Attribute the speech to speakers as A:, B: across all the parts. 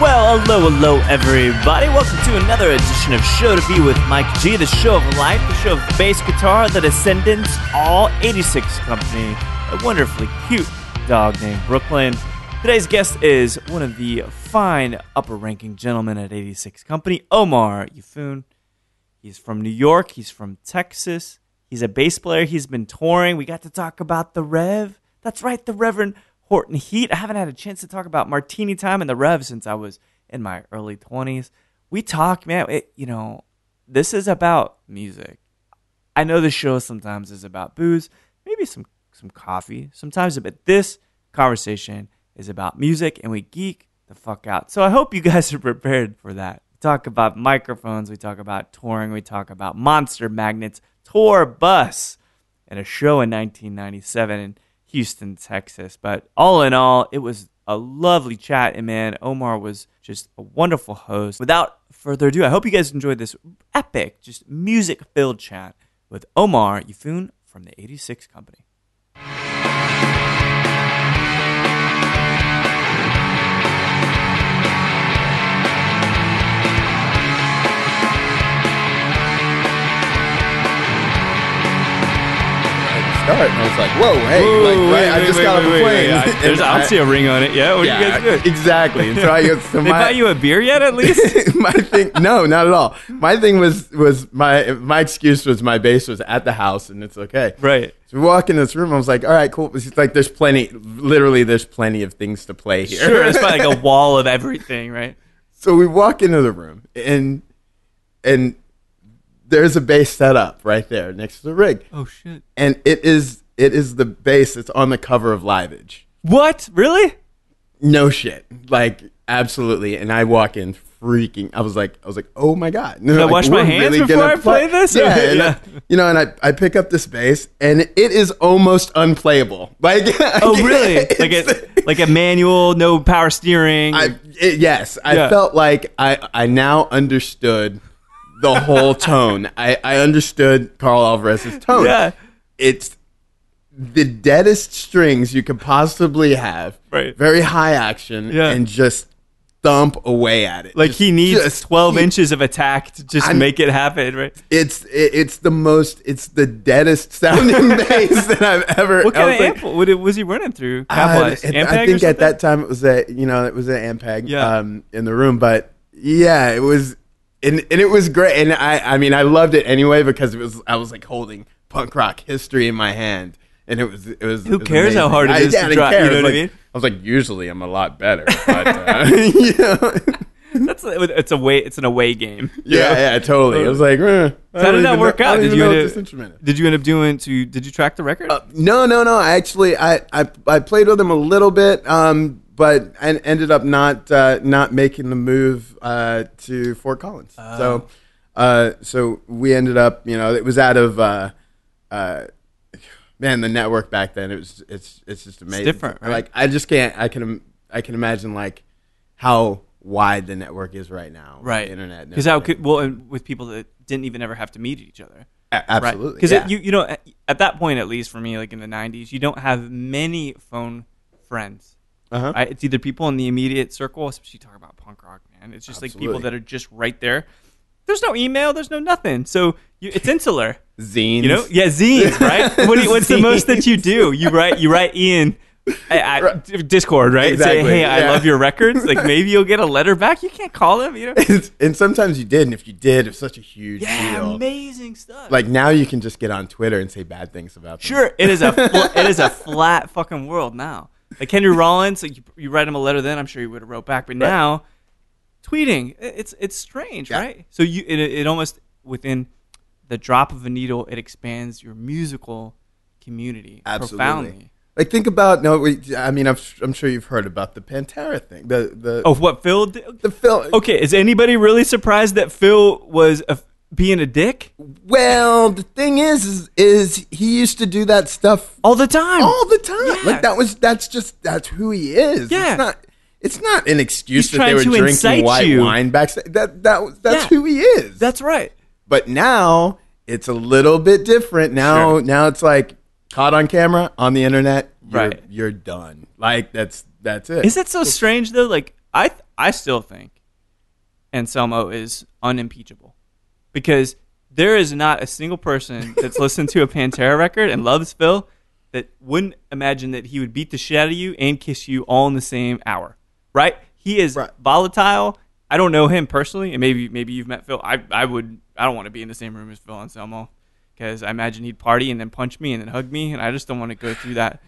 A: Well, hello, hello, everybody. Welcome to another edition of Show to Be with Mike G, the show of life, the show of bass guitar, the descendants, all 86 company, a wonderfully cute dog named Brooklyn. Today's guest is one of the fine upper ranking gentlemen at 86 company, Omar Yufun. He's from New York. He's from Texas. He's a bass player. He's been touring. We got to talk about the Rev. That's right, the Reverend Horton Heat. I haven't had a chance to talk about Martini Time and the Rev since I was in my early 20s. We talk, man. It, you know, this is about music. I know the show sometimes is about booze, maybe some some coffee, sometimes, but this conversation is about music, and we geek the fuck out. So I hope you guys are prepared for that. We talk about microphones, we talk about touring, we talk about monster magnets, tour bus, and a show in 1997 in Houston, Texas. But all in all, it was a lovely chat, and man, Omar was just a wonderful host. Without further ado, I hope you guys enjoyed this epic, just music filled chat with Omar Yufun from the 86 Company.
B: start. And I was like, whoa, hey, like, right, I just got off a plane.
A: There's
B: And I-
A: obviously a ring on it. Yeah, what
B: yeah,
A: do you guys do?
B: exactly. And so I guess so
A: They
B: my,
A: buy you a beer yet, at least?
B: my thing no not at all my thing was was my my excuse was my bass was at the house and it's okay
A: Right.
B: so we walk in this room i was like all right cool it's like there's plenty literally there's plenty of things to play here
A: Sure, it's probably like a wall of everything, right?
B: so we walk into the room and and there's a bass set up right there next to the rig
A: Oh, shit.
B: and it is it is the bass that's on the cover of liveage
A: What? Really?
B: no shit like absolutely and i walk in freaking i was like i was like oh my god no,
A: I wash my hands before I play this?
B: yeah, and
A: Yeah.
B: I- you know and I, I pick up this bass and it is almost unplayable like
A: Oh, really? Like a, like a manual, no power steering.
B: I, it, yes i
A: Yeah.
B: felt like i i now understood the whole tone i i understood carl alvarez's tone
A: yeah.
B: it's the deadest strings you could possibly have.
A: Right.
B: Very high action
A: Yeah.
B: and just thump away at it.
A: Like
B: Just-
A: he needs
B: just
A: 12
B: keep-
A: inches of attack to just
B: I'm-
A: make it happen, right?
B: It's it, it's the most it's the deadest sounding bass that I've ever.
A: What
B: I
A: kind
B: was
A: of
B: like,
A: amp what it- was he running through?
B: uh,
A: Cap-wise?
B: and
A: Ampeg
B: I
A: or
B: think at
A: something?
B: that time it was a you know it was an Ampeg
A: Yeah.
B: um, in the room, but yeah, it was and, and it was great, and I I mean I loved it anyway because it was I was like holding punk rock history in my hand, and it was it was who
A: cares how hard it
B: I,
A: is
B: yeah,
A: to
B: I didn't
A: try, you
B: care.
A: know
B: was
A: what I
B: like-
A: mean?
B: I was like usually I'm a lot better, but uh, you know?
A: That's it's a way it's an away game.
B: yeah yeah totally. It was like eh, I
A: How
B: don't
A: did that
B: even
A: work
B: know- I
A: out?
B: don't
A: Did
B: even
A: you
B: know
A: end
B: what
A: up-
B: this instrument is.
A: Did you end up doing to did you track the record?
B: No, no, no. I actually, I, I, I played with him a little bit, um, but and ended up not uh, not making the move uh, to Fort Collins.
A: Ah.
B: so, uh, so we ended up, you know, it was out of, uh, uh, man, the network back then. It was, it's, it's just amazing.
A: different, right?
B: Like I just can't. I can, im- I can imagine like how wide the network is right now. with
A: right
B: the internet. and
A: because I
B: everything.
A: could well and with people that didn't even ever have to meet each other
B: A- absolutely
A: because
B: yeah.
A: you you know at, at that point at least for me like in the 90s you don't have many phone friends
B: Uh-huh.
A: right? it's either people in the immediate circle especially talk about punk rock man it's just like people
B: Absolutely.
A: that are just right there there's no email there's no nothing so you, it's insular
B: zines.
A: you know yeah zines right what do you, what's the most that you do you write you write Ian I, I, Discord, right? Say,
B: Exactly,
A: hey, I
B: yeah.
A: love your records. Like, maybe you'll get a letter back. You can't call him, you know?
B: and sometimes you did, and if you did, it was such a huge
A: Yeah,
B: deal.
A: amazing stuff.
B: Like now you can just get on Twitter and say bad things about them.
A: sure, it is a fl- it is a flat fucking world now. Like Henry Rollins, like you, you write him a letter then, I'm sure he would have wrote back, but now tweeting, i- it's it's strange,
B: Yeah.
A: right? So you it, it almost within the drop of a needle, it expands your musical community
B: Absolutely.
A: profoundly.
B: Like think about no, we, I mean I'm, I'm sure you've heard about the Pantera thing. The the
A: Oh, what Phil? Did?
B: the film.
A: Okay, is anybody really surprised that Phil was a, being a dick
B: Well, the thing is, is, is he used to do that stuff
A: all the time?
B: all the time.
A: Yeah.
B: Like that was that's just that's who he is.
A: Yeah.
B: It's not it's not an excuse
A: He's
B: that they
A: trying
B: were
A: to incite
B: drinking white
A: you.
B: wine backstage. That that was- that's
A: Yeah.
B: who he is.
A: That's right.
B: but now it's a little bit different. Now
A: Sure.
B: now it's like caught on camera on the internet. You're,
A: Right.
B: you're done. Like that's that's it.
A: Is that so strange though? Like I I still think Anselmo is unimpeachable because there is not a single person that's listened to a Pantera record and loves Phil that wouldn't imagine that he would beat the shit out of you and kiss you all in the same hour. Right? He is
B: Right.
A: volatile. I don't know him personally, and maybe maybe you've met Phil. I I would I don't want to be in the same room as Phil Anselmo because I imagine he'd party and then punch me and then hug me, and I just don't want to go through that.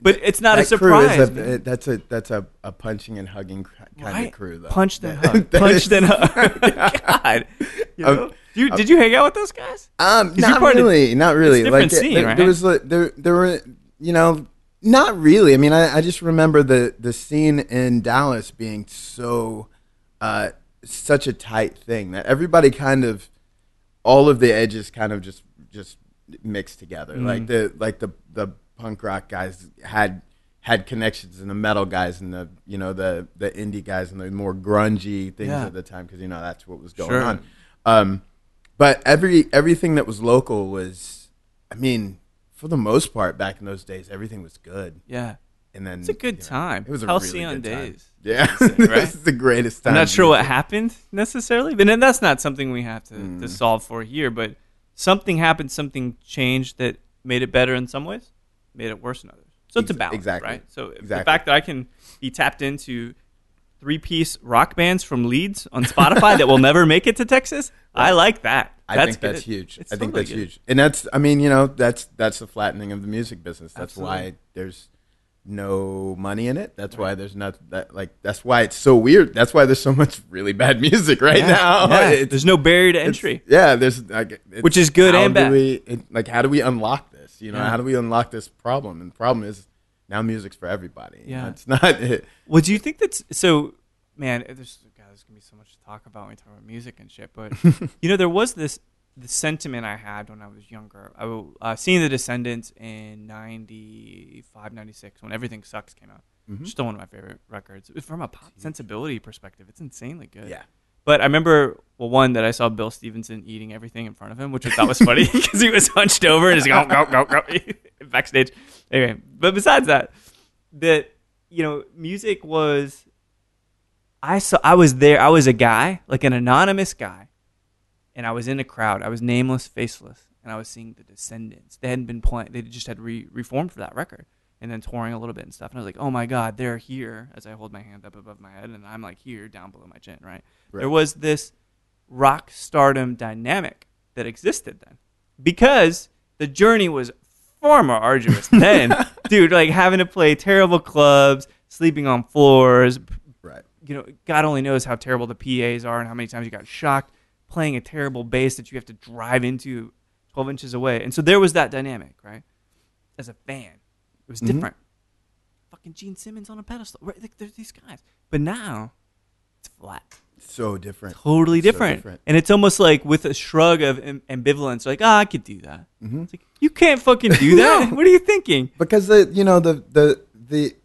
A: But it's not a
B: that crew
A: surprise.
B: is
A: man.
B: a, that's a that's a, a punching and hugging cr- kind
A: Right.
B: of crew though.
A: Punch then
B: That-
A: hug.
B: that
A: Punch
B: is-
A: then hug. God. You
B: Um,
A: know? Do you- did you hang out with those guys?
B: Um,
A: you're
B: not
A: part of-
B: really, not really.
A: it's a
B: like
A: different scene,
B: there,
A: right?
B: there was like, there there were you know not really. I mean, I, I just remember the the scene in Dallas being so uh, such a tight thing that everybody kind of all of the edges kind of just just mixed together.
A: Mm-hmm.
B: Like the like the the punk rock guys had had connections and the metal guys and the you know the the indie guys and the more grungy things
A: Yeah.
B: at the time because you know that's what was going
A: Sure.
B: on. Um, but every everything that was local was, I mean, for the most part, back in those days, everything was good.
A: Yeah.
B: And then
A: It's a good
B: you know,
A: time.
B: It was a
A: Halcyon
B: really good time.
A: days.
B: Yeah,
A: right?
B: this is the greatest time.
A: I'm not sure what happened necessarily, but then that's not something we have to,
B: Mm.
A: to solve for here. But something happened, something changed that made it better in some ways, made it worse in others. So it's a
B: Ex-
A: balance,
B: exactly.
A: right? So if the
B: Exactly.
A: fact that I can be tapped into three-piece rock bands from Leeds on Spotify that will never make it to Texas, I like that.
B: I think
A: good.
B: that's huge.
A: It's
B: I think
A: totally
B: that's
A: good.
B: huge. And that's I mean, you know, that's that's the flattening of the music business. That's why
A: Absolutely.
B: there's no money in it. That's why there's not that like that's why it's so weird. That's why there's so much really bad music right
A: Yeah,
B: now.
A: yeah.
B: It's-
A: There's no barrier to
B: it's-
A: entry.
B: Yeah, there's like, it's-
A: Which is good
B: how
A: and
B: do
A: bad.
B: We, it- like how do we unlock this? You know,
A: Yeah.
B: how do we unlock this problem? And the problem is now music's for everybody. You know,
A: Yeah.
B: it's not it,
A: Well, do you think that's so? Man, eh, there's God, there's gonna be so much to talk about when we talk about music and shit. But you know, there was this the sentiment I had when I was younger. I w- uh, seeing The Descendants in 95, 96, when Everything Sucks came out. Still one of my favorite records from a pop sensibility perspective. It's insanely good.
B: Yeah.
A: But I remember well, one that I saw Bill Stevenson eating everything in front of him, which I thought was funny because he was hunched over and he's like, go, go, go, go, backstage. Anyway, but besides that, that you know, music was. I saw. I was there. I was a guy, like an anonymous guy, and I was in a crowd. I was nameless, faceless, and I was seeing the Descendants. They hadn't been playing. They just had re- reformed for that record, and then touring a little bit and stuff. And I was like, "Oh my God, they're here!" As I hold my hand up above my head, and I'm like here, down below my chin. Right. There was this rock stardom dynamic that existed then, because the journey was far more arduous then, dude. Like having to play terrible clubs, sleeping on floors,
B: right.
A: you know, God only knows how terrible the PAs are and how many times you got shocked playing a terrible bass that you have to drive into 12 inches away. And so there was that dynamic, right? As a fan, it was
B: Mm-hmm.
A: different. Fucking Gene Simmons on a pedestal. Right? Like, there's these guys. But now, it's flat
B: So different.
A: totally
B: So
A: different.
B: different.
A: And it's almost like with a shrug of am- ambivalence, like, ah, I could do that.
B: Mm-hmm.
A: It's like, you can't fucking do that. What are you thinking?
B: because the you know the the the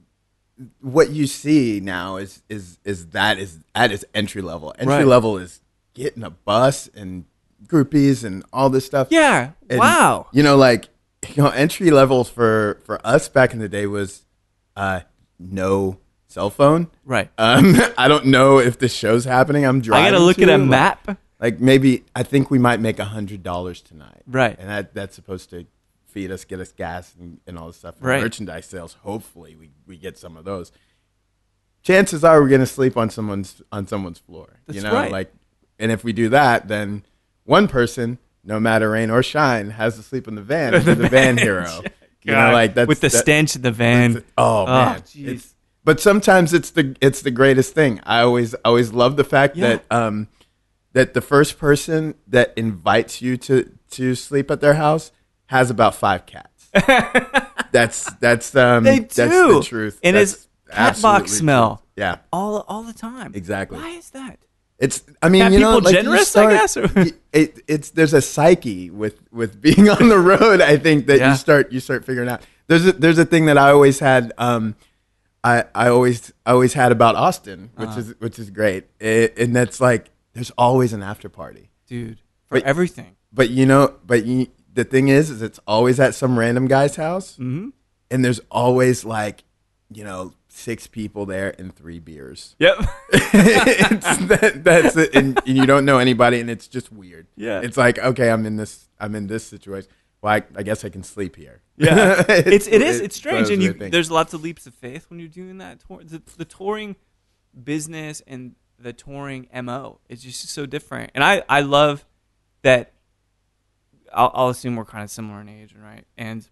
B: what you see now is is is that is that is entry level. Entry
A: Right.
B: level is getting a bus and groupies and all this stuff.
A: Yeah.
B: And,
A: wow.
B: You know, like you know, entry levels for for us back in the day was uh no cell phone.
A: Right.
B: Um, I don't know if the show's happening. I'm
A: I
B: driving.
A: got to look at
B: to,
A: a
B: like-
A: map.
B: Like maybe I think we might make a hundred dollars tonight.
A: Right.
B: And that that's supposed to feed us, get us gas and, and all this stuff. And
A: Right.
B: Merchandise sales. Hopefully we, we get some of those. Chances are we're gonna sleep on someone's on someone's floor. you
A: That's
B: know,
A: right.
B: like and if we do that, then one person, no matter rain or shine, has to sleep in the van and be the van hero. You know,
A: God,
B: like that's
A: with the
B: that-
A: stench of the van.
B: Oh, man,
A: jeez.
B: It's- but sometimes it's the it's the greatest thing. I always always love the fact that um that the first person that invites you to to sleep at their house has about five cats. That's that's um
A: They do.
B: that's the truth.
A: And
B: That's
A: his cat
B: absolutely
A: box smell
B: true. Yeah.
A: all all the time.
B: Exactly.
A: Why is that?
B: It's I mean,
A: Cat
B: you know,
A: people
B: like you
A: generous, I
B: start-
A: guess, or-
B: y- it, it's there's a psyche with with being on the road, I think that
A: Yeah.
B: you start you start figuring out. There's a, there's a thing that I always had um I I always I always had about Austin, which
A: Uh-huh.
B: is which is great. It, and that's like there's always an after party.
A: Dude, for
B: But-
A: everything.
B: But you know, but you, the thing is, is it's always at some random guy's house,
A: Mm-hmm.
B: and there's always like, you know, six people there and three beers.
A: Yep.
B: it's that, that's it, and, and you don't know anybody, and it's just weird.
A: Yeah.
B: it's like okay, I'm in this, I'm in this situation. Well, I, I guess I can sleep here.
A: Yeah. it's it is
B: it-
A: it's strange
B: those
A: and you
B: weird things.
A: there's lots of leaps of faith when you're doing that tour. The, the touring business and the touring mo is just so different. And I I love that. I'll, I'll assume we're kind of similar in age, right? And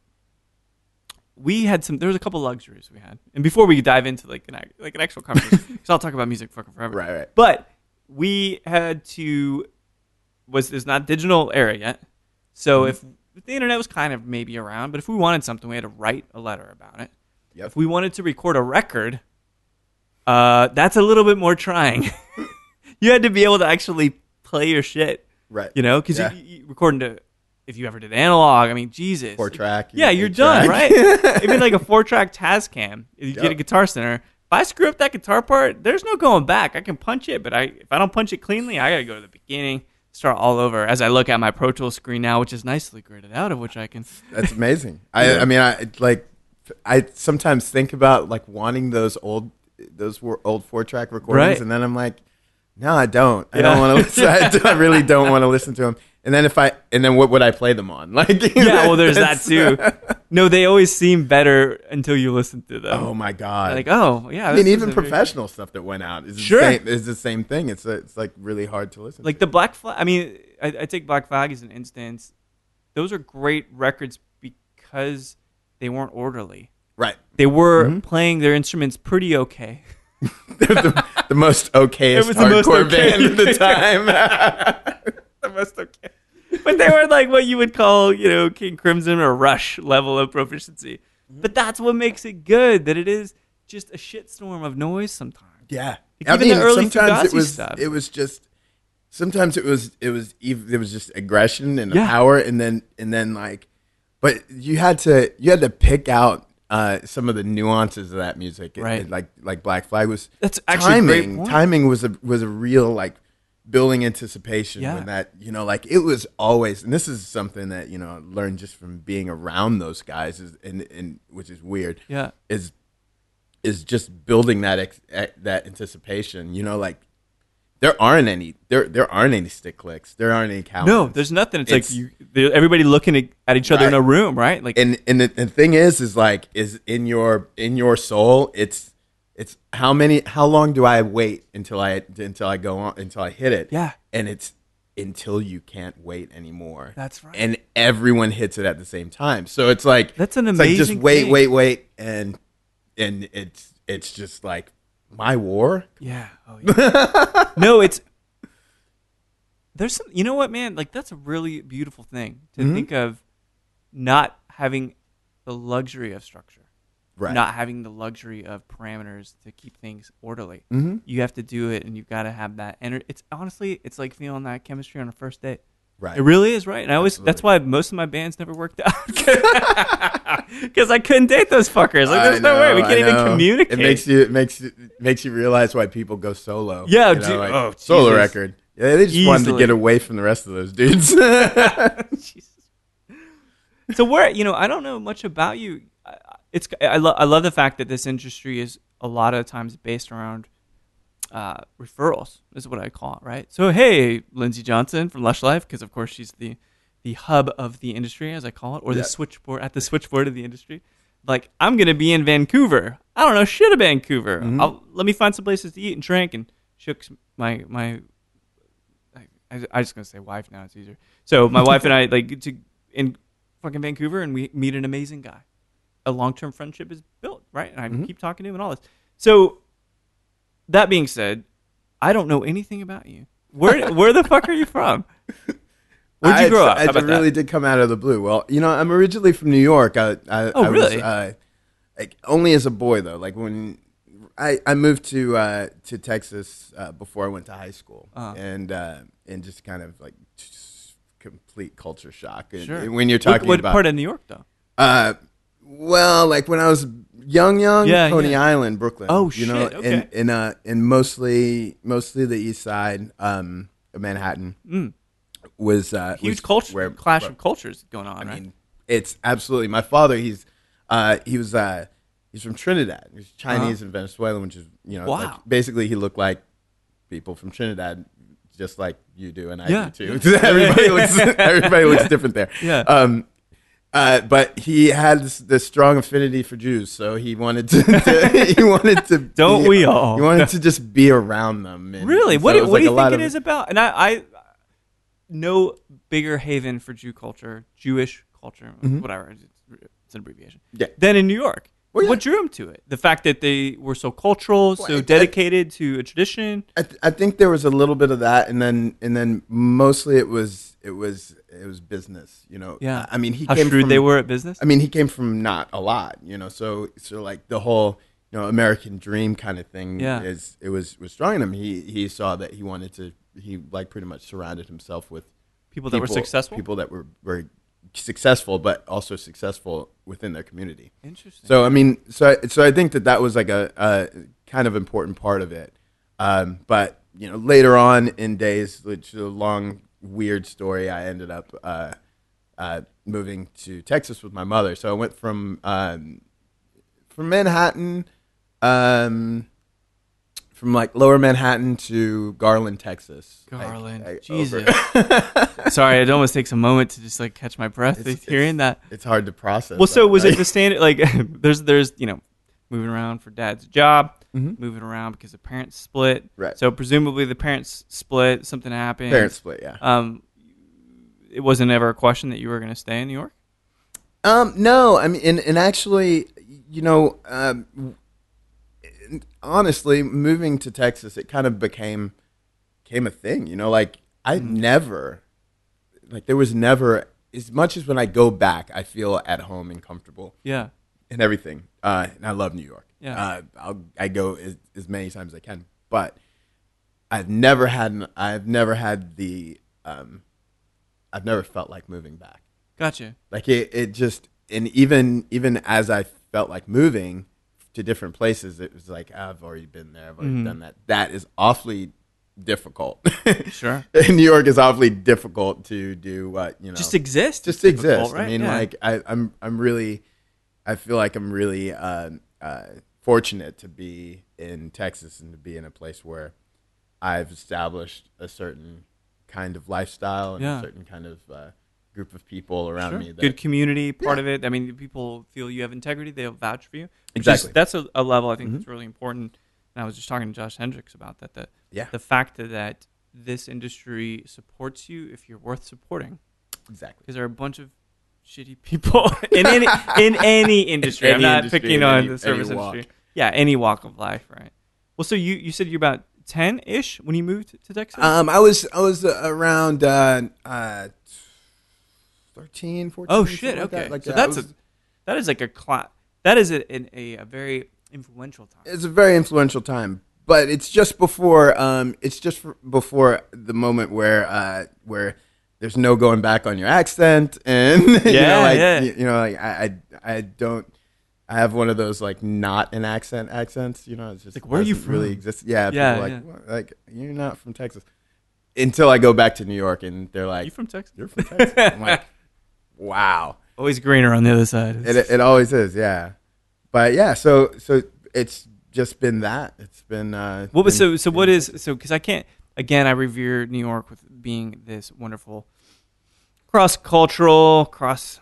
A: we had some. There was a couple luxuries we had, and before we dive into like an ac- like an actual conversation, because I'll talk about music fucking forever.
B: Right, right.
A: But we had to was there's not digital era yet. So
B: Mm-hmm.
A: if the internet was kind of maybe around, but if we wanted something, we had to write a letter about it.
B: Yep.
A: If we wanted to record a record, uh, that's a little bit more trying. you had to be able to actually play your shit,
B: right.
A: you know, because
B: Yeah.
A: you, you recording to if you ever did analog, I mean, Jesus,
B: four track.
A: yeah, you're done, right? Even like a four track Tascam, you get a
B: Yep.
A: guitar center. If I screw up that guitar part, there's no going back. I can punch it, but I if I don't punch it cleanly, I gotta go to the beginning, start all over. As I look at my Pro Tools screen now, which is nicely gridded out, of which I can.
B: That's amazing. I, I mean, I it's like, I sometimes think about like wanting those old, those were old four track recordings,
A: Right.
B: and then I'm like, no, I don't. I
A: Yeah.
B: don't want to listen. I, don't- I really don't want to listen to them. And then if I, and then what would I play them on? Like,
A: Yeah, well, there's that too. No, they always seem better until you listen to them.
B: Oh my god.
A: Like, oh yeah,
B: I
A: this is
B: mean, even
A: a very-
B: professional stuff that went out is
A: Sure.
B: the same, is the same thing. It's it's like really hard to listen.
A: like the Black Flag. I mean, I, I take Black Flag as an instance. Those are great records because they weren't orderly.
B: to. right,
A: they were
B: Mm-hmm.
A: playing their instruments pretty okay.
B: the, the most okayest
A: was the
B: hardcore
A: most okay.
B: band at the time.
A: the most okay. But they were like what you would call, you know, King Crimson or Rush level of proficiency.
B: Mm-hmm.
A: But that's what makes it good, that it is just a shitstorm of noise sometimes.
B: Yeah,
A: Like, even the early
B: sometimes it
A: Fugazi
B: was
A: stuff.
B: it was just sometimes it was it was ev- it was just aggression and
A: Yeah.
B: power, and then and then like, but you had to you had to pick out uh, some of the nuances of that music, It-
A: Right.
B: it- like like Black Flag was
A: That's actually a great
B: timing.
A: point.
B: Timing was a was a real like building anticipation
A: Yeah.
B: when that you know like it was always and this is something that you know I learned just from being around those guys is, and and which is weird
A: Yeah.
B: is is just building that ex- eh, that anticipation. You know, like there aren't any there there aren't any stick clicks. There aren't any cow.
A: No, there's nothing. It's,
B: It's-
A: like you, they're- everybody looking at- at each other in
B: Right.
A: a room, right? Like
B: and and the, the thing is, is like is in your in your soul. It's it's how many how long do I wait until I until I go on until I hit it?
A: Yeah.
B: and it's until you can't wait anymore.
A: That's right.
B: And everyone hits it at the same time. So it's like
A: That's an
B: it's Like
A: amazing
B: just wait,
A: thing.
B: wait, wait, and and it's it's just like my war.
A: Yeah. Oh, yeah. no, it's there's some. You know what, man? Like that's a really beautiful thing to
B: Mm-hmm.
A: think of, not having the luxury of structure,
B: Right.
A: not having the luxury of parameters to keep things orderly.
B: Mm-hmm.
A: You have to do it, and you've got to have that. And it's honestly, it's like feeling that chemistry on a first date.
B: Right.
A: It really is right, and I always that's why most of my bands never worked out because I couldn't date those fuckers. Like,
B: I
A: there's no way we
B: know,
A: can't
B: I
A: even
B: know.
A: communicate.
B: It makes you it makes you, it makes you realize why people go solo.
A: Yeah,
B: You know,
A: dude.
B: like,
A: Oh,
B: solo
A: Jesus.
B: record. Yeah, they just wanted to
A: Easily.
B: get away from the rest of those dudes.
A: Jesus. So where you know I don't know much about you. I- I- It's I, lo- I love the fact that this industry is a lot of times based around uh, referrals is what I call it, right? So hey, Lindsay Johnson from Lush Life, because of course she's the the hub of the industry as I call it, or
B: Yeah.
A: the switchboard at the switchboard of the industry. Like I'm gonna be in Vancouver. I don't know shit of Vancouver. I'll, let me find some places to eat and drink and shooks my my I, I just gonna say wife now. It's easier. So my wife and I like to in fucking Vancouver, and we meet an amazing guy. A long term friendship is built, right? And I
B: Mm-hmm.
A: keep talking to him and all this. So that being said, I don't know anything about you. Where where the fuck are you from? Where'd you
B: I-
A: grow up? How
B: I,
A: about that?
B: really did come out of the blue. Well, you know, I'm originally from New York. I, I,
A: Oh,
B: I
A: really?
B: Was, uh, like only as a boy though. Like when I, I moved to uh, to Texas uh, before I went to high school,
A: Uh-huh.
B: and uh, and just kind of like just complete culture shock. And,
A: Sure.
B: and when you're
A: What-
B: talking
A: what
B: about
A: part of New York though?
B: uh, well, like when I was young, young,
A: Yeah,
B: Coney
A: yeah.
B: Island, Brooklyn.
A: Oh,
B: you know,
A: shit,
B: and
A: okay.
B: and uh, and mostly mostly the East Side, um, of Manhattan was uh,
A: Mm.
B: was
A: Huge culture
B: where-
A: clash
B: where-
A: of cultures going on, right?
B: mean, it's absolutely my father. He's uh, he was uh, he's from Trinidad. He's Chinese and Venezuelan, which is you know
A: Uh-huh. Wow.
B: like, basically he looked like people from Trinidad, just like you do and I
A: Yeah.
B: do too. everybody looks everybody looks different there.
A: Yeah.
B: Um, uh, but he had this, this strong affinity for Jews, so he wanted to. to- he wanted to.
A: Don't
B: be-
A: we all?
B: He wanted to just be around them. and-
A: Really?
B: and so
A: what
B: it
A: do,
B: was
A: what do
B: like
A: you
B: a lot
A: think it
B: of-
A: is about? And I, I no bigger haven for Jew culture, Jewish culture, whatever. It's, it's an abbreviation.
B: Mm-hmm. Yeah.
A: Than in New York.
B: Well, yeah.
A: What drew him to it? The fact that they were so cultural,
B: I-
A: so
B: I-
A: dedicated to a tradition.
B: I, th- I think there was a little bit of that, and then and then mostly it was it was it was business. You know,
A: Yeah.
B: I mean, he
A: How
B: came
A: shrewd
B: from,
A: they were at business.
B: I mean, he came from not a lot. You know, so so like the whole you know American dream kind of thing.
A: Yeah.
B: is it was was strong in him. He he saw that he wanted to. He like pretty much surrounded himself with
A: people that were successful.
B: People that were were successful, but also successful within their community.
A: Interesting.
B: So I mean, so I- so I think that that was like a, a kind of important part of it. Um, but you know, later on in days, which is a long weird story, I ended up uh, uh, moving to Texas with my mother. So I went from um, from Manhattan, um, from like Lower Manhattan to Garland, Texas. Like,
A: Garland,
B: I- over-
A: Jesus. Sorry, it almost takes a moment to just like catch my breath
B: It's-
A: hearing that.
B: it's hard to process.
A: Well, so
B: that,
A: was
B: right?
A: it the standard? Like, there's there's you know, moving around for dad's job, moving around because the parents split.
B: Mm-hmm. Right.
A: So presumably the parents split. Something happened.
B: parents split? Yeah.
A: Um, it wasn't ever a question that you were going to stay in New York.
B: Um, no, I mean, and, and actually, you know, um, honestly, moving to Texas, it kind of became became a thing. You know, like I never, like there was never as much as when I go back, I feel at home and comfortable
A: Yeah.
B: and everything. Uh, and I love New York.
A: Yeah.
B: Uh, I'll, I go as, as many times as I can, but I've never had an, I've never had the um, I've never felt like moving back
A: Gotcha.
B: like it, it just and even even as i felt like moving to different places it was like i've already been there i've already
A: Mm-hmm.
B: done that that is awfully difficult
A: Sure.
B: new york is awfully difficult to do what you know
A: Just exist.
B: just
A: It's difficult,
B: exist i
A: right?
B: mean
A: Yeah.
B: like I, i'm i'm really i feel like i'm really uh, uh, fortunate to be in texas and to be in a place where i've established a certain kind of lifestyle and
A: Yeah.
B: a certain kind of uh, group of people around
A: Sure.
B: me that
A: good community part of it. I mean, people feel you have integrity; they'll vouch for you. which is-
B: Exactly. Mm-hmm.
A: that's a, a level I think that's really important. And I was just talking to Josh Hendricks about that. That
B: Yeah.
A: the fact that this industry supports you if you're worth supporting,
B: Exactly.
A: because there are a bunch of shitty people in any in any industry. I'm
B: any
A: not
B: industry,
A: picking
B: in
A: on
B: any-
A: the service
B: any walk.
A: industry. Yeah, any walk of life, right? Well, so you you said you're about ten ish when you moved to Texas.
B: Um, I was I was uh, around uh, uh, 13, 14.
A: Oh
B: something
A: shit!
B: Like
A: Okay,
B: that. Like
A: so
B: that.
A: that's
B: It was-
A: a that is like a cla- that is a, in a, a very influential time.
B: it's a very influential time, but it's just before um, it's just f- before the moment where uh, where there's no going back on your accent, and you
A: Yeah,
B: know, like
A: yeah.
B: you, you know, like I, I I don't. I have one of those like not an accent accents, you know. It's just
A: Like, where are you
B: doesn't Really
A: from?
B: exist? Yeah, people
A: Yeah,
B: are like
A: yeah.
B: "What? like you're not from Texas. Until I go back to New York, and they're like,
A: You from Texas?
B: You're from Texas. I'm like, wow.
A: Always greener on the other side.
B: It, it always is, yeah. But yeah, so so it's just been that. It's been uh,
A: what was
B: been-
A: so so? What is so? Because I can't. Again, I revere New York with being this wonderful cross cultural, cross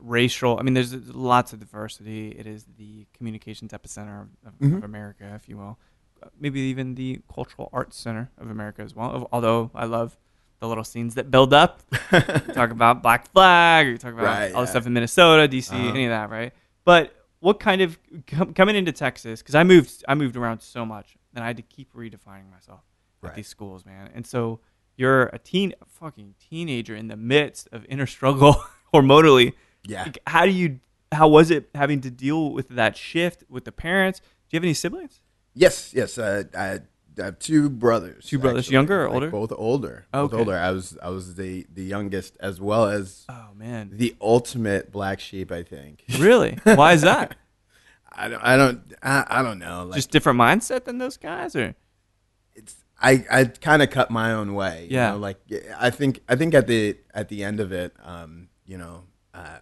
A: racial. I mean, there's lots of diversity. It is the communications epicenter of, of,
B: Mm-hmm.
A: of America, if you will. Uh, Maybe even the cultural arts center of America as well. Although I love the little scenes that build up. You talk about Black Flag, or you talk about
B: Right,
A: all the
B: yeah.
A: stuff in Minnesota, DC,
B: Uh-huh.
A: any of that, right? But what kind of com- coming into Texas? Because I moved, I moved around so much, and I had to keep redefining myself at
B: Right.
A: these schools, man. And so you're a teen, a fucking teenager in the midst of inner struggle hormonally.
B: Yeah.
A: Like, how do you? How was it having to deal with that shift with the parents? Do you have any siblings?
B: Yes, yes. Uh, I, I have two brothers.
A: Two brothers, younger or
B: Like,
A: older?
B: Both older. Both
A: Okay.
B: older. I was I was the the youngest as well as
A: Oh man,
B: the ultimate black sheep. I think.
A: really? Why is that?
B: I don't. I don't. I, I don't know. Like,
A: Just different mindset than those guys, or
B: it's I, I kind of cut my own way. you
A: Yeah.
B: know, like yeah, I think I think at the at the end of it, um, you know, uh,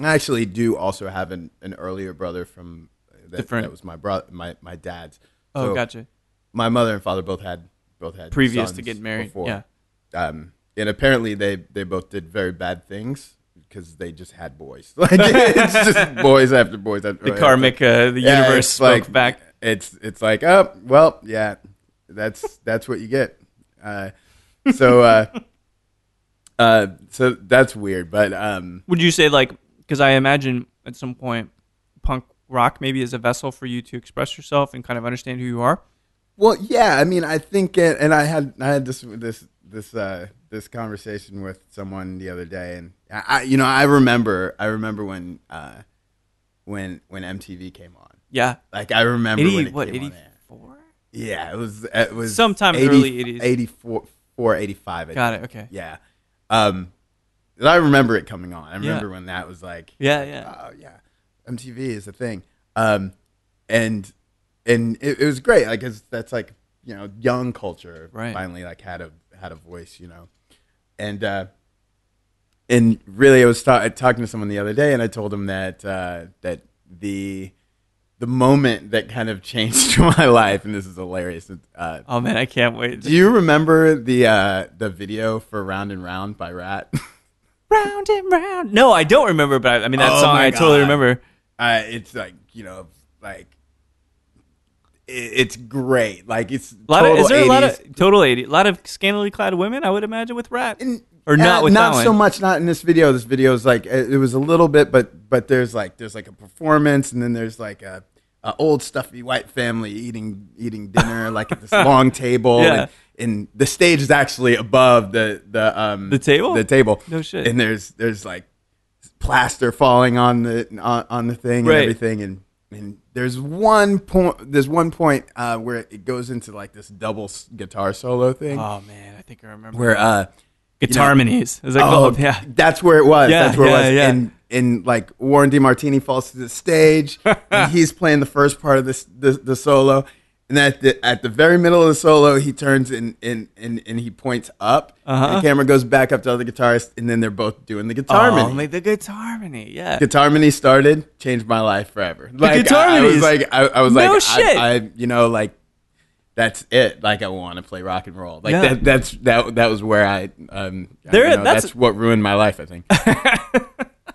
B: I actually do also have an, an earlier brother from uh, that,
A: Different-
B: that was my brother, my my dad's.
A: oh,
B: So
A: gotcha.
B: My mother and father both had both had
A: Previous to
B: sons
A: getting married,
B: Before.
A: yeah.
B: Um, and apparently they they both did very bad things because they just had boys. Like it's just boys after boys after
A: The
B: boys.
A: karmic, uh, the
B: Yeah,
A: universe
B: it's
A: spoke
B: like-
A: back.
B: It's it's like, oh well, yeah, that's that's what you get. Uh, so uh, uh, so that's weird, but um,
A: Would you say like because I imagine at some point punk rock maybe is a vessel for you to express yourself and kind of understand who you are?
B: well, yeah. I mean, I think, it, and I had I had this this this uh, this conversation with someone the other day, and I, I you know I remember I remember when uh, when when MTV came on.
A: Yeah.
B: Like I remember when
A: Eighty
B: it
A: what
B: came on
A: eighty
B: air.
A: four?
B: Yeah, it was it was
A: Sometime early 80s.
B: 84, 84, 85. I
A: Got
B: think.
A: it, okay.
B: Yeah. Um, and I remember it coming on. I remember
A: Yeah.
B: when that was like,
A: Yeah, yeah.
B: oh yeah, MTV is a thing. Um, and and it, it was great. Like it's, that's like you know young culture
A: Right.
B: finally like had a had a voice. You know, and uh, and really, I was ta- talking to someone the other day, and I told him that uh, that the the moment that kind of changed my life, and this is hilarious. Uh,
A: Oh man, I can't wait.
B: do you remember the uh, the video for "Round and Round" by Rat?
A: round and round. No, I don't remember, but I, I mean that
B: Oh,
A: song
B: my
A: I totally
B: God.
A: remember.
B: uh, it's like you know, like it, it's great. Like it's
A: A lot of,
B: total
A: is there
B: 80s.
A: a lot of total eighty? A lot of scantily clad women, I would imagine, with rap.
B: And-
A: Or not
B: uh,
A: with
B: not
A: that
B: so
A: one.
B: much not in this video this video is like it, it was a little bit but but there's like there's like a performance and then there's like a, a old stuffy white family eating eating dinner like at this long table
A: Yeah.
B: and, and the stage is actually above the the um
A: The table?
B: the table
A: No shit.
B: and there's there's like plaster falling on the on, on the thing
A: Right.
B: and everything and and there's one point there's one point uh, where it goes into like this double s- guitar solo thing
A: Oh man, I think I remember.
B: where Oh. uh
A: Guitarmonies, is that called? Yeah.
B: that's where it was.
A: Yeah,
B: that's where
A: yeah,
B: it was.
A: yeah.
B: And and like Warren DeMartini falls to the stage, and he's playing the first part of this the, the solo, and at the at the very middle of the solo, he turns and and and, and he points up.
A: Uh-huh.
B: And the camera goes back up to other guitarists, and then they're both doing the guitar
A: Oh,
B: harmony.
A: like the guitarmony, yeah.
B: Guitar Mini started, changed my life forever. Like
A: Guitar
B: I, I was
A: Minis.
B: like, I, I was
A: No
B: like,
A: shit.
B: I, I, you know, like that's it. Like I want to play rock and roll. Like
A: Yeah.
B: that, that's that. That was where I, um, I
A: There-
B: don't know,
A: that's-
B: that's, what ruined my life. I think.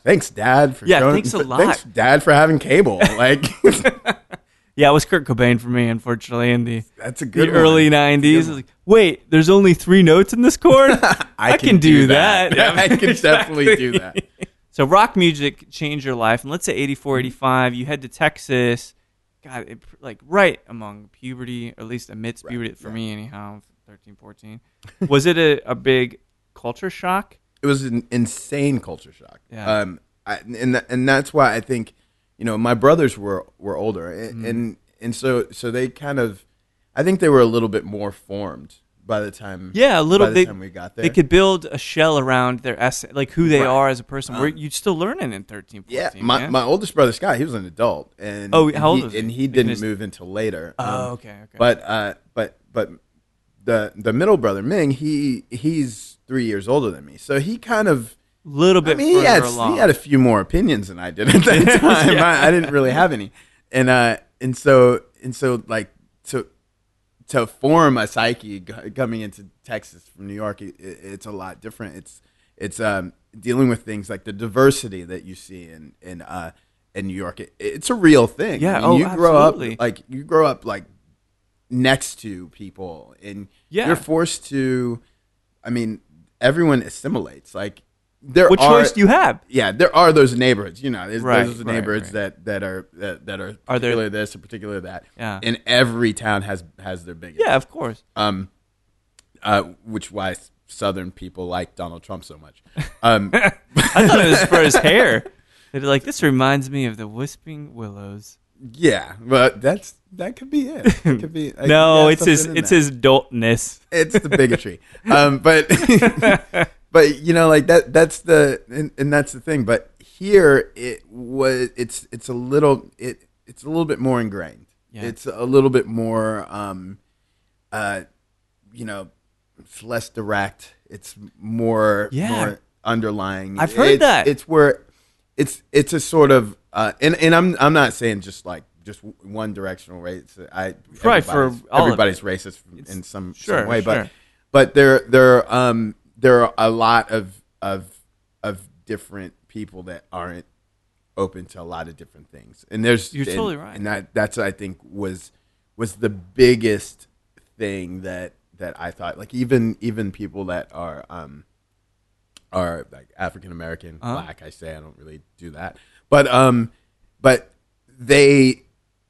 B: thanks, Dad. For
A: Yeah,
B: showing-
A: thanks a
B: th-
A: lot.
B: Thanks, Dad, for having cable. Like
A: Yeah, it was Kurt Cobain for me, unfortunately, in the,
B: that's a
A: the
B: good one.
A: early '90s. It's Like, wait, there's only three notes in this chord. I, can, do, that.
B: I can definitely do that.
A: So rock music changed your life, and let's say '84, '85, you head to Texas. God, it, like right among puberty, or at least amidst puberty for me, anyhow, 13, 14. was it a, a big culture shock?
B: it was an insane culture shock.
A: Yeah.
B: Um, I, and tha- and that's why I think, you know, my brothers were were older,
A: Mm-hmm.
B: and and, and so so they kind of, I think they were a little bit more formed by the time.
A: Yeah, a little.
B: By the
A: they,
B: time we got there,
A: they could build a shell around their essay, like who they
B: Right.
A: are as a person. Where you're still learning in 13, 14.
B: Yeah, my,
A: man.
B: my oldest brother Scott, he was an adult, and
A: Oh,
B: and
A: how old
B: he,
A: was he?
B: and he
A: Like,
B: didn't
A: his-
B: move until later.
A: Oh,
B: Um,
A: okay, okay.
B: But uh, but but the the middle brother Ming, he he's three years older than me, so he kind of
A: little bit
B: I mean, he
A: further
B: had,
A: along.
B: he had a few more opinions than I did at that time. I, I didn't really have any, and uh, and so and so like to to form a psyche g- coming into Texas from New York, it, it- it's a lot different. It's it's um, dealing with things like the diversity that you see in in uh, in New York. It, it's a real thing.
A: Yeah,
B: I mean,
A: oh,
B: you grow
A: absolutely.
B: up like you grow up like next to people and
A: Yeah.
B: you're forced to i mean everyone assimilates like there
A: what
B: are
A: choice do you have?
B: yeah there are those neighborhoods you know there's
A: Right,
B: those
A: right,
B: neighborhoods
A: right.
B: that that are that, that are
A: Are there-
B: particular this or particular that
A: Yeah.
B: and every town has has their biggest
A: Yeah, of course.
B: um uh, which why Southern people like Donald Trump so much. Um,
A: I thought it was for his hair. They're like, this reminds me of the Wisping Willows.
B: yeah, but that's that could be it. it could be I-
A: no,
B: yeah,
A: it's his
B: something in
A: it's
B: that.
A: his doltness.
B: it's the bigotry. um, but but you know, like that that's the and, and that's the thing. But here it was it's it's a little it it's a little bit more ingrained.
A: Yeah.
B: It's a little bit more um uh you know it's less direct. It's more
A: Yeah.
B: more underlying.
A: I've heard
B: It's-
A: that.
B: It's where it's it's a sort of uh and, and I'm I'm not saying just like just one directional race. I
A: Right, for
B: everybody's-
A: all of it.
B: everybody's racist in some
A: Sure,
B: some way,
A: sure.
B: but but there there um there are a lot of of of different people that aren't open to a lot of different things, and there's
A: You're
B: and-
A: totally right.
B: and that that's I think was was the biggest thing that that I thought like even even people that are um are like African American
A: Uh-huh.
B: black I say I don't really do that but um but they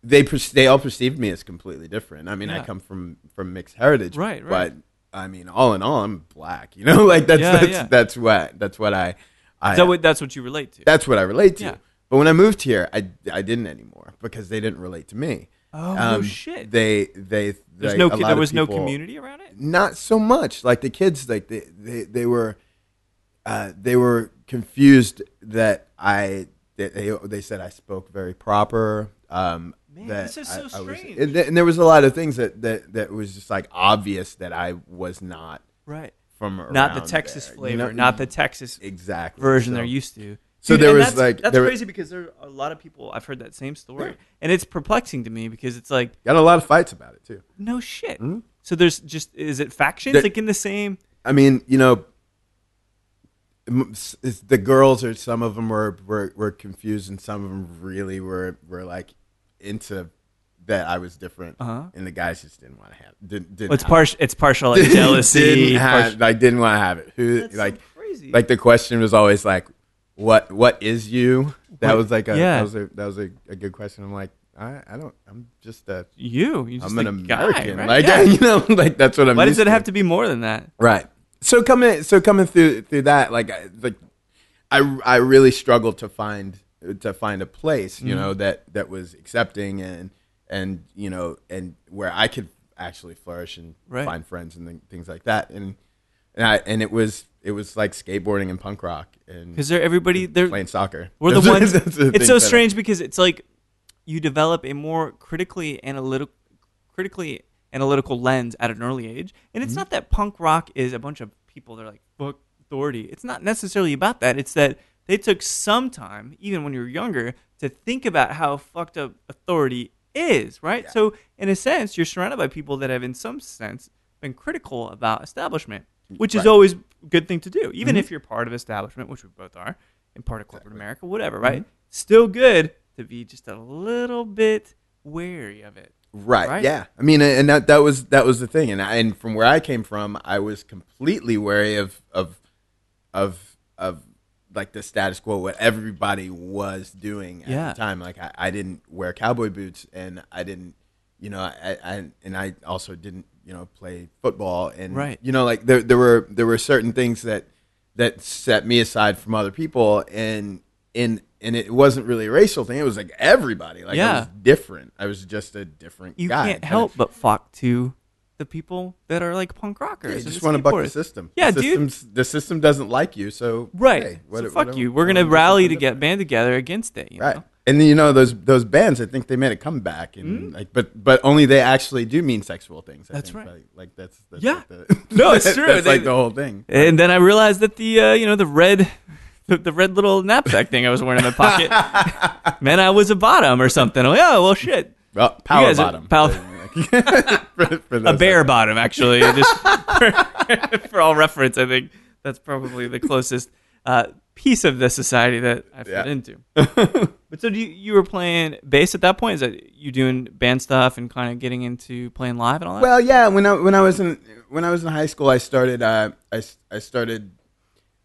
B: they perce- they all perceived me as completely different I mean I
A: Yeah.
B: come from from mixed heritage
A: Right, right.
B: but I mean all in all I'm black you know like that's
A: Yeah,
B: that's
A: yeah.
B: that's what that's what I I
A: Is that what that's what you relate to?
B: that's what I relate to
A: Yeah.
B: but when I moved here I I didn't anymore because they didn't relate to me
A: oh
B: um,
A: shit.
B: They they
A: There's
B: like,
A: no
B: a
A: ki-
B: lot
A: there
B: of
A: was no
B: people-
A: community around it?
B: Not so much. Like the kids, like they they, they were, uh, they were confused that I that they they said I spoke very proper. Um,
A: Man,
B: that
A: this is so
B: I- I was-
A: strange.
B: and, th- and there was a lot of things that that that was just like obvious that I was not
A: Right.
B: from
A: Not the
B: around
A: Texas
B: there, you
A: flavor,
B: know?
A: not the Texas
B: exactly
A: version
B: So-
A: they're used to.
B: So
A: Dude,
B: there
A: and
B: was,
A: that's,
B: like,
A: that's
B: there-
A: crazy because there are a lot of people I've heard that same story, and it's perplexing to me because it's like
B: Got a lot of fights about it too.
A: no shit. So there's just is it factions
B: Hmm? There-
A: like in the same?
B: I mean, you know, m- s- it's- the girls or some of them were, were were confused, and some of them really were were like into that I was different,
A: Uh-huh.
B: and the guys just didn't want to have didn't didn't.
A: Well, it's
B: have
A: partial. It's partial like
B: it.
A: jealousy.
B: didn't have,
A: partial-
B: like didn't want to have it. Who
A: That's so
B: like
A: crazy.
B: like the question was always like, what what is you? That
A: What-
B: was like a
A: yeah.
B: that was a that was a, a good question. I'm like I I don't I'm just a
A: you, you're just
B: am an
A: a guy,
B: American.
A: right?
B: Like
A: Yeah.
B: you know like that's what I'm.
A: Why does
B: used
A: it
B: to.
A: have to be more than that?
B: Right. So coming so coming through through that like I- like I I really struggled to find to find a place,
A: Mm-hmm.
B: you know, that that was accepting and and you know and where I could actually flourish and
A: Right.
B: find friends and th- things like that and and I and it was it was like skateboarding and punk rock and
A: Because they're everybody. They're
B: playing soccer.
A: We're the ones.
B: That's the
A: it's
B: things
A: so
B: that I-
A: strange because it's like you develop a more critically analytical, critically analytical lens at an early age, and
B: Mm-hmm.
A: it's not that punk rock is a bunch of people that are like fuck authority. It's not necessarily about that. It's that they took some time, even when you were younger, to think about how fucked up authority is, right? So in a sense, you're surrounded by people that have, in some sense, been critical about establishment, which is
B: Right. Mm-hmm.
A: always a good thing to do, even if you're part of establishment, which we both are, and part of corporate America, whatever, right?
B: Mm-hmm.
A: Still good to be just a little bit wary of it.
B: Right,
A: Right?
B: Yeah. I mean, and that that was that was the thing, and I, and from where I came from, I was completely wary of of of of like the status quo, what everybody was doing at
A: Yeah.
B: the time. Like I, I didn't wear cowboy boots, and I didn't, you know, I, I and I also didn't, you know, play football, and
A: Right.
B: you know, like there there were there were certain things that that set me aside from other people, and and and it wasn't really a racial thing. It was like everybody, like I
A: Yeah.
B: was different. I was just a different
A: You
B: guy.
A: can't
B: But
A: help but fuck to the people that are like punk rockers.
B: I
A: and
B: just want to buck the
A: skateboarders.
B: system.
A: Yeah,
B: the
A: dude.
B: system's- The system doesn't like you, so
A: Right.
B: hey,
A: so
B: what-
A: fuck
B: what-
A: you. We're
B: what-
A: gonna
B: what-
A: rally to
B: what-
A: get band together against it. You
B: Right.
A: Know?
B: And then you know those those bands. I think they made a comeback, and like, but but only they actually do mean sexual things. I
A: Hmm? That's
B: think.
A: right.
B: Like, like that's, that's
A: Yeah.
B: like the-
A: No, it's true.
B: that's like
A: They-
B: the whole thing.
A: And then I realized that the uh, you know the red, the, the red little knapsack thing I was wearing in my pocket, man, I was a bottom or something. Oh yeah, well shit,
B: Well, power
A: guys are-
B: bottom.
A: pow-
B: For- for
A: a
B: those-
A: bare bottom actually. Just for, for all reference, I think that's probably the closest uh, piece of the society that I fit
B: Yeah.
A: into. But so do you, you were playing bass at that point? Is that you doing band stuff and kind of getting into playing live and all that?
B: Well, yeah. When I when I was in when I was in high school, I started uh, I, s- I started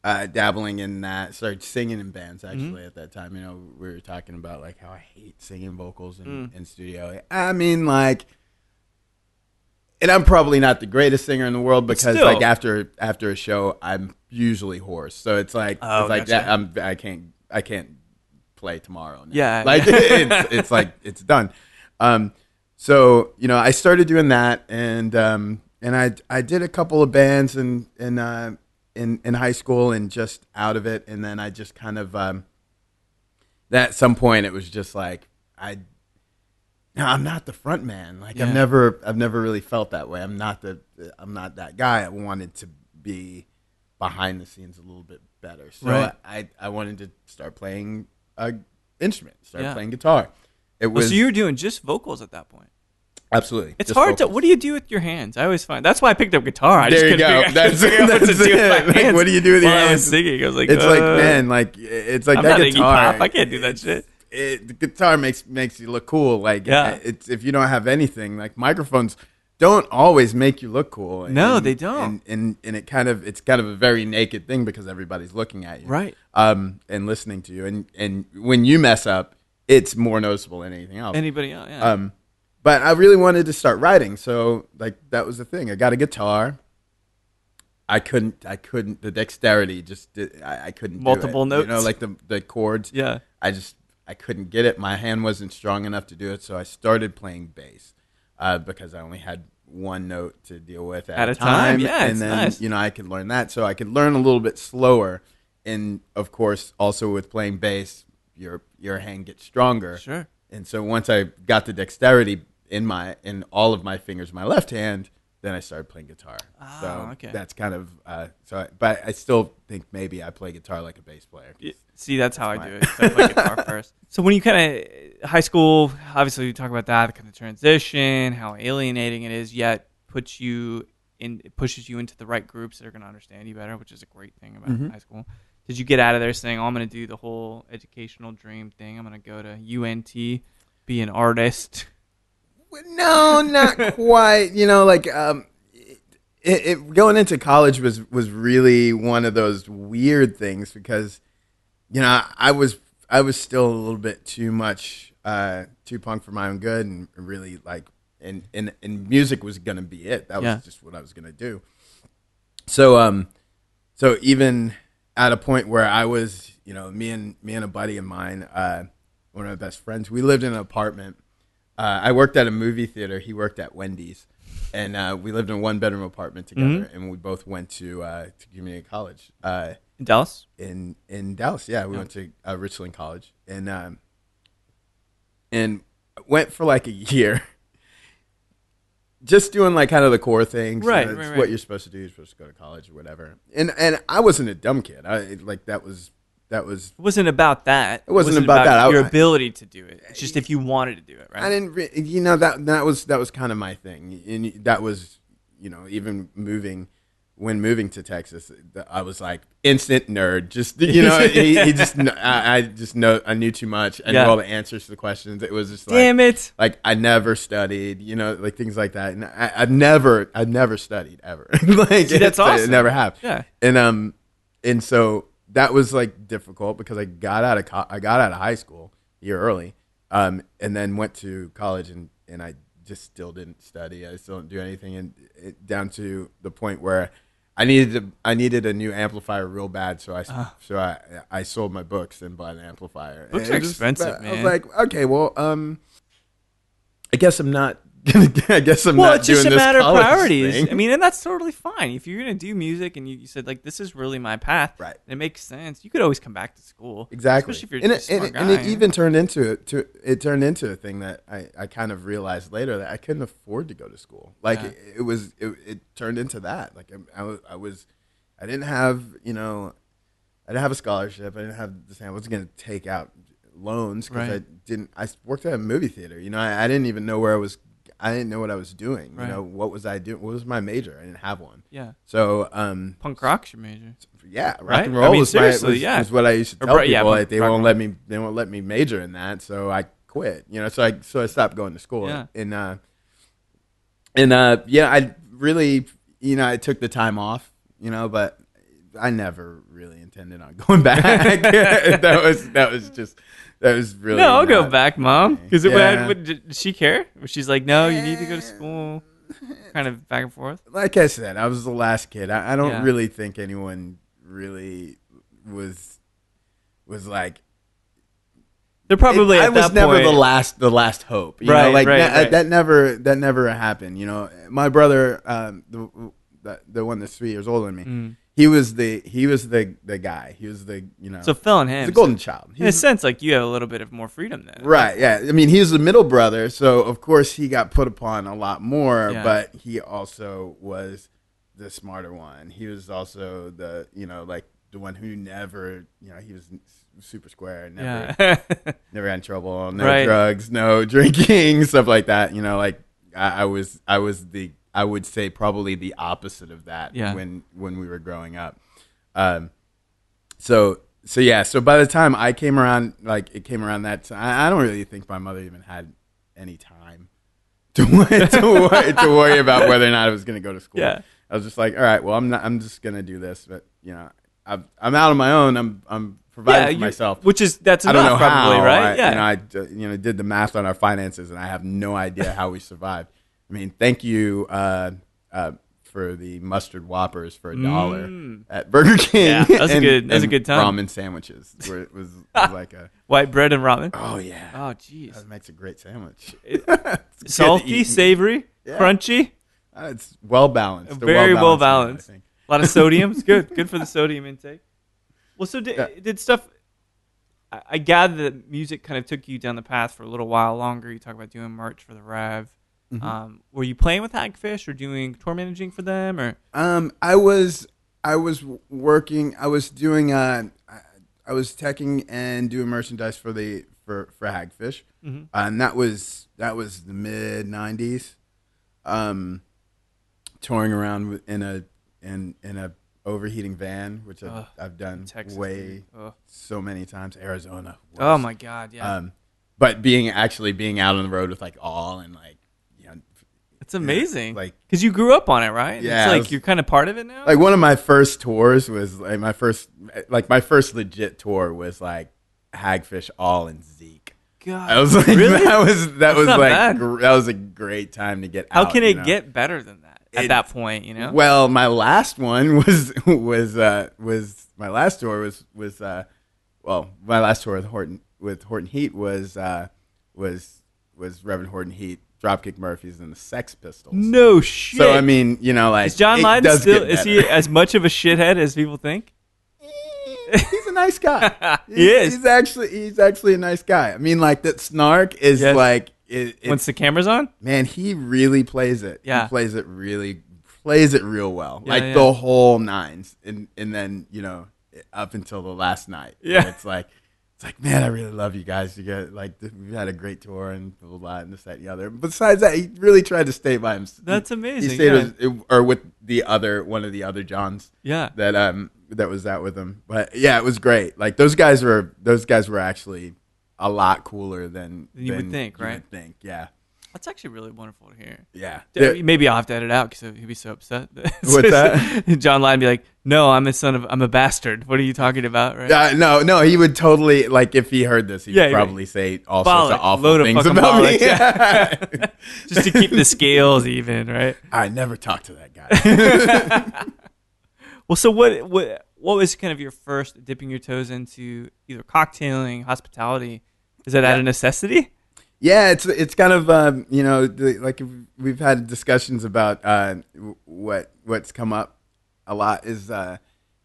B: uh, dabbling in that. Started singing in bands
A: Mm-hmm.
B: actually at that time. You know, we were talking about like
A: Mm.
B: how I hate singing vocals in, in studio. I mean, like and I'm probably not the greatest singer in the world because
A: still.
B: like after after a show I'm usually hoarse. So it's like
A: Oh,
B: it's like
A: gotcha.
B: that I'm I can't I can't play tomorrow. now.
A: Yeah,
B: Like
A: yeah.
B: it's it's like it's done. Um so, you know, I started doing that and um and I I did a couple of bands and and uh in, in high school and just out of it and then I just kind of um that at some point it was just like I no, I'm not the front man. Like
A: Yeah.
B: I've never I've never really felt that way. I'm not the I'm not that guy. I wanted to be behind the scenes a little bit better. So
A: Right.
B: I, I wanted to start playing a instrument, start
A: Yeah.
B: playing guitar. It
A: Well,
B: was
A: so you were doing just vocals at that point.
B: absolutely.
A: It's hard to. What do you do with your hands? I always find that's why I picked up guitar. I
B: There
A: just
B: you
A: couldn't
B: go.
A: Figure, I couldn't
B: That's-
A: figure out what to
B: that's
A: do
B: it.
A: with my
B: Like,
A: hands.
B: what do you do with your
A: while I was
B: hands?
A: singing. I was like,
B: It's like
A: uh,
B: man, like it's like
A: I'm
B: that
A: not Iggy
B: guitar.
A: Pop. I can't do that shit.
B: It, the guitar makes makes you look cool. Like
A: Yeah.
B: it's if you don't have anything, like microphones don't always make you look cool.
A: No, they don't.
B: And, and and it kind of it's kind of a very naked thing because everybody's looking at you,
A: Right.
B: Um, and listening to you, and and when you mess up, it's more noticeable than anything else.
A: Anybody else? Yeah.
B: Um, but I really wanted to start writing, so like that was the thing. I got a guitar. I couldn't. I couldn't. The dexterity just. di- I, I couldn't. do it.
A: Multiple
B: You know,
A: notes?
B: like the the chords.
A: yeah.
B: I just. I couldn't get it. My hand wasn't strong enough to do it, so I started playing bass uh, because I only had one note to deal with at,
A: At a time, yeah,
B: and
A: it's
B: then
A: nice.
B: you know I could learn that, so I could learn a little bit slower. And of course, also with playing bass, your your hand gets stronger.
A: Sure.
B: And so once I got the dexterity in my in all of my fingers, my left hand, then I started playing guitar.
A: Ah,
B: so
A: okay.
B: that's kind of uh, so. I, but I still think maybe I play guitar like a bass player.
A: Yeah, See, that's how I
B: fine.
A: do it. 'cause I play guitar first. So when you kind of high school, obviously we talk about that kind of transition, how alienating it is, yet puts you in it pushes you into the right groups that are going to understand you better, which is a great thing about
B: Mm-hmm.
A: high school. Did you get out of there saying, "Oh, I'm going to do the whole educational dream thing. I'm going to go to UNT, be an artist"?
B: Well, No, not quite. You know, like um, it, it, going into college was was really one of those weird things because, you know, I, I was I was still a little bit too much uh, too punk for my own good, and really like, and and and music was gonna be it. That was
A: Yeah.
B: just what I was gonna do. So um, so even at a point where I was, you know, me and me and a buddy of mine, uh, one of my best friends, we lived in an apartment uh, I worked at a movie theater. He worked at Wendy's, and uh, we lived in a one bedroom apartment together.
A: Mm-hmm.
B: And we both went to uh, to community college uh,
A: In Dallas?
B: in in Dallas. Yeah, we went to uh, Richland College, and um, and went for like a year, just doing like kind of the core things. you
A: Right,
B: know, it's
A: right, right.
B: What you're supposed to do. You're supposed to go to college or whatever. And and I wasn't a dumb kid. I like that was that was
A: It wasn't about that. It
B: wasn't about that. I-
A: Your
B: I-
A: ability to do it. It's just if you wanted to do it,
B: I
A: right?
B: didn't, re- you know, that that was that was kind of my thing, and that was, you know, even moving when moving to Texas, th- I was like instant nerd. Just you know, he, he just kn- I, I just know I knew too much. I
A: Yeah.
B: knew all the answers to the questions. It was just like,
A: Damn it!
B: like I never studied, you know, like things like that. And I, I've never, I've never studied ever. like
A: See, that's
B: it,
A: awesome.
B: It never happened.
A: Yeah.
B: And um, and so that was like difficult because I got out of co- I got out of high school a year early, um, and then went to college and and I just still didn't study. I still didn't do anything, and it, down to the point where. I needed to, I needed a new amplifier real bad, so I s- so I I sold my books and bought an amplifier.
A: Ah. Books
B: And
A: are
B: it just-
A: expensive,
B: I was
A: man.
B: like, okay, well, um, I guess I'm not. I guess I'm
A: well,
B: not
A: it's just a
B: doing this
A: matter of
B: college
A: priorities.
B: thing.
A: I mean, and that's totally fine. If you're gonna do music and you, you said like this is really my path,
B: Right.
A: And it makes sense. You could always come back to school,
B: exactly.
A: Especially if
B: and
A: you're
B: it,
A: just a smart
B: and, and
A: guy.
B: it even turned into it. To, it turned into a thing that I, I kind of realized later that I couldn't afford to go to school. Like
A: Yeah.
B: it, it was. It, it turned into that. Like I, I, was, I was. I didn't have. You know. I didn't have a scholarship. I didn't have this. I wasn't going to take out loans because I
A: Right.
B: didn't. I worked at a movie theater. You know, I, I didn't even know where I was. I didn't know what I was doing. You
A: Right.
B: know, what was I doing? What was my major? I didn't have one.
A: yeah.
B: So, um,
A: Punk rock's your major.
B: yeah, rock
A: Right?
B: and
A: I
B: roll
A: mean,
B: was, my, was,
A: seriously, yeah.
B: was what I used to
A: Or
B: tell
A: bro- yeah,
B: people. like, they
A: rock
B: won't
A: and
B: let me, they won't let me major in that, so I quit. You know, so I so I stopped going to school.
A: Yeah.
B: And uh, and uh, yeah, I really, you know, I took the time off. You know, but I never really intended on going back. that was that was just that was really
A: No, I'll go
B: not-
A: back, mom. Because
B: Yeah.
A: did she care? She's like, no, you need to go to school. kind of back and forth.
B: like I said, I was the last kid. I, I don't
A: Yeah.
B: really think anyone really was was like.
A: They're probably
B: It-
A: at
B: I was
A: that
B: never
A: point.
B: the last the last hope. You know,
A: Right,
B: like
A: right,
B: that,
A: right.
B: that never that never happened. You know, my brother, um, the, the the one that's three years older than me,
A: Mm.
B: he was the he was the the guy. He was the you know
A: So Phil and
B: he's
A: him.
B: the golden child. He
A: in a
B: was-
A: sense, like you have a little bit of more freedom then.
B: Right. Yeah. I mean, he's the middle brother, so of course he got put upon a lot more,
A: Yeah.
B: but he also was the smarter one. He was also the, you know, like the one who never, you know, he was super square, never
A: Yeah.
B: never got in trouble, no
A: Right.
B: drugs, no drinking, stuff like that. You know, like I, I was, I was the, I would say probably the opposite of that
A: Yeah.
B: when when we were growing up. Um, so so yeah, so by the time I came around, like it came around that time, I, I don't really think my mother even had any time to wor- to, wor- to worry about whether or not I was going to go to school.
A: Yeah.
B: I was just like, all right, well, I'm not, I'm just going to do this, but you know, I'm, I'm out on my own. I'm, I'm providing
A: yeah,
B: for
A: you-
B: myself.
A: Which is that's
B: I don't know
A: enough probably,
B: how.
A: right?
B: I,
A: yeah.
B: You know, I d- you know did the math on our finances, and I have no idea how we survived. I mean, thank you uh, uh, for the mustard whoppers for a dollar at Burger King.
A: Mm. Yeah, that's a
B: and-
A: good- that's a
B: and
A: good time.
B: Ramen sandwiches. Where it was, was like a
A: White bread and ramen.
B: oh yeah,
A: Oh jeez.
B: that makes a great sandwich.
A: Salty,
B: eat.
A: savory,
B: Yeah.
A: crunchy,
B: Uh, it's well balanced. a
A: very well balanced.
B: well-balanced one, I think.
A: A lot of sodium. It's good. Good for the sodium intake. Well, so did,
B: Yeah.
A: did stuff. I, I gather that music kind of took you down the path for a little while longer. You talk about doing merch for the Rev.
B: Mm-hmm.
A: Um, were you playing with Hagfish or doing tour managing for them or
B: Um, I was I was working. I was doing. Uh, I- I was teching and doing merchandise for the for for Hagfish,
A: Mm-hmm.
B: Uh, and that was that was the mid '90s. Um, touring around with- in a in in a overheating van, which I've,
A: Ugh,
B: I've done
A: Texas?
B: way
A: Oh,
B: so many times. Arizona.
A: Oh
B: worst.
A: my God! Yeah,
B: Um, but being actually being out on the road with like all and like you know
A: it's amazing.
B: like-
A: because you grew up on it, right? And
B: Yeah,
A: it's
B: I
A: like
B: was-
A: you're kind of part of it now.
B: like one of my first tours was like my first like my first legit tour was like Hagfish All and Zeke.
A: God,
B: I was like
A: really?
B: that was that was
A: not
B: like
A: bad.
B: gr- that was a great time to get
A: How
B: out,
A: can
B: you
A: it
B: know?
A: get better than that at
B: It-
A: that point? You know,
B: Well, my last one was was uh was my last tour was was uh well, my last tour with Horton with Horton Heat was uh was was Reverend Horton Heat, Dropkick Murphys and the Sex Pistols.
A: no shit.
B: So I mean, you know, like
A: is John
B: it
A: Lydon
B: does
A: still
B: get
A: is he
B: better.
A: as much of a shithead as people think?
B: he's a nice guy.
A: He
B: He's-
A: is.
B: He's actually he's actually a nice guy. I mean, like that snark is
A: Yes.
B: like it, it's-
A: Once the camera's on,
B: man. He really plays it.
A: Yeah.
B: he plays it really plays it real well. like
A: yeah.
B: the whole nines, and and then you know up until the last night. where
A: Yeah.
B: it's like. It's like, man, I really love you guys. You get like we had a great tour and blah blah blah and this that and the other. Besides that, he really tried to stay by himself.
A: That's amazing,
B: He stayed
A: yeah.
B: with, or with the other one of the other Johns
A: yeah.
B: that um that was out with them. But yeah, it was great. Like those guys were those guys were actually a lot cooler than,
A: Than you would think,
B: you
A: right?
B: would think, yeah,
A: That's actually really wonderful to hear.
B: yeah.
A: D- Maybe I'll have to edit out because he'd be so upset.
B: What's that?
A: John Lydon be like, "No, I'm a son of, I'm a bastard. What are you talking about?" Right?
B: Yeah, no, no, he would totally like if he heard this, he
A: Yeah,
B: would
A: he would-
B: probably say all sorts
A: Bollocks,
B: of awful
A: load of
B: things
A: fucking
B: about me.
A: bollocks, Just to keep the scales even, right?
B: I never talked to that guy.
A: Well, so what what what was kind of your first dipping your toes into either cocktailing, hospitality? Is that out of necessity?
B: yeah, it's it's kind of um, you know the, like we've had discussions about uh, w- what what's come up a lot is uh,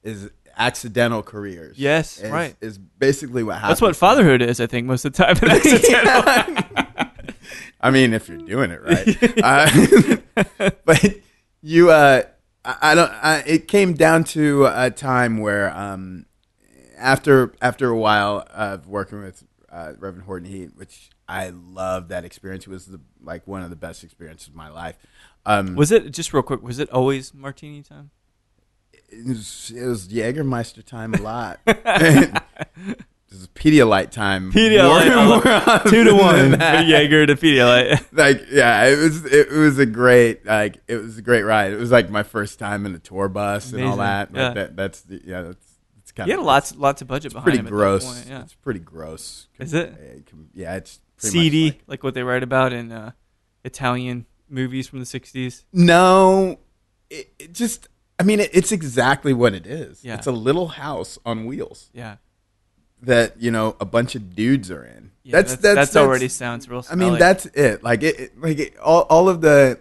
B: is accidental careers.
A: Yes,
B: is,
A: right.
B: is basically what happens.
A: That's what fatherhood is, I think, most of the time. That's accidental.
B: I mean, if you're doing it right, uh, but you, uh, I, I don't. I, it came down to a time where, um, after after a while of working with uh, Reverend Horton Heat, which I love that experience, it was the, like one of the best experiences of my life. Um,
A: Was it just real quick? Was it always martini time?
B: it was, it was Jägermeister time a lot. this is Pedialyte time.
A: Pedialyte, I love-
B: often
A: Two to
B: than
A: one,
B: that.
A: Jaeger to Pedialyte.
B: like yeah it was it was a great like it was a great ride it was like my first time in a tour bus and all
A: Amazing.
B: that like
A: Yeah.
B: that that's the, yeah that's it's kind
A: You had
B: of
A: lots lots of budget behind
B: pretty
A: him at that
B: gross
A: point, yeah.
B: it's pretty gross
A: Is it?
B: yeah, it can- yeah, it's pretty much
A: seedy,
B: like-
A: like, what they write about in uh, Italian movies from the '60s?
B: No, it, it just. I mean, it, it's exactly what it is.
A: Yeah.
B: It's a little house on wheels
A: Yeah,
B: that you know a bunch of dudes are in.
A: yeah that's, already sounds real.
B: I mean,
A: smelly.
B: that's it. Like it, it- like it, all, all of the,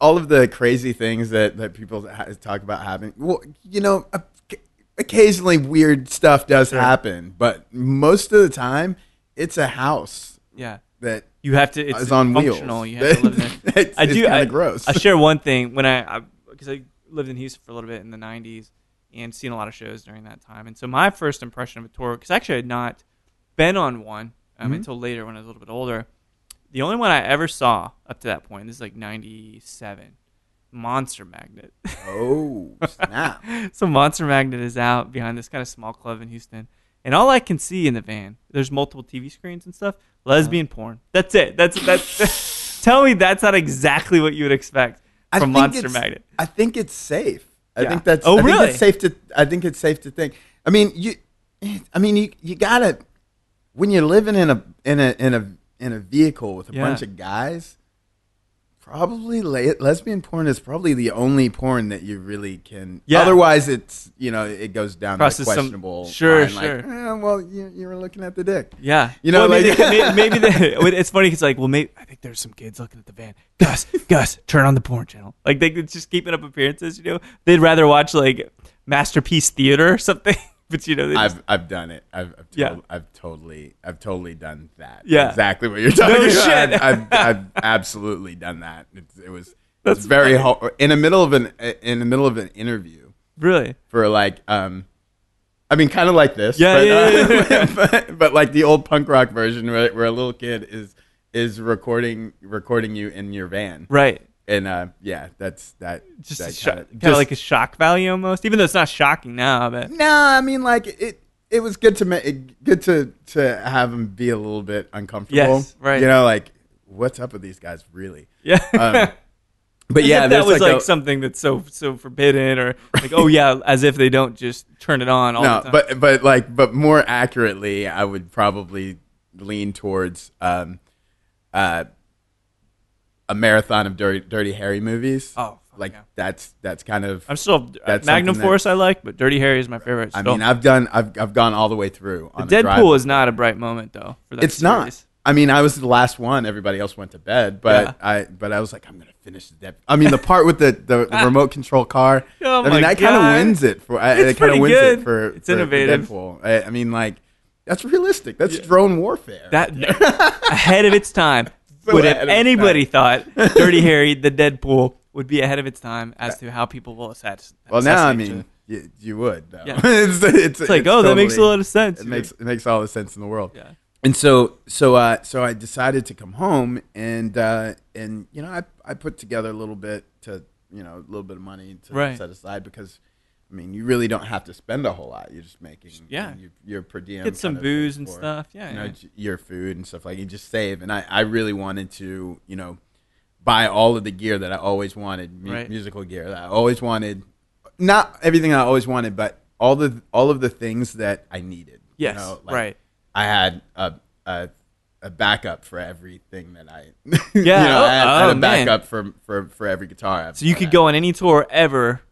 B: all of the crazy things that that people ha- talk about happening. Well, you know, o- occasionally weird stuff does happen, but most of the time, it's a house
A: yeah.
B: that
A: You have to. It's
B: is on
A: functional.
B: wheels.
A: You have to live in it.
B: it's,
A: I do.
B: Kind
A: I,
B: of gross.
A: I share one thing when I because I, lived in Houston for a little bit in the '90s and seen a lot of shows during that time. And so my first impression of a tour because actually I had not been on one um,
B: Mm-hmm.
A: until later when I was a little bit older. The only one I ever saw up to that point this is like '97, Monster Magnet.
B: oh snap!
A: so Monster Magnet is out behind this kind of small club in Houston. And all I can see in the van, there's multiple TV screens and stuff, lesbian porn. That's it. That's that's tell me that's not exactly what you would expect
B: I
A: from
B: think
A: Monster
B: it's-
A: Magnet.
B: I think it's safe. I
A: Yeah.
B: think that's.
A: Oh,
B: I think
A: really?
B: it's safe to. I think it's safe to think. I mean, you. I mean, you. You gotta. When you're living in a in a in a in a vehicle with a
A: Yeah.
B: bunch of guys, probably le- lesbian porn is probably the only porn that you really can.
A: Yeah.
B: Otherwise, it's you know it goes down
A: Crosses some-
B: to the questionable.
A: Sure,
B: line, like, eh, well, you, you were looking at the dick.
A: Yeah,
B: You know,
A: Well, I mean,
B: like-
A: they- may- maybe they, well, it's funny because like, well, maybe I think there's some kids looking at the van. Gus, Gus, turn on the porn channel. Like they could just keeping up appearances. You know, they'd rather watch like masterpiece theater or something. But you know, they just,
B: I've I've done it. I've I've,
A: Yeah.
B: tot- I've totally I've totally done that.
A: Yeah.
B: exactly what you're talking about.
A: shit.
B: I've, I've, I've absolutely done that. It's, it was it's very hard in the middle of an in the middle of an interview
A: really,
B: for like um, I mean, kind of like this.
A: Yeah,
B: but, uh,
A: yeah, yeah,
B: but, but like the old punk rock version where, where a little kid is is recording recording you in your van.
A: right?
B: And uh, yeah, that's that.
A: just
B: that
A: a kind
B: kinda-
A: of like a shock value almost, even though it's not shocking now. But
B: No, I mean like it. It was good to make good to to have him be a little bit uncomfortable.
A: Yes, right.
B: You know, like what's up with these guys, really?
A: yeah,
B: Um, But
A: As
B: yeah,
A: if
B: there's
A: that was like,
B: a-
A: something that's so so forbidden, or like oh yeah, as if they don't just turn it on all the
B: no,
A: time.
B: but but like but more accurately, I would probably lean towards um, uh, a marathon of dirty, dirty Harry movies.
A: Oh, fuck
B: like
A: yeah.
B: that's that's kind of.
A: I'm still uh,
B: That's
A: Magnum
B: something that-
A: Force I like, but Dirty Harry is my favorite.
B: I
A: still.
B: mean, I've done I've I've gone all the way through. On a drive.
A: Deadpool is not a bright moment though. For that
B: it's not.
A: series.
B: I mean, I was the last one. Everybody else went to bed, but
A: Yeah.
B: I but I was like, I'm gonna finish the. Dep- I mean, the part with the, the, the remote control car.
A: Oh
B: I mean,
A: my
B: that kind
A: God.
B: of wins it for. I,
A: It's
B: it kind
A: pretty
B: of wins
A: good.
B: it for.
A: It's
B: for- for
A: innovative.
B: Deadpool. I, I mean, like that's realistic. That's drone warfare.
A: That ahead of its time.
B: So
A: But if
B: ahead of its
A: anybody thought Dirty Harry, the Deadpool, would be ahead of its time as to how people will assess.
B: well, now I
A: assess each other.
B: mean, you, you would. Though.
A: Yeah.
B: it's, it's,
A: it's like oh, that makes a lot of sense.
B: It makes it makes all the sense in the world.
A: Yeah.
B: And so so uh, so I decided to come home and uh, and you know I, I put together a little bit to you know a little bit of money to
A: Right.
B: set aside because I mean you really don't have to spend a whole lot. You're just making
A: yeah.
B: you, your per diem
A: get some
B: kind of
A: booze
B: thing
A: and
B: for,
A: stuff. Yeah,
B: You know,
A: yeah.
B: j- your food and stuff like you just save. And I I really wanted to you know buy all of the gear that I always wanted, mu-
A: Right.
B: musical gear that I always wanted. Not everything I always wanted, but all the all of the things that I needed. you
A: Yes,
B: know,
A: right.
B: I had a, a a backup for everything that I
A: Yeah,
B: you know, I had, I had
A: oh,
B: a
A: man.
B: backup for for for every guitar. I've
A: So you
B: done
A: could
B: that.
A: go on any tour ever,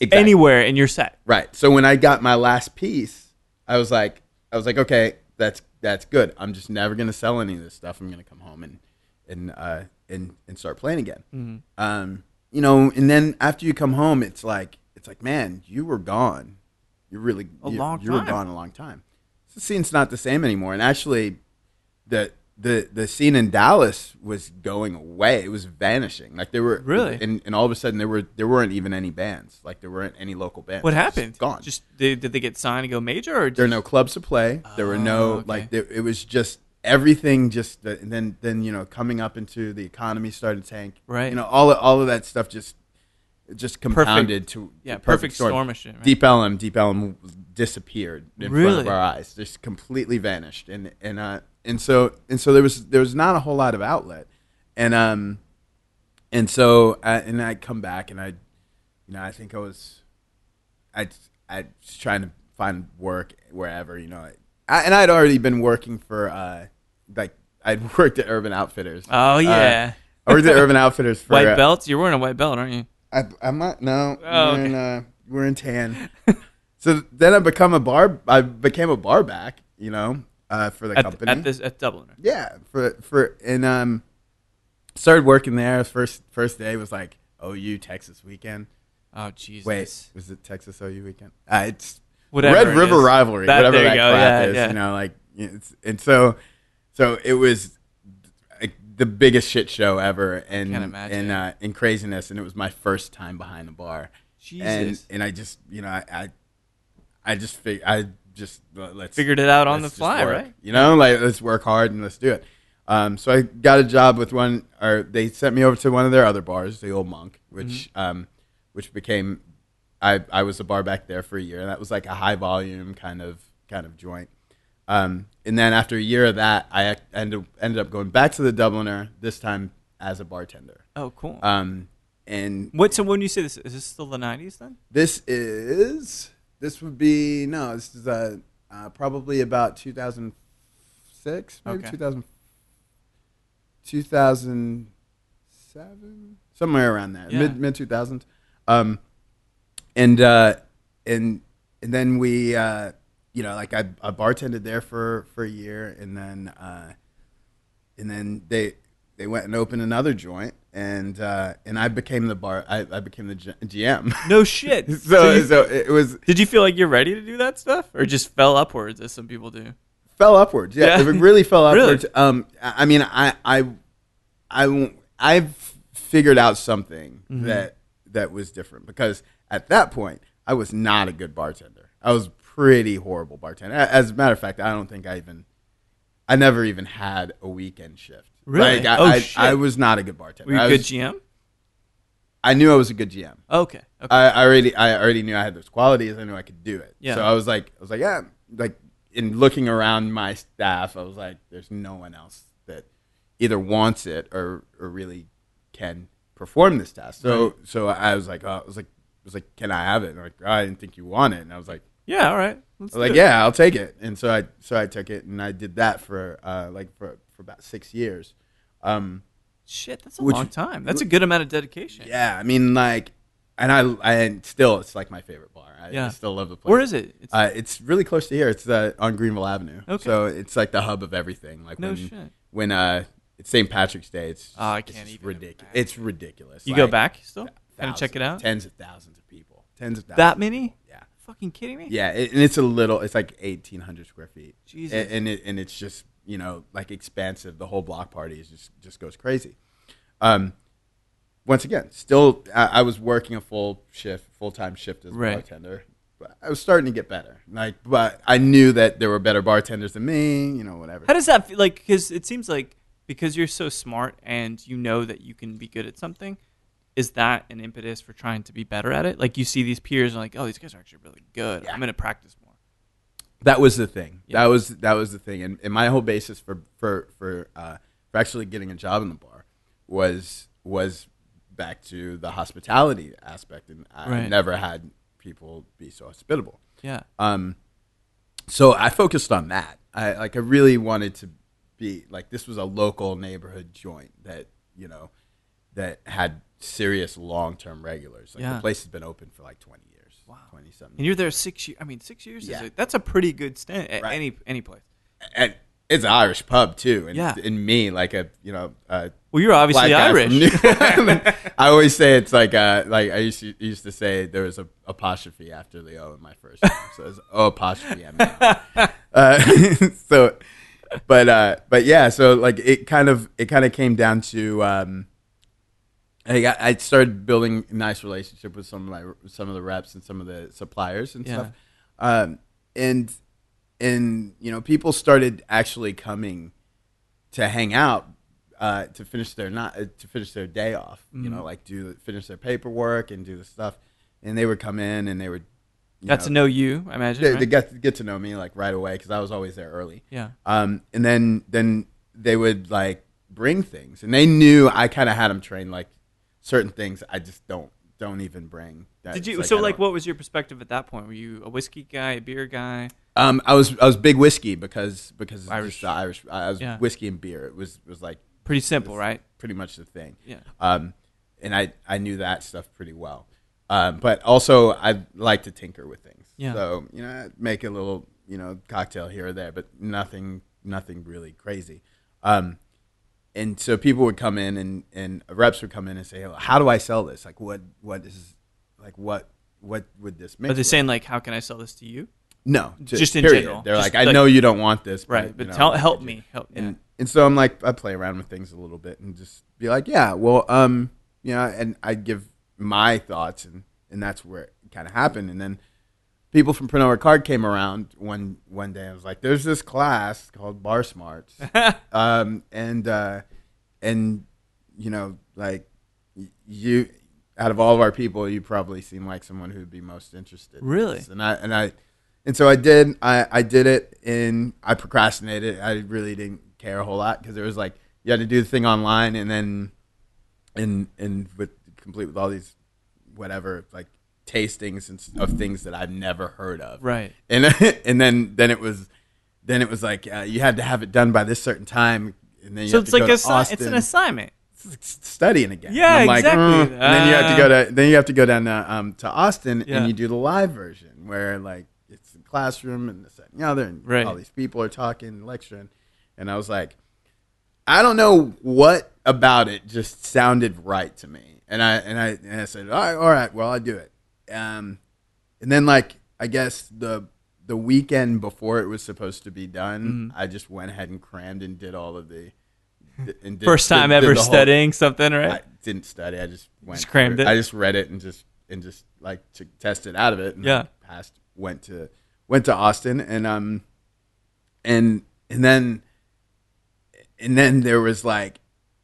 B: Exactly.
A: anywhere, and you're set.
B: Right. So when I got my last piece, I was like, I was like, okay, that's that's good. I'm just never gonna sell any of this stuff. I'm gonna come home and and uh, and and start playing again.
A: Mm-hmm.
B: Um, you know, and then after you come home, it's like it's like, man, you were gone. You're really
A: A
B: you,
A: long
B: you were
A: time.
B: gone a long time. So the scene's not the same anymore. And actually, the the the scene in Dallas was going away. It was vanishing. Like there were
A: Really?
B: and, and all of a sudden there were there weren't even any bands. Like there weren't any local bands.
A: What
B: It was
A: happened?
B: Gone.
A: Just they, did they get signed to go major or
B: there were
A: just,
B: no clubs to play. There were no
A: Oh, okay.
B: like there, it was just everything just and then then you know coming up into the economy started to tank.
A: Right.
B: You know all all of that stuff just just compounded to
A: yeah
B: to
A: perfect, storm of shit? Right?
B: Deep Ellum, Deep Ellum disappeared in front
A: Really?
B: of our eyes, just completely vanished, and and uh, and so and so there was there was not a whole lot of outlet, and um, and so I, and I come back and I, you know, I think I was, I I was trying to find work wherever you know, I, and I'd already been working for uh, like I'd worked at Urban Outfitters.
A: Oh
B: Uh,
A: yeah,
B: I worked at Urban Outfitters for
A: White
B: uh,
A: belts? You're wearing a white belt, aren't you?
B: I, I'm not. No,
A: Oh,
B: we're, in, uh, we're in tan. so then I become a bar. I became a bar back. You know, uh, for the
A: At,
B: company.
A: at this at Dublin.
B: yeah, for for and um, started working there. First first day was like OU Texas weekend.
A: Oh Jesus.
B: Wait, was it Texas OU weekend? Uh, it's
A: Whatever
B: Red
A: it
B: River
A: is.
B: rivalry,
A: That-
B: whatever
A: there you
B: that
A: go,
B: crap
A: yeah,
B: is.
A: yeah.
B: You know, like it's, and so so it was like, the biggest shit show ever, and
A: Can't imagine.
B: and uh, and craziness, and it was my first time behind the bar.
A: Jesus.
B: And and I just you know I I, I just fig- I just uh, let's
A: Figured it out on
B: let's
A: the
B: just
A: fly,
B: work.
A: right?
B: You know, like let's work hard and let's do it. Um, so I got a job with one, or they sent me over to one of their other bars, the Old Monk, which
A: Mm-hmm.
B: um, which became, I I was a bar back there for a year, and that was like a high volume kind of kind of joint. Um, and then after a year of that, I ac- ended ended up going back to the Dubliner this time as a bartender.
A: Oh, cool.
B: Um, and
A: what? So when you say this, is this still the '90s then?
B: this is this would be no, this is uh, uh probably about 2006, maybe
A: Okay.
B: 2000, 2007, somewhere around there,
A: Yeah.
B: mid mid 2000s. Um, and uh, and and then we uh, you know like I, I bartended there for for a year and then uh, and then they they went and opened another joint and uh, and I became the bar I, I became the G- GM
A: No shit.
B: so
A: So you-
B: so it was
A: did you feel like you're ready to do that stuff, or just fell upwards as some people do?
B: fell upwards yeah,
A: Yeah.
B: it really fell
A: Really?
B: upwards um I I mean I I I won't- I've figured out something
A: Mm-hmm.
B: that that was different because at that point I was not a good bartender I was a pretty horrible bartender A- as a matter of fact I don't think I even I never even had a weekend shift
A: Really?
B: like I
A: Oh,
B: I,
A: shit.
B: I was not a good bartender
A: Were you
B: I,
A: a good
B: was-
A: GM?
B: I knew I was a good GM
A: Oh, Okay. Okay.
B: I, I already I already knew I had those qualities. I knew I could do it.
A: Yeah.
B: So I was like I was like yeah like in looking around my staff, I was like there's no one else that either wants it or, or really can perform this task. So so I was like oh, I was like I was like can I have it? And they're like "Oh, I didn't think you want it. And I was like
A: yeah. All right. Let's
B: I was like
A: do it.
B: yeah I'll take it. And so I so I took it and I did that for uh like for for about six years. Um,
A: Shit. That's a
B: Which-
A: long time. That's a good amount of dedication.
B: yeah I mean like and I I and still it's like my favorite bar. I,
A: Yeah.
B: I still love the place.
A: Where is it? It's,
B: Uh, it's really close to here. It's uh, on Greenville Avenue.
A: Okay.
B: So it's like the hub of everything. Like
A: no
B: when,
A: shit.
B: when uh, it's St. Patrick's Day, it's
A: Oh, I
B: it's
A: can't
B: just
A: even
B: ridiculous. It's ridiculous.
A: You
B: Like,
A: go back still? Kind of
B: thousands-
A: check it out.
B: Tens of thousands of people. Tens of thousands.
A: That many?
B: Yeah.
A: Fucking kidding me?
B: Yeah, it, and it's a little. It's like eighteen hundred square feet.
A: Jesus.
B: A- and it, and it's just you know like expansive. The whole block party is just just goes crazy. Um, once again, still I, I was working a full shift, full time shift as a
A: Right.
B: bartender. But I was starting to get better. Like, but I knew that there were better bartenders than me. You know, whatever.
A: How does that feel? Like, because it seems like because you're so smart and you know that you can be good at something, is that an impetus for trying to be better at it? Like, you see these peers and like, oh, these guys are actually really good. I'm going to practice more.
B: That was the thing.
A: Yeah.
B: That was that was the thing. And, and my whole basis for for for uh, for actually getting a job in the bar was was back to the hospitality aspect, and I
A: Right.
B: never had people be so hospitable.
A: Yeah.
B: Um, so I focused on that. I like I really wanted to be like this was a local neighborhood joint that you know that had serious long term regulars. Like
A: Yeah.
B: the place has been open for like twenty years, wow. twenty something.
A: And you're there six years. I mean, six years
B: Yeah.
A: is a, that's a pretty good stint at
B: Right.
A: any any place.
B: and it's an Irish pub too, and,
A: Yeah.
B: and me like a you know a
A: Well, you're obviously
B: black guy
A: Irish.
B: from New- I always say it's like uh like I used to, used to say there was a apostrophe after the O in my first name, so it's O apostrophe M. uh, so, but uh, but yeah, so like it kind of it kind of came down to. Um, I, got, I started building a nice relationship with some of my some of the reps and some of the suppliers and
A: Yeah.
B: stuff, um, and and you know people started actually coming to hang out uh, to finish their not uh, to finish their day off.
A: Mm-hmm.
B: You know, like do finish their paperwork and do the stuff, and they would come in and they would. you
A: Got
B: know,
A: to know you, I imagine.
B: they,
A: right?
B: they get get to know me like right away because I was always there early.
A: yeah.
B: Um, and then then they would like bring things, and they knew I kind of had them trained like certain things I just don't don't even bring. That,
A: Did you?
B: it's
A: so,
B: I
A: like,
B: don't-
A: what was your perspective at that point? Were you a whiskey guy, a beer guy?
B: Um, I was I was big whiskey because because Irish
A: Irish.
B: the Irish. I was
A: Yeah.
B: whiskey and beer. It was was like
A: Pretty simple, right?
B: pretty much the thing.
A: Yeah.
B: Um, and I, I knew that stuff pretty well. Um, but also I like to tinker with things.
A: Yeah.
B: So, you know, I'd make a little, you know, cocktail here or there, but nothing, nothing really crazy. Um, and so people would come in and, and reps would come in and say, how do I sell this? Like what, what is like, what, what would this make?
A: Are they saying like, how can I sell this to you?
B: no,
A: just in
B: period.
A: general?
B: They're
A: Just
B: like, I
A: like-
B: know you don't want this.
A: Right, but
B: you know,
A: tell,
B: like,
A: help me, help me.
B: and and so I'm like I play around with things a little bit and just be like, yeah, well, um, you know, and I give my thoughts and and that's where it kind of happened. And then people from Prenover Card came around one one day. I was like, there's this class called Bar Smarts, um, and uh, and you know, like y- you out of all of our people, you probably seem like someone who'd be most interested. in
A: Really?
B: this. and I and I and so I did. I, I did it, and I procrastinated. I really didn't care a whole lot because it was like you had to do the thing online, and then and and with complete with all these whatever like tastings and s- of things that I've never heard of.
A: Right.
B: And and then then it was then it was like uh, you had to have it done by this certain time, and then you
A: So
B: have
A: it's
B: to
A: like
B: go
A: a,
B: to
A: assi- it's
B: Austin
A: an assignment.
B: studying again.
A: Yeah,
B: And I'm like,
A: exactly.
B: "Mm." And then you have to go
A: Uh.
B: to then you have to go down to um, to Austin
A: Yeah.
B: and you do the live version where like it's a classroom and this that, and the other and
A: Right.
B: all these people are talking lecturing, and I was like, I don't know what about it just sounded right to me, and I and I and I said, all right, all right, well I do it. Um, and then like I guess the the weekend before it was supposed to be done,
A: Mm-hmm.
B: I just went ahead and crammed and did all of the and did,
A: First time
B: did- did
A: ever
B: the whole-
A: studying something,
B: I
A: right?
B: didn't study. I just went.
A: Just crammed
B: through
A: it.
B: I just read it and just and just like to test it out of it. And
A: Yeah.
B: Passed. Went to went to Austin and um and and then and then there was like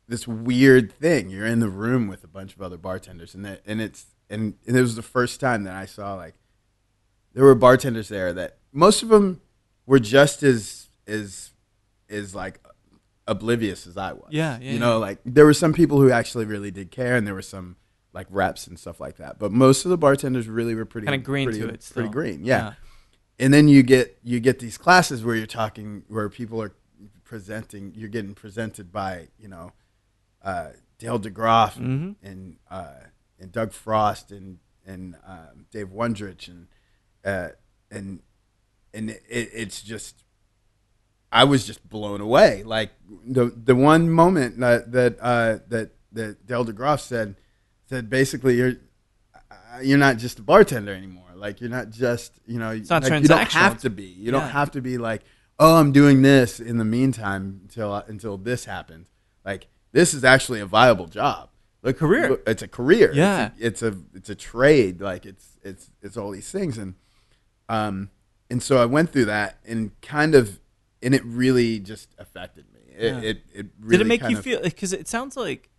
B: this weird thing. You're in the room with a bunch of other bartenders and that and it's and, and it was the first time that I saw like there were bartenders there that most of them were just as as as like oblivious as I was.
A: Yeah, yeah,
B: You know, like there were some people who actually really did care, and there were some like reps and stuff like that. But most of the bartenders really were pretty
A: Kinda green
B: pretty,
A: to it still.
B: pretty green. Yeah. And then you get you get these classes where you're talking where people are presenting. You're getting presented by you know uh, Dale DeGroff and
A: Mm-hmm.
B: and, uh, and Doug Frost and and um, Dave Wondrich and uh, and and it, it's just I was just blown away. Like the the one moment that that uh, that that Del DeGroff said said basically you're uh, you're not just a bartender anymore. Like you're not just you know
A: not
B: like, you don't
A: transactional.
B: have to be. You
A: Yeah.
B: don't have to be like oh I'm doing this in the meantime until until this happens. Like this is actually a viable job. A
A: career.
B: It's a career. It's a-
A: Yeah.
B: It's a, it's a trade. Like it's it's it's all these things and um and so I went through that and kind of and it really just affected me. It
A: Yeah.
B: it, it really
A: Did it make
B: kind
A: you
B: of-
A: feel? Because it sounds like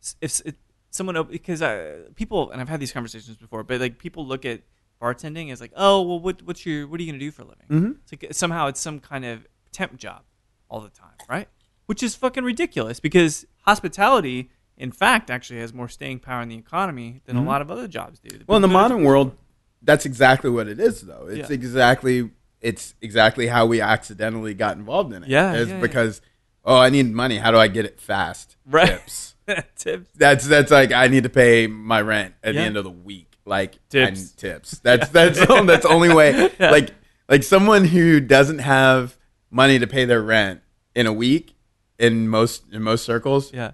A: s- if s- it, someone op- because I, people and I've had these conversations before, but like people look at bartending as like, oh, well, what what's your what are you gonna do for a living?
B: Mm-hmm.
A: It's like uh, somehow it's some kind of temp job all the time, right? Which is fucking ridiculous because hospitality, in fact, actually has more staying power in the economy than
B: Mm-hmm.
A: a lot of other jobs do.
B: Well, in the
A: People don't-
B: modern world, that's exactly what it is, though. It's
A: Yeah.
B: exactly it's exactly how we accidentally got involved in it.
A: Yeah,
B: It's
A: yeah, yeah.
B: because oh, I need money. How do I get it fast?
A: Right.
B: Tips.
A: tips.
B: That's that's like I need to pay my rent at
A: Yeah.
B: the end of the week. Like I
A: Tips.
B: need tips. That's that's the- that's the only way.
A: Yeah.
B: Like like someone who doesn't have money to pay their rent in a week in most in most circles,
A: Yeah.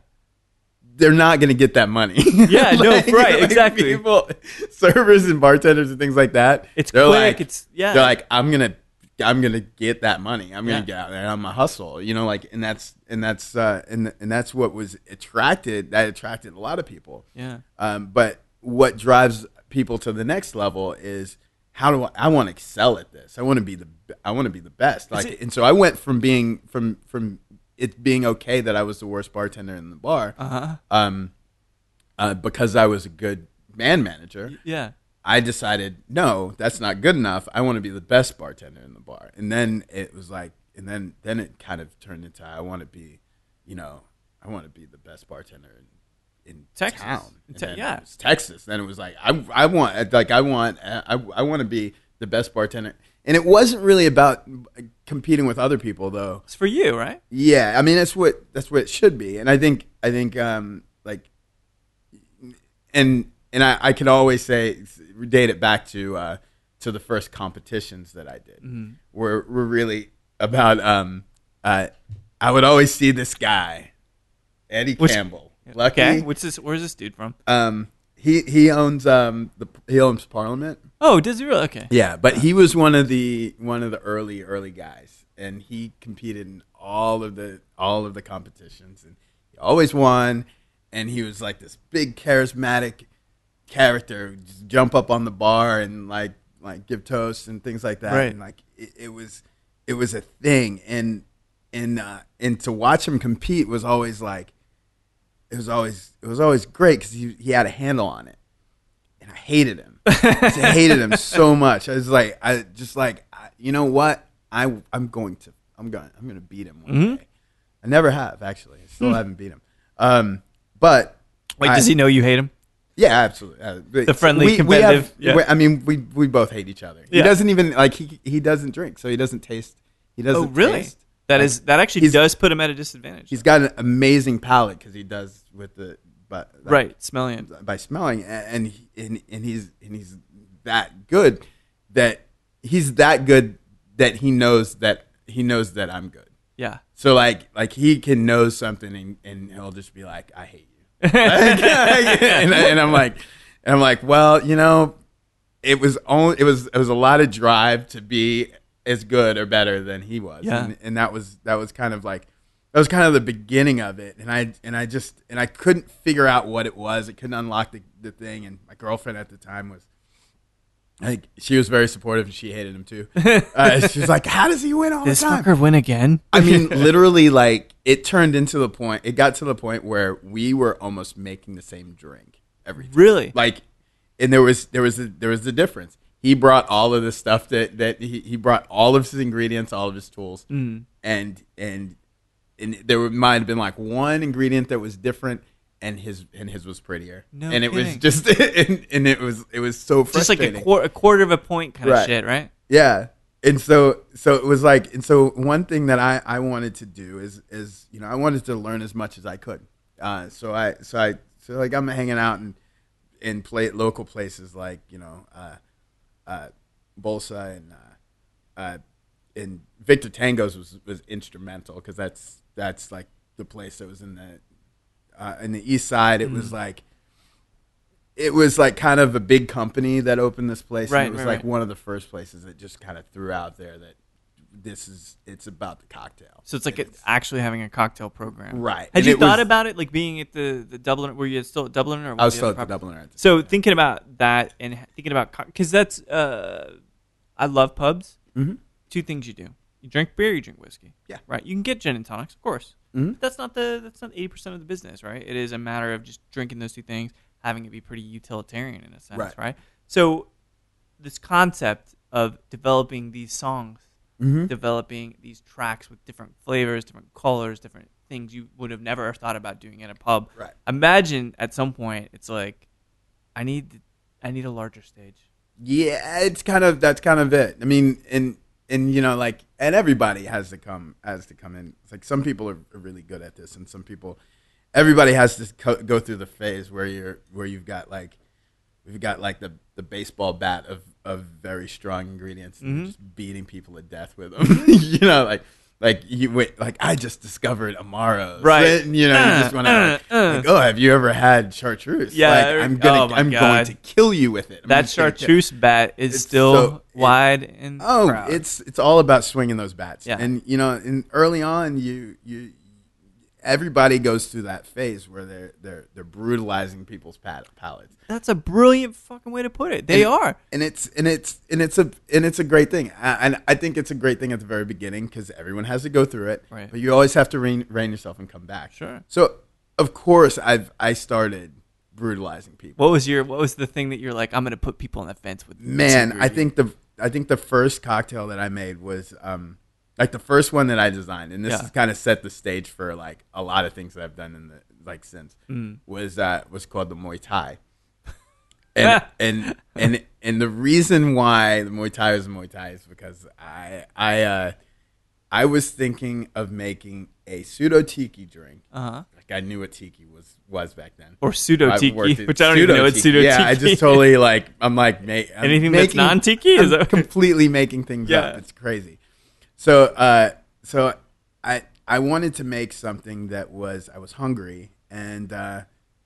B: they're not going to get that money.
A: Yeah, no, right, exactly.
B: People, servers and bartenders and things like that.
A: It's
B: they're
A: quick,
B: Like,
A: it's- yeah.
B: They're like, I'm gonna, I'm gonna get that money. I'm gonna
A: Yeah.
B: get out there. and I'm gonna hustle. You know, like, and that's and that's uh, and and that's what was attracted. That attracted a lot of people.
A: Yeah.
B: Um, but what drives people to the next level is how do I, I want to excel at this? I want to be the I want to be the best. Like,
A: it-
B: and so I went from being from from it being okay that I was the worst bartender in the bar,
A: Uh-huh.
B: um, uh, because I was a good man manager.
A: Yeah.
B: I decided, no, that's not good enough. I want to be the best bartender in the bar. And then it was like, and then then it kind of turned into, I want to be, you know, I want to be the best bartender in, in
A: Texas.
B: town. And
A: Te-
B: then
A: yeah.
B: it was Texas. Then it was like, I I want like I want I I want to be the best bartender And it wasn't really about competing with other people though.
A: It's for you, right?
B: Yeah, I mean that's what that's what it should be, and I think I think um, like, and and I, I could always say date it back to uh, to the first competitions that I did,
A: Mm-hmm.
B: were were really about. Um, uh, I would always see this guy, Eddie
A: Which-
B: Campbell. Lucky,
A: Okay. What's this? Where's this dude from?
B: um, he he owns um the he owns Parliament.
A: Oh, does he really? Okay.
B: Yeah, but he was one of the one of the early early guys, and he competed in all of the all of the competitions, and he always won. And he was like this big charismatic character, who'd just jump up on the bar and like like give toasts and things like that.
A: Right.
B: And like it, it was it was a thing, and and uh, and to watch him compete was always like it was always it was always great because he he had a handle on it and I hated him. I hated him so much. I was like, I just like, I, you know what? I I'm going to I'm going I'm going to beat him one
A: Mm-hmm.
B: day. I never have actually. I still haven't beat him. Um, but
A: Hmm. Like,
B: I-
A: does he know you hate him?
B: Yeah, absolutely. Uh, but-
A: The friendly,
B: we,
A: competitive-
B: We
A: yeah.
B: have, we- I mean, we we both hate each other. He
A: Yeah.
B: doesn't even like he he doesn't drink, so he doesn't taste. He doesn't.
A: Oh, really?
B: taste.
A: That is that actually
B: He's-
A: does put him at a disadvantage.
B: He's got an amazing palate because he does with the but
A: right, smelling it.
B: by smelling a- and he- and and he's and he's that good that he's that good that he knows that he knows that I'm good.
A: Yeah.
B: So like like he can know something and, and he'll just be like I hate you. and, I- and I'm like and I'm like well, you know, it was only it was it was a lot of drive to be as good or better than he was.
A: Yeah.
B: And, and that was that was kind of like that was kind of the beginning of it. And I and I just and I couldn't figure out what it was. I couldn't unlock the, the thing. And my girlfriend at the time was like she was very supportive and she hated him too. Uh, she was like, How does he win all
A: This
B: the time?
A: fucker win again?
B: I mean, literally, like it turned into the point. It got to the point where we were almost making the same drink every time.
A: Really?
B: Like, and there was there was a, there was a difference. He brought all of the stuff that that he, he brought all of his ingredients, all of his tools,
A: Mm.
B: and and and there were- might have been like one ingredient that was different. And his and his was prettier,
A: No
B: and it was
A: kidding.
B: just and, and it was it was so
A: Just like
B: frustrating.
A: a, quar- a quarter of a point kind
B: Right.
A: of shit, right?
B: Yeah. And so so it was like and so one thing that I I wanted to do is is you know I wanted to learn as much as I could. Uh so I so I so like I'm hanging out and and play at local places like, you know, uh uh Bolsa and uh uh and Victor Tango's was was instrumental cuz that's that's like the place that was in the uh, in the east side it
A: Mm-hmm.
B: was like it was like kind of a big company that opened this place and
A: Right,
B: it was
A: right,
B: like
A: right.
B: one of the first places that just kind of threw out there that this is it's about the cocktail
A: So it's like it's actually having a cocktail program.
B: Right.
A: Had
B: And
A: you
B: it
A: thought
B: was-
A: about it, like being at the, the Dublin? Were you still at Dublin or?
B: i was
A: the
B: still
A: other
B: at the
A: property?
B: dublin at this
A: So thinking about that and h- thinking about because that's uh, I love pubs.
B: Mhm.
A: Two things you do: you drink beer, you drink whiskey.
B: Yeah. Mm-hmm.
A: right. You can get gin and tonics, of course. But that's not the that's not eighty percent of the business, right? It is a matter of just drinking those two things, having it be pretty utilitarian in a sense,
B: Right.
A: right? So this concept of developing these songs,
B: Mm-hmm.
A: developing these tracks with different flavors, different colors, different things you would have never thought about doing at a pub.
B: Right.
A: Imagine at some point it's like I need I need a larger stage.
B: yeah it's kind of that's kind of it i mean and and you know like and everybody has to come has to come in it's like some people are are really good at this and some people everybody has to co- go through the phase where you're where you've got like we've got like the the baseball bat of of very strong ingredients and
A: Mm-hmm.
B: you're just beating people to death with them you know like like you wait, like I just discovered Amaro,
A: Right.
B: you know, you
A: Uh,
B: just want to,
A: uh,
B: like,
A: uh.
B: like, oh, have you ever had chartreuse?
A: Yeah,
B: like, I'm gonna,
A: oh my
B: I'm going
A: God.
B: to kill you with it. I'm
A: That
B: just gonna kill-
A: chartreuse bat is
B: It's
A: still
B: so- it-
A: wide and
B: Oh,
A: proud.
B: it's it's all about swinging those bats.
A: Yeah.
B: And you know, in early on, you you everybody goes through that phase where they're they're they're brutalizing people's pal- palates.
A: that's a brilliant fucking way to put it. They
B: And-
A: are.
B: and it's and it's and it's a and it's a great thing. I, and I think it's a great thing at the very beginning because everyone has to go through it.
A: Right.
B: But you always have to rein, rein yourself and come back.
A: Sure.
B: So of course I've I started brutalizing people.
A: What was your what was the thing that you're like, I'm gonna put people on the fence with this
B: Man, I
A: ingredient?
B: think the I think the first cocktail that I made was um like the first one that I designed, and this
A: Yeah.
B: has kind of set the stage for like a
A: Mm.
B: lot of things that I've done in the like since was uh was called the Muay Thai, and and and and the reason why the Muay Thai is Muay Thai is because I I uh, I was thinking of making a pseudo tiki drink.
A: Uh-huh.
B: Like I knew what tiki was was back then.
A: Or pseudo
B: I've worked
A: tiki,
B: it-
A: which I don't even know what pseudo
B: pseudo-tiki.
A: tiki.
B: Yeah, I just totally like I'm like ma- I'm
A: Anything that's
B: making,
A: non-tiki? Is
B: I'm
A: that-
B: completely making things up.
A: Yeah.
B: It's crazy. So uh, so I I wanted to make something that was I was hungry and uh,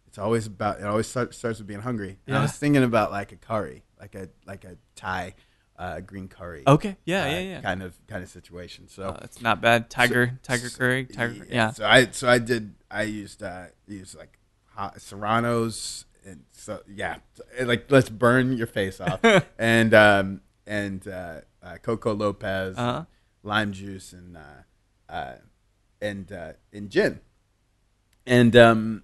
B: it's always about it always start, starts with being hungry. And I
A: Yeah.
B: was thinking about like a curry, like a like a Thai uh, green curry.
A: Okay. Yeah,
B: uh,
A: yeah, yeah.
B: Kind of kind of situation. So
A: Uh, it's not bad. Tiger, Tiger Curry, Tiger. Yeah.
B: so I so I did I used uh used like hot serranos and so yeah and, like let's burn your face off and um and uh, uh Coco Lopez
A: Uh-huh.
B: lime juice and uh uh and uh and gin and um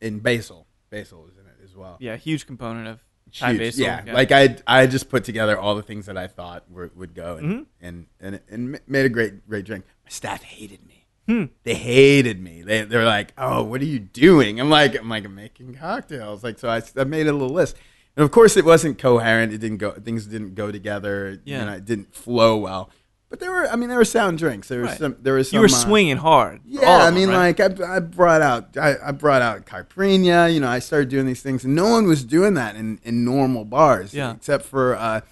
B: and basil basil was in it as well
A: Yeah. Huge component of Thai
B: huge.
A: basil.
B: Yeah. like I I just put together all the things that I thought were, would go
A: Mm-hmm.
B: and, and and and ma- made a great great drink. My staff hated me.
A: Hmm.
B: They hated me. They they were like, "Oh, what are you doing?" I'm like, "I'm like, I'm making cocktails." Like, so I, s- I made a little list, and of course, it wasn't coherent. It didn't go. Things didn't go together.
A: Yeah.
B: you know, it didn't flow well. But there were, I mean, there were sound drinks. There was
A: Right.
B: some. There was some,
A: you were
B: uh,
A: swinging hard. for all
B: yeah,
A: of
B: I
A: them,
B: mean,
A: right?
B: like I, I brought out I, I brought out Caipirinha. You know, I started doing these things, and no one was doing that in, in normal bars,
A: Yeah.
B: except for uh,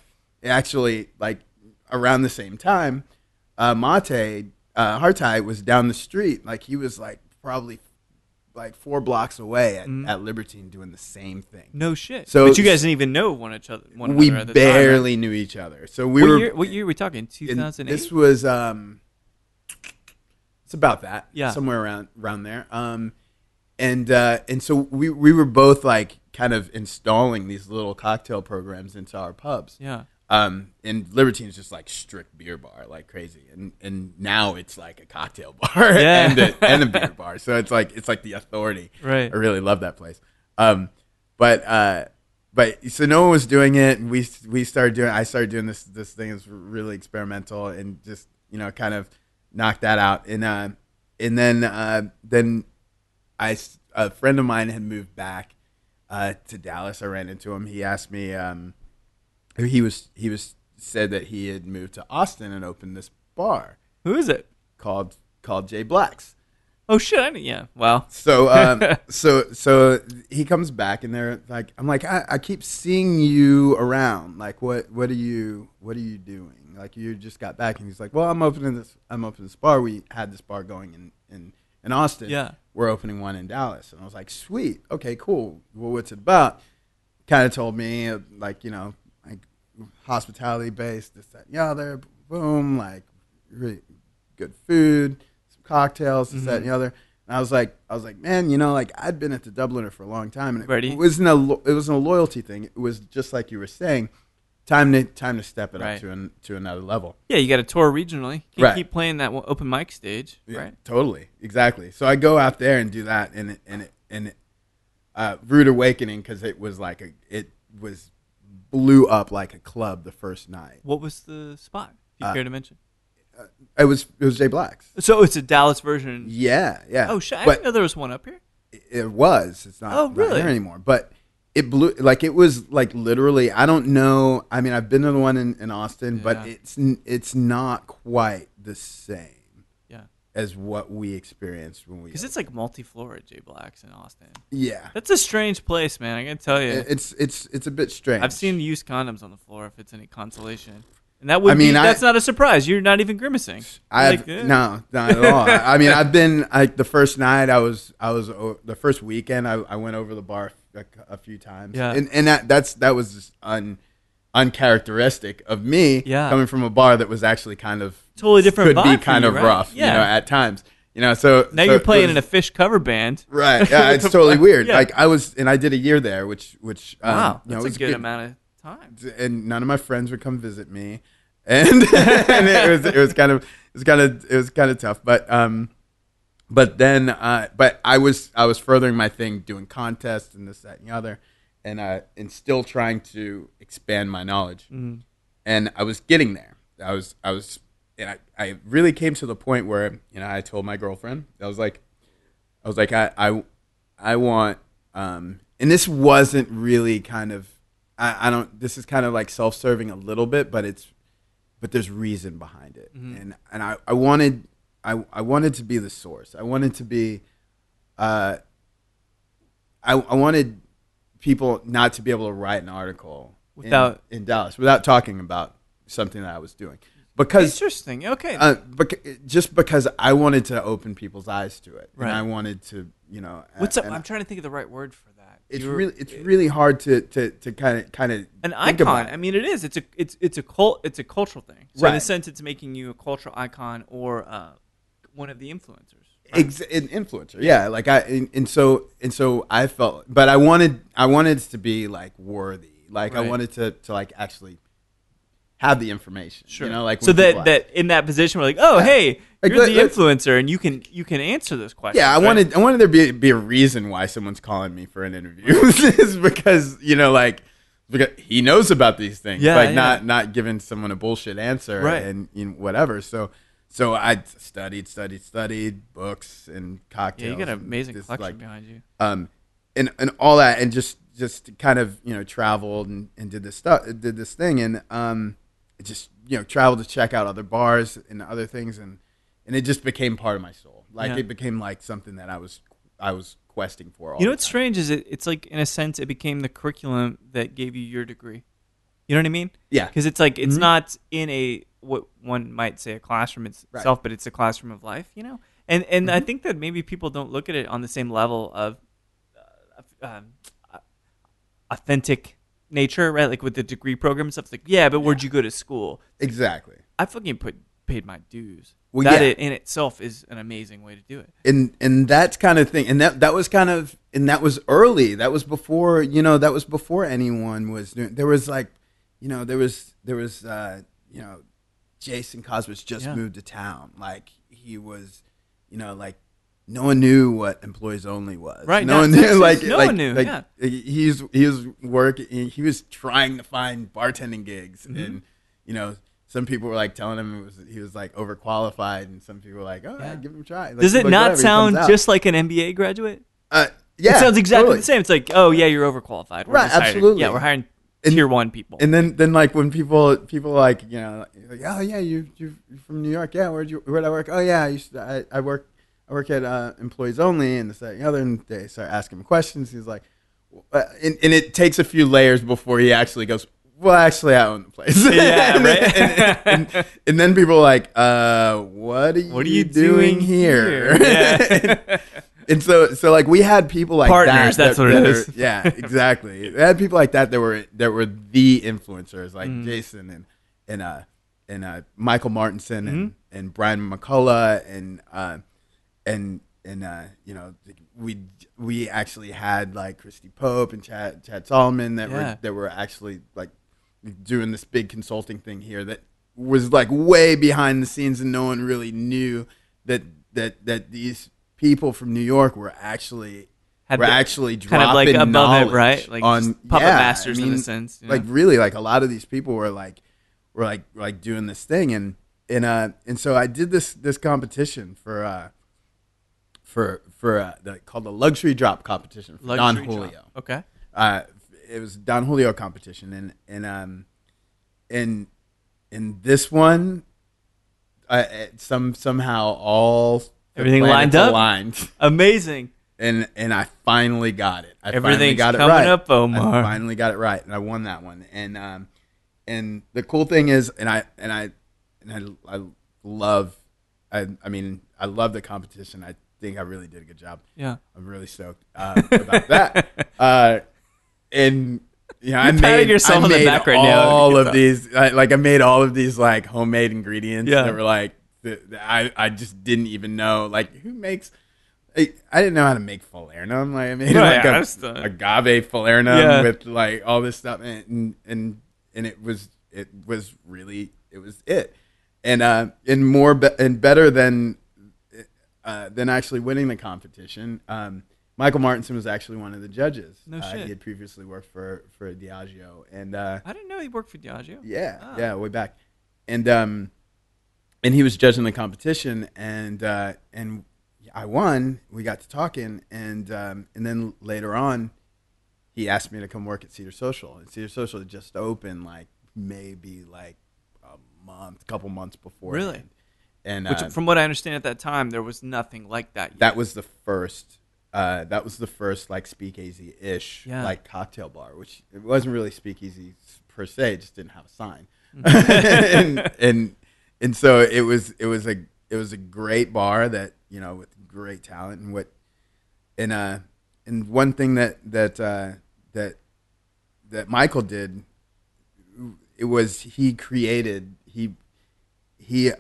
B: actually like around the same time, uh, Mate uh, Hartai was down the street. Like he was like probably like four blocks away at,
A: Mm.
B: at Libertine doing the same thing.
A: no shit.
B: So-
A: but you guys didn't even know one each other. One
B: we
A: another at the time, right?
B: barely knew each other, so we
A: what,
B: were.
A: year, what year are we talking? Two
B: and
A: thousand eight.
B: This was um, it's about that,
A: Yeah.
B: somewhere around around there. Um, and uh, and so we we were both like kind of installing these little cocktail programs into our pubs.
A: Yeah.
B: Um, and Libertine's just like strict beer bar, like crazy, and and now it's like a cocktail bar
A: Yeah.
B: and a, and a beer bar. So it's like it's like the authority.
A: Right.
B: I really love that place. Um, but uh, but so no one was doing it, and we we started doing. I started doing this this thing is really experimental, and just you know kind of knocked that out, and uh, and then uh, then I s- a friend of mine had moved back uh, to Dallas. I ran into him. He asked me. Um, he was he was said that he had moved to Austin and opened this bar
A: Who is it?
B: called called Jay Blacks.
A: Oh shit! I didn't, yeah. Wow.
B: So um, so so he comes back and they're like, I'm like, I, I keep seeing you around. Like, what what are you what are you doing? Like, you just got back, and he's like, Well, I'm opening this I'm opening this bar. We had this bar going in in in Austin.
A: Yeah.
B: we're opening one in Dallas, and I was like, Sweet, okay, cool. Well, what's it about? Kind of told me uh, like you know like hospitality based this that and the other. Boom, like really good food, some cocktails, this
A: Mm-hmm.
B: that and the other. And I was like, I was like, man, you know, like I'd been at the Dubliner for a long time, and it
A: Ready?
B: wasn't a lo- it wasn't a loyalty thing. It was just like you were saying, time to time to step it
A: Right.
B: up to an, to another level.
A: Yeah, you got to tour regionally. Can't
B: Right.
A: keep playing that one open mic stage, right?
B: Totally, exactly. So I go out there and do that, and it, and it, and it, uh, rude awakening because it was like a it was blew up like a club the first night.
A: What was the spot? If
B: Uh,
A: you care to mention.
B: It was it was Jay Black's.
A: So it's a Dallas version.
B: Yeah, yeah.
A: Oh shit! I
B: But
A: didn't know there was one up here.
B: it was. It's not,
A: Oh,
B: not
A: really?
B: there anymore. But it blew like it was like literally. I don't know. I mean, I've been to the one in, in Austin, but
A: Yeah.
B: it's n- it's not quite the same
A: Yeah,
B: as what we experienced when we.
A: because it's like multi-floor at J Blacks in Austin.
B: yeah,
A: That's a strange place, man. I gotta tell you,
B: It- it's it's it's a bit strange.
A: I've seen used condoms on the floor. If it's any consolation, and that would.
B: I
A: I
B: mean,
A: mean,
B: I-
A: that's not a surprise. You're not even grimacing.
B: I've
A: Like, eh.
B: no, not at all. I I mean, I've been like the first night I was, I was o- the first weekend I, I went over the bar a, c- a few times.
A: Yeah.
B: and, and that that's that was just un, uncharacteristic of me.
A: Yeah.
B: coming from a bar that was actually kind of
A: Totally different
B: could be
A: vibe for
B: kind
A: you,
B: of
A: right?
B: rough. you
A: Yeah.
B: know, at times. You know, so
A: Now
B: so
A: you're
B: it
A: playing
B: was-
A: in a fish cover band.
B: right. Yeah,
A: What
B: it's
A: the
B: totally
A: fuck?
B: weird.
A: Yeah.
B: Like I was, and I did a year there, which which um,
A: Wow,
B: you know,
A: that's
B: it was
A: a good, amount of time.
B: and none of my friends would come visit me, and, and it was it was kind of it was kind of it was kind of tough. But um, but then uh, but I was I was furthering my thing, doing contests and this that and the other, and uh, and still trying to expand my knowledge, and I was getting there. I was I was and I, I really came to the point where you know I told my girlfriend I was like I was like I I I want um and this wasn't really kind of I, I don't. This is kind of like self-serving a little bit, but it's but there's reason behind it, and and I, I wanted I I wanted to be the source. I wanted to be, uh, I I wanted people not to be able to write an article in-
A: Without-
B: in, Dallas without talking about something that I was doing because
A: Interesting. Okay.
B: uh, bec- just because I wanted to open people's eyes to it,
A: Right.
B: and I wanted to, you know,
A: What's up?
B: and
A: I'm trying to think of the right word for that.
B: It's
A: You were-
B: really, it's really hard to to to kind of kind of
A: an icon. I mean, it is. It's a it's it's a cult. It's a cultural thing. So in a
B: Right.
A: sense, it's making you a cultural icon or uh, one of the influencers.
B: Ex- an influencer, yeah. Like I, and, and so and so I felt, but I wanted, I wanted it to be like worthy. Like
A: Right.
B: I wanted to to like actually have the information. You know, like
A: so
B: when people
A: that
B: ask.
A: that in that position, we're like, oh hey,
B: Like,
A: you're
B: let-
A: the
B: let-
A: influencer, and you can you can answer this question.
B: Yeah, I wanted I wanted there to be, be a reason why someone's calling me for an interview. is because you know, like because he knows about these things.
A: Yeah,
B: like
A: yeah.
B: not not giving someone a bullshit answer
A: Right.
B: and you know, whatever. So so I studied, studied, studied books and
A: Yeah,
B: cocktails.
A: you got an
B: and
A: amazing
B: just,
A: collection
B: like,
A: behind you.
B: um, and and all that, and just just kind of you know traveled and, and did this stuff, did this thing, and um, it just you know traveled to check out other bars and other things, and and it just became part of my soul. Like
A: Yeah.
B: it became like something that I was I was questing for. All
A: You know
B: the
A: what's
B: time.
A: strange is it, it's like in a sense it became the curriculum that gave you your degree. You know what I mean?
B: Yeah.
A: Because it's like
B: Mm-hmm.
A: it's not in a what one might say a classroom itself,
B: Right. Mm-hmm.
A: but it's a classroom of life. You know, and and I think that maybe people don't look at it on the same level of uh, um, uh, authentic nature, right? Like with the degree program and stuff. It's like, yeah, but where'd you go to school?
B: Exactly.
A: I fucking put paid my dues.
B: Well,
A: that
B: yeah.
A: i- in itself is an amazing way to do it.
B: and and that's kind of thing and that that was kind of and that was early that was before you know that was before anyone was doing there was like you know there was there was uh you know jason cosmos just
A: Yeah.
B: moved to town like he was you know like no one knew what employees only was
A: Right,
B: no
A: not
B: one knew
A: Texas.
B: like
A: No
B: like,
A: one knew,
B: like,
A: yeah.
B: he's he was working he was trying to find bartending gigs
A: Mm-hmm.
B: and you know some people were like telling him it was he was like overqualified and some people were like oh
A: Yeah.
B: give him a try Like,
A: Does it
B: like,
A: not
B: whatever, he
A: sound
B: comes out.
A: just like an MBA graduate?
B: Uh, yeah,
A: it sounds exactly
B: totally.
A: the same. It's like, oh yeah, you're overqualified. We're
B: Right,
A: just hiring-
B: absolutely.
A: Yeah, we're hiring
B: And-
A: tier one people.
B: And then, then like when people people like you know like oh yeah you you you're from New York yeah where'd you where'd I work oh yeah I used to, I I work I work at uh, employees only and this that, and the other and they start asking him questions he's like uh, and, and it takes a few layers before he actually goes well actually I own the place
A: Yeah,
B: and,
A: right.
B: then, and, and- and then people are like uh what are you,
A: What are you doing
B: doing,
A: here?
B: here,
A: Yeah.
B: and, so so like we had people like
A: Partners,
B: that,
A: that's what it
B: it is.
A: is.
B: Yeah, exactly. They had people like that that were that were the influencers, like
A: Mm-hmm.
B: Jason and and uh and uh Michael Martinson and
A: Mm-hmm.
B: and Brian McCullough and uh and and uh you know we we actually had like Christy Pope and Chad Chad Solomon that
A: Yeah.
B: were that were actually like doing this big consulting thing here that was like way behind the scenes and no one really knew that that that these people from New York were actually
A: Had
B: we're
A: the-
B: actually
A: kind
B: dropping
A: of like above it,
B: knowledge
A: right? Like
B: on
A: just puppet
B: yeah,
A: masters
B: I
A: in a
B: mean,
A: sense. you
B: Like
A: know?
B: really, like a lot of these people were like were like like doing this thing, and and uh and so I did this this competition for uh for for uh, the, called the luxury drop competition for Don
A: Luxury
B: Julio.
A: job. Okay.
B: Uh, it was Don Julio competition, and and um and and this one. Uh, some somehow all the
A: Everything lined
B: planets
A: up?
B: Aligned
A: Amazing.
B: and and I finally got it. I finally
A: Everything's
B: got it
A: coming
B: right.
A: up, Omar.
B: I finally got it right, and I won that one. And um, and the cool thing is, and I and I and I, I love, I I mean, I love the competition. I think I really did a good job.
A: Yeah.
B: I'm really stoked uh, about that. Uh, and you know, I
A: patting
B: made,
A: yourself
B: I
A: on the
B: made
A: back right now.
B: all
A: Good
B: of
A: stuff.
B: these, I, like I made all of these like homemade ingredients
A: Yeah.
B: that were like th- th- I I just didn't even know like who makes. I, I didn't know how to make Falerno. I'm like I made
A: Right,
B: like a,
A: I was the-
B: agave Falerno
A: Yeah.
B: with like all this stuff and, and and and it was it was really it was it and uh and more be- and better than uh, than actually winning the competition. Um, Michael Martinson was actually one of the judges.
A: No
B: uh,
A: shit.
B: He had previously worked for for Diageo, and uh,
A: I didn't know he worked for Diageo.
B: yeah,
A: Ah.
B: yeah, way back, and um, and he was judging the competition, and uh, and I won. We got to talking, and um, and then later on, he asked me to come work at Cedar Social, and Cedar Social had just opened like maybe like a month, couple months before.
A: Really?
B: And
A: Which,
B: uh,
A: from what I understand at that time, there was nothing like that. Yet.
B: that was the first. Uh, that was the first like speakeasy ish
A: Yeah.
B: like cocktail bar, which it wasn't really speakeasy per se, it just didn't have a sign, and, and and so it was it was a it was a great bar that you know with great talent and what and uh and one thing that that uh, that that Michael did it was he created he he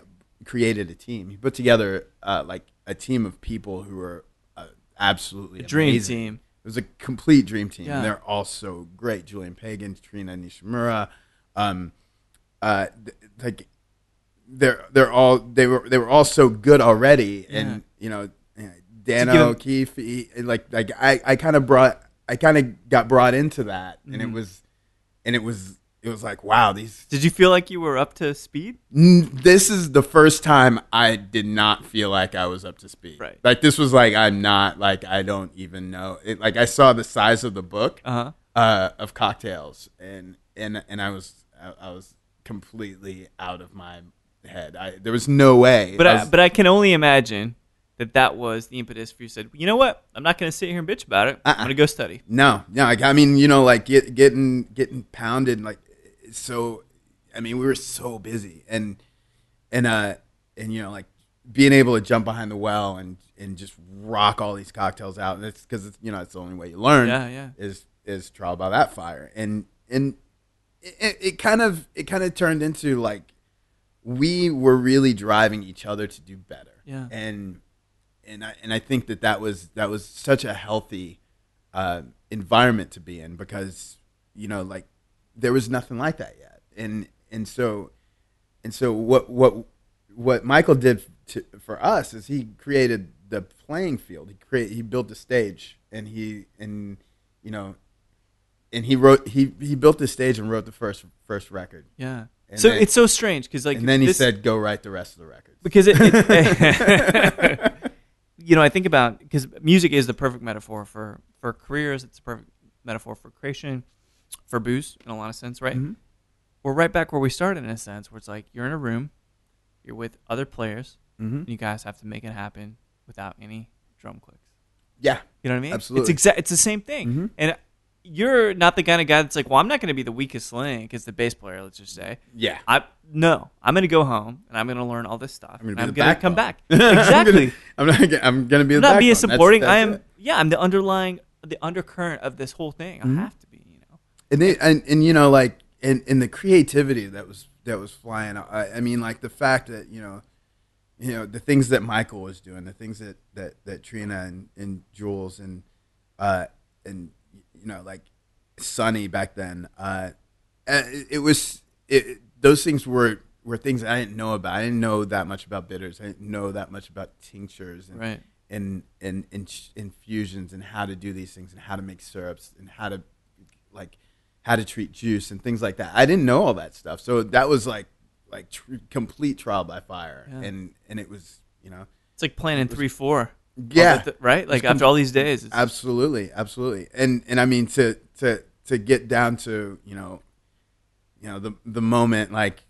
B: created a team. He put together uh, like a team of people who were uh, absolutely
A: A dream
B: amazing.
A: team.
B: It was a complete dream team.
A: Yeah.
B: And they're all so great. Julian Pagan, Trina Nishimura, um, uh, th- like they're they're all they were they were all so good already,
A: Yeah.
B: and you know, eh, Dan
A: To give 'em-
B: O'Keefe, he- like like I I kind of brought I kind of got brought into that, and
A: Mm-hmm.
B: it was and it was it was like wow these
A: Did you feel like you were up to speed?
B: N- this is the first time I did not feel like I was up to speed.
A: Right.
B: Like this was like I'm not like I don't even know. It, like I saw the size of the book
A: Uh huh.
B: uh, of cocktails and and and I was I, I was completely out of my head. I there was no way.
A: But
B: I
A: I,
B: was-
A: but I can only imagine that that was the impetus for you said, you know what? I'm not going to sit here and bitch about it. I'm
B: Uh-uh.
A: going to go study.
B: No, no. Like, I mean, you know, like get, getting getting pounded. Like so, I mean, we were so busy, and and uh, and you know, like being able to jump behind the well and and just rock all these cocktails out. And it's because it's you know it's the only way you learn.
A: Yeah, yeah.
B: Is is trial by that fire, and and it- it, it kind of it kind of turned into like we were really driving each other to do better.
A: Yeah.
B: And and I and I think that that was that was such a healthy uh, environment to be in because you know like there was nothing like that yet. And and so and so what what what Michael did to, for us is he created the playing field. He create he built a stage and he and you know and he wrote he he built the stage and wrote the first first record.
A: Yeah.
B: And
A: so
B: then-
A: it's so strange because like
B: and then he
A: this-
B: said, "Go write the rest of the records."
A: because it, it you know I think about because music is the perfect metaphor for for careers. It's a perfect metaphor for creation, for booze in a lot of sense, right? We're right back where we started in a sense, where it's like you're in a room, you're with other players,
B: Mm-hmm.
A: and you guys have to make it happen without any drum clicks.
B: Yeah,
A: You know what I mean? It's
B: Absolutely.
A: exact. It's the same thing. And you're not the kind of guy that's like, well, I'm not going to be the weakest link as the bass player. Let's just say.
B: yeah.
A: I no. I'm going to go home and I'm going to learn all this stuff.
B: I'm gonna
A: and
B: be
A: I'm
B: the
A: going to come
B: backbone.
A: back.
B: I'm gonna-
A: Exactly.
B: I'm not. gonna- I'm gonna be.
A: I'm
B: the
A: not be a
B: backbone. That's-
A: supporting.
B: that's
A: I am.
B: it.
A: Yeah, I'm the underlying, the undercurrent of this whole thing.
B: Mm-hmm.
A: I have to be. You know.
B: and they, and and you know like and and the creativity that was that was flying. I, I mean like the fact that you know, you know the things that Michael was doing, the things that that that Trina and and Jules and uh and you know like Sonny back then. Uh, uh, it, it was it, it- those things were were things I didn't know about. I didn't know that much about bitters. I didn't know that much about tinctures and
A: Right.
B: and and, and sh- infusions and how to do these things and how to make syrups and how to like how to treat juice and things like that. I didn't know all that stuff, so that was like like tr- complete trial by fire,
A: Yeah.
B: and and it was you know
A: It's like playing in three four.
B: Yeah.
A: right. Like after all these days. It's,
B: absolutely absolutely and and i mean to to to get down to you know you know the the moment like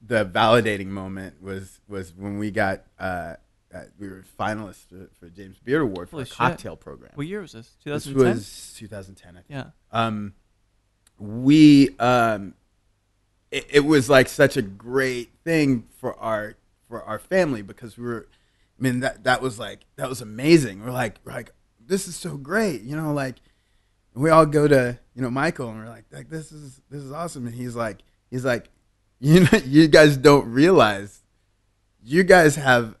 B: the validating moment was was when we got uh, uh we were finalists for, for james beard award for
A: Holy
B: a
A: shit.
B: cocktail program
A: what year was this?
B: this
A: 2010.
B: was 2010 i think
A: yeah.
B: um, we um, it, it was like such a great thing for our for our family because we were, I mean that that was like that was amazing. We're like we're like this is so great, you know. Like we all go to you know Michael and we're like like this is this is awesome, and he's like he's like you know you guys don't realize you guys have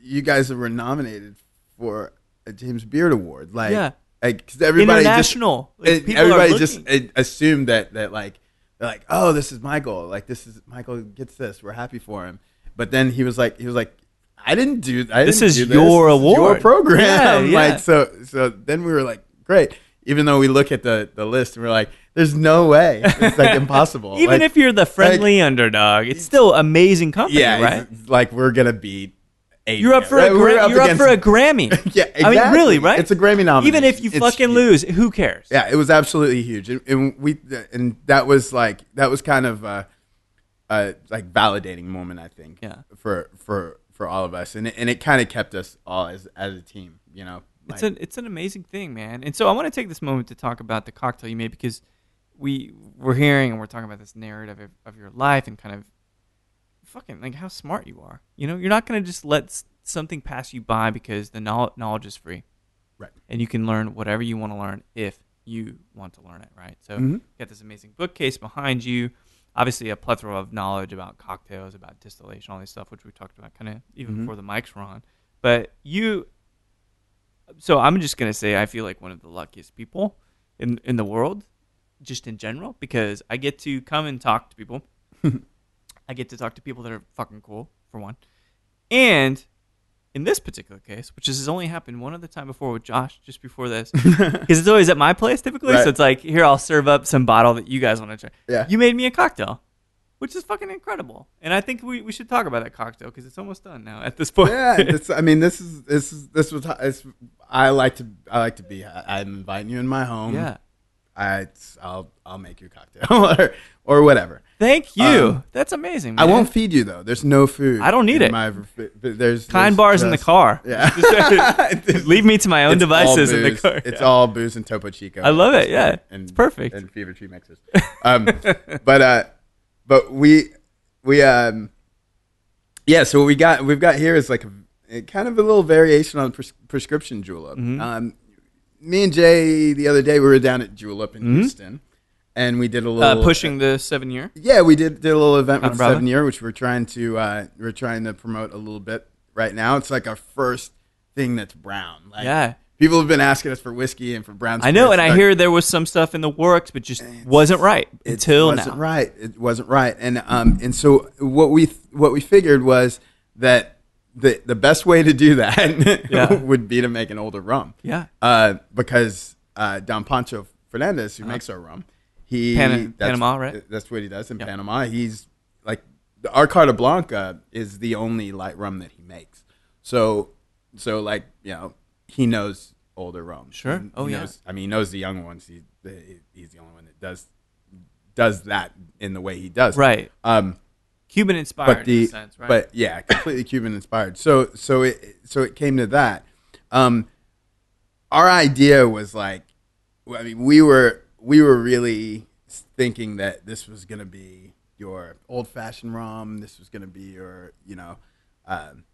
B: you guys were nominated for a James Beard Award like
A: Yeah.
B: like 'cause everybody just
A: International. Like,
B: and
A: people are
B: everybody just
A: looking.
B: uh, assumed that that like they're like oh this is my goal like this is Michael gets this we're happy for him but then he was like he was like I didn't do I
A: This
B: didn't
A: is
B: do
A: your
B: this. This is your
A: award."
B: program
A: Yeah, yeah.
B: like so so then we were like great even though we look at the the list and we're like there's no way it's like impossible
A: Even
B: Like,
A: if you're the friendly underdog, it's still amazing company,
B: yeah
A: right?
B: it's- it's like we're gonna beat
C: eight.
A: You're up for a
B: Right, we're
A: gra-
B: up
A: you're up for a
B: against-
A: Grammy.
B: yeah,
A: I
B: exactly.
A: mean, really, right?
B: It's a Grammy nomination.
A: Even if you
B: It's
A: fucking lose,
B: huge.
A: who cares?
B: Yeah, it was absolutely huge, and, and we and that was like that was kind of a, a like validating moment, I think.
A: Yeah.
B: For for for all of us, and it, and it kind of kept us all as as a team, you know.
A: It's
B: like-
A: an it's an amazing thing, man. And so I want to take this moment to talk about the cocktail you made because we we're hearing and we're talking about this narrative of, of your life and kind of fucking like how smart you are. You know, you're not gonna just let s- something pass you by because the knowledge, knowledge is free,
B: Right.
A: And you can learn whatever you want to learn if you want to learn it, right? So
B: Mm-hmm.
A: you got this amazing bookcase behind you. Obviously, a plethora of knowledge about cocktails, about distillation, all this stuff, which we talked about kind of even
B: Mm-hmm.
A: before the mics were on. But you so I'm just gonna say I feel like one of the luckiest people in in the world, just in general, because I get to come and talk to people. I get to talk to people that are fucking cool for one, and in this particular case, which has only happened one other time before with Josh, just before this, because it's always at my place typically.
B: Right.
A: So it's like here I'll serve up some bottle that you guys want to try.
B: Yeah.
A: you made me a cocktail. Which is fucking incredible, and I think we, we should talk about that cocktail because it's almost done now at this point.
B: yeah, this, I mean, this is this is this was it's, I like to I like to be. I, I'm inviting you in my home.
A: yeah.
B: I I'll I'll make you a cocktail or, or whatever.
A: Thank you.
B: Um,
A: That's amazing.
B: I
A: man.
B: won't feed you though. There's no food.
A: I don't need
B: in
A: it.
B: My, there's there's
A: Kind bars in the
B: just-
A: car.
B: Yeah.
A: Just leave me to my own
B: It's all
A: devices in the
B: booze.
A: car.
B: It's
A: Yeah.
B: all booze and Topo Chico.
A: I love it,
B: And-
A: yeah.
B: and,
A: It's perfect.
B: And Fever Tree mixes. Um, but uh, but we we um, yeah. So what we got we've got here is like a, a kind of a little variation on pres- prescription julep.
A: Mm-hmm.
B: Um, me and Jay the other day we were down at Julep in Houston, and we did a little
A: Mm-hmm. uh, pushing the seven year.
B: yeah, we did did a little event
A: Not
B: with
A: a problem.
B: Seven Year, which we're trying to uh, we're trying to promote a little bit right now. It's like our first thing that's brown. Like,
A: Yeah.
B: people have been asking us for whiskey and for brown.
A: I know,
B: spirits,
A: and I
B: but
A: hear there was some stuff in the works, but just wasn't right
B: it
A: until
B: wasn't
A: now.
B: right. It wasn't right, and um, and so what we what we figured was that the the best way to do that
A: Yeah.
B: would be to make an older rum.
A: Yeah.
B: uh, because uh, Don Pancho Fernandez, who makes our rum, he
A: Pan-
B: that's-
A: Uh-huh. Panama, right?
B: That's what he does in Panama. He's like our Carta Blanca is the only light rum that he makes. So, so like you know, he knows older rum.
A: Sure.
B: He- he
A: Oh, yeah.
B: knows- I mean, he knows the young ones. He, he- he's the only one that does does that in the way he does. it.
A: Right.
B: Um,
A: Cuban inspired
B: but the
A: in a sense, right?
B: but yeah, completely Cuban inspired. So so it so it came to that. Um, our idea was like, well, I mean, we were we were really thinking that this was gonna be your old fashioned rum. This was gonna be your you know. Um,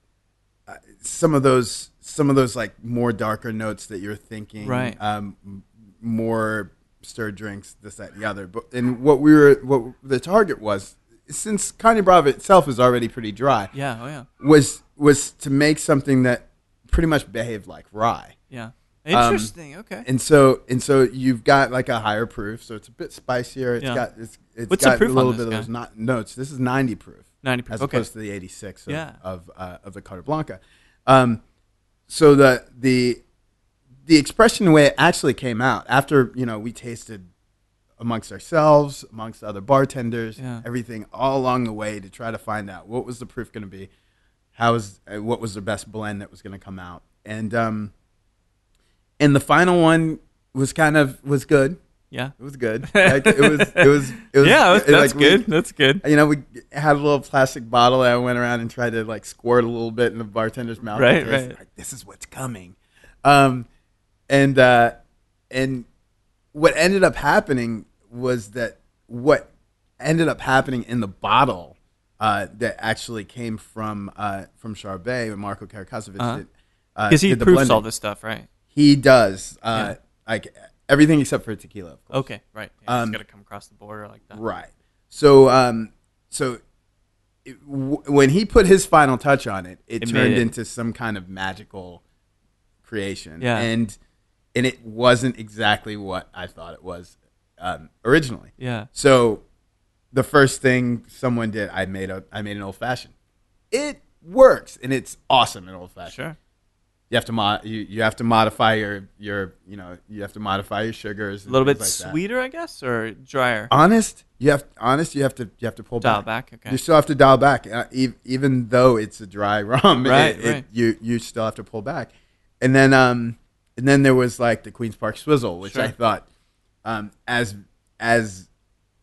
B: uh, some of those, some of those like more darker notes that you're thinking,
A: Right.
B: Um, m- more stir drinks, this, that, and the other. But and what we were, what the target was, since Kanye Bravo itself is already pretty dry,
A: yeah, oh yeah.
B: was was to make something that pretty much behaved like rye.
A: Yeah. Interesting, okay.
B: And so and so you've got like a higher proof, so it's a bit spicier. It's
A: Yeah.
B: got it's it's
A: What's the
B: got
A: proof
B: a
A: on
B: little
A: this
B: bit of
A: guy?
B: those not notes. This is ninety proof.
A: 90 proof,
B: as
A: okay.
B: opposed to the eighty six of
A: Yeah.
B: of, uh, of the Carta Blanca. Um, so the the the expression way it actually came out after you know we tasted amongst ourselves, amongst other bartenders,
A: Yeah.
B: everything all along the way to try to find out what was the proof going to be, how is uh, what was the best blend that was going to come out, and um, and the final one was kind of was good.
A: yeah.
B: It was good. Like, it was. It was. It was
A: yeah, that's,
B: it, like,
A: that's
B: we-
A: good. that's good.
B: you know, we had a little plastic bottle and I went around and tried to like squirt a little bit in the bartender's mouth.
A: Right,
B: to taste,
A: right.
B: Like, this is what's coming. Um, and uh, and what ended up happening was that what ended up happening in the bottle uh, that actually came from uh, from Charbet and Marco Karakosovic.
A: Uh-huh.
B: did, uh,
A: Because he
B: did the
A: proofs
B: blending.
A: all this stuff, right?
B: He does uh, like everything except for tequila. Of course.
A: Okay, right. Yeah,
B: Um,
A: it's got to come across the border like that.
B: Right. So, um, so it, w- when he put his final touch on it, it,
A: It made
B: turned
A: it.
B: into some kind of magical creation.
A: Yeah.
B: And and it wasn't exactly what I thought it was um, originally.
A: Yeah.
B: So, the first thing someone did, I made a I made an old fashioned. It works, and it's awesome in old fashioned
A: Sure.
B: you have to mo- you, you have to modify your your you know you have to modify your sugars
A: A little bit
B: like that.
A: sweeter, I guess, or drier.
B: honest You have honest. You have to you have to pull
A: Dial
B: back.
A: back. Okay.
B: You still have to dial back, uh, e- even though it's a dry rum. it-
A: Right,
B: it-
A: right.
B: You you still have to pull back, and then um and then there was like the Queens Park Swizzle, which I
A: Sure.
B: thought um as as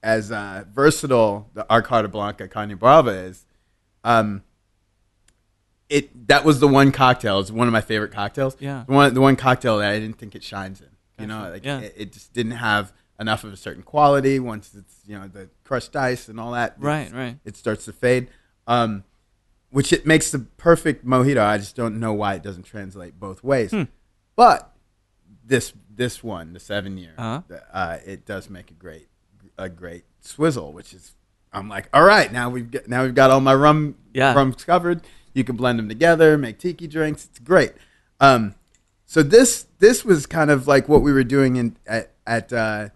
B: as uh, versatile the Arcada Blanca Caña Brava is, um it that was the one cocktail. It's one of my favorite cocktails.
A: Yeah.
B: the one the one cocktail that I didn't think it shines in. You know, like
A: Yeah.
B: it, it just didn't have enough of a certain quality. Once it's you know the crushed ice and all that, it's-
A: Right, right.
B: It starts to fade, um, which it makes the perfect mojito. I just don't know why it doesn't translate both ways.
A: Hmm.
B: But this this one, the seven year,
A: Uh-huh.
B: the- uh, it does make a great a great swizzle, which is I'm like, all right, now we've got, now we've got all my rum
A: Yeah.
B: rums covered. You can blend them together, make tiki drinks. It's great. Um, so this this was kind of like what we were doing in at at uh,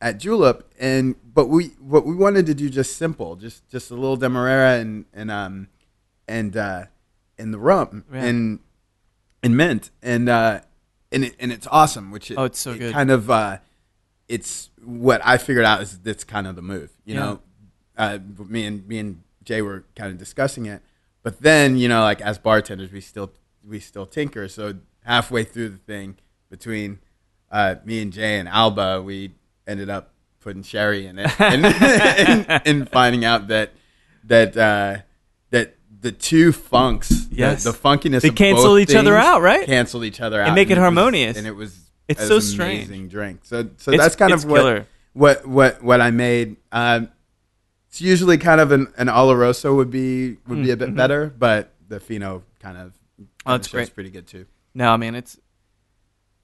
B: at Julep, and but we what we wanted to do just simple, just just a little demerara and and um and uh, and the rum
A: Yeah.
B: and and mint and uh, and it, and it's awesome. Which it,
A: Oh, it's so
B: it
A: good.
B: Kind of uh, it's what I figured out is that's kind of the move. You
A: Yeah.
B: know, uh, me and me and Jay were kind of discussing it, but then you know, like as bartenders, we still we still tinker. So halfway through the thing, between uh, me and Jay and Alba, we ended up putting sherry in it and, and, and finding out that that uh, that the two funks, the-
A: Yes.
B: the, funkiness,
A: They
B: of
A: cancel
B: both
A: each other
B: things
A: out, right?
B: Cancel each other out
A: make it
B: was-
A: harmonious.
B: and it was
A: It's
B: it
A: so
B: was an
A: strange.
B: amazing drink. So so
A: It's-
B: that's kind
A: it's
B: of what
A: killer.
B: what what what I made. Um, it's usually kind of an an oloroso would be would be a bit better, but the fino kind of
A: Oh, it's
B: shows
A: great.
B: pretty good too.
A: No, man, it's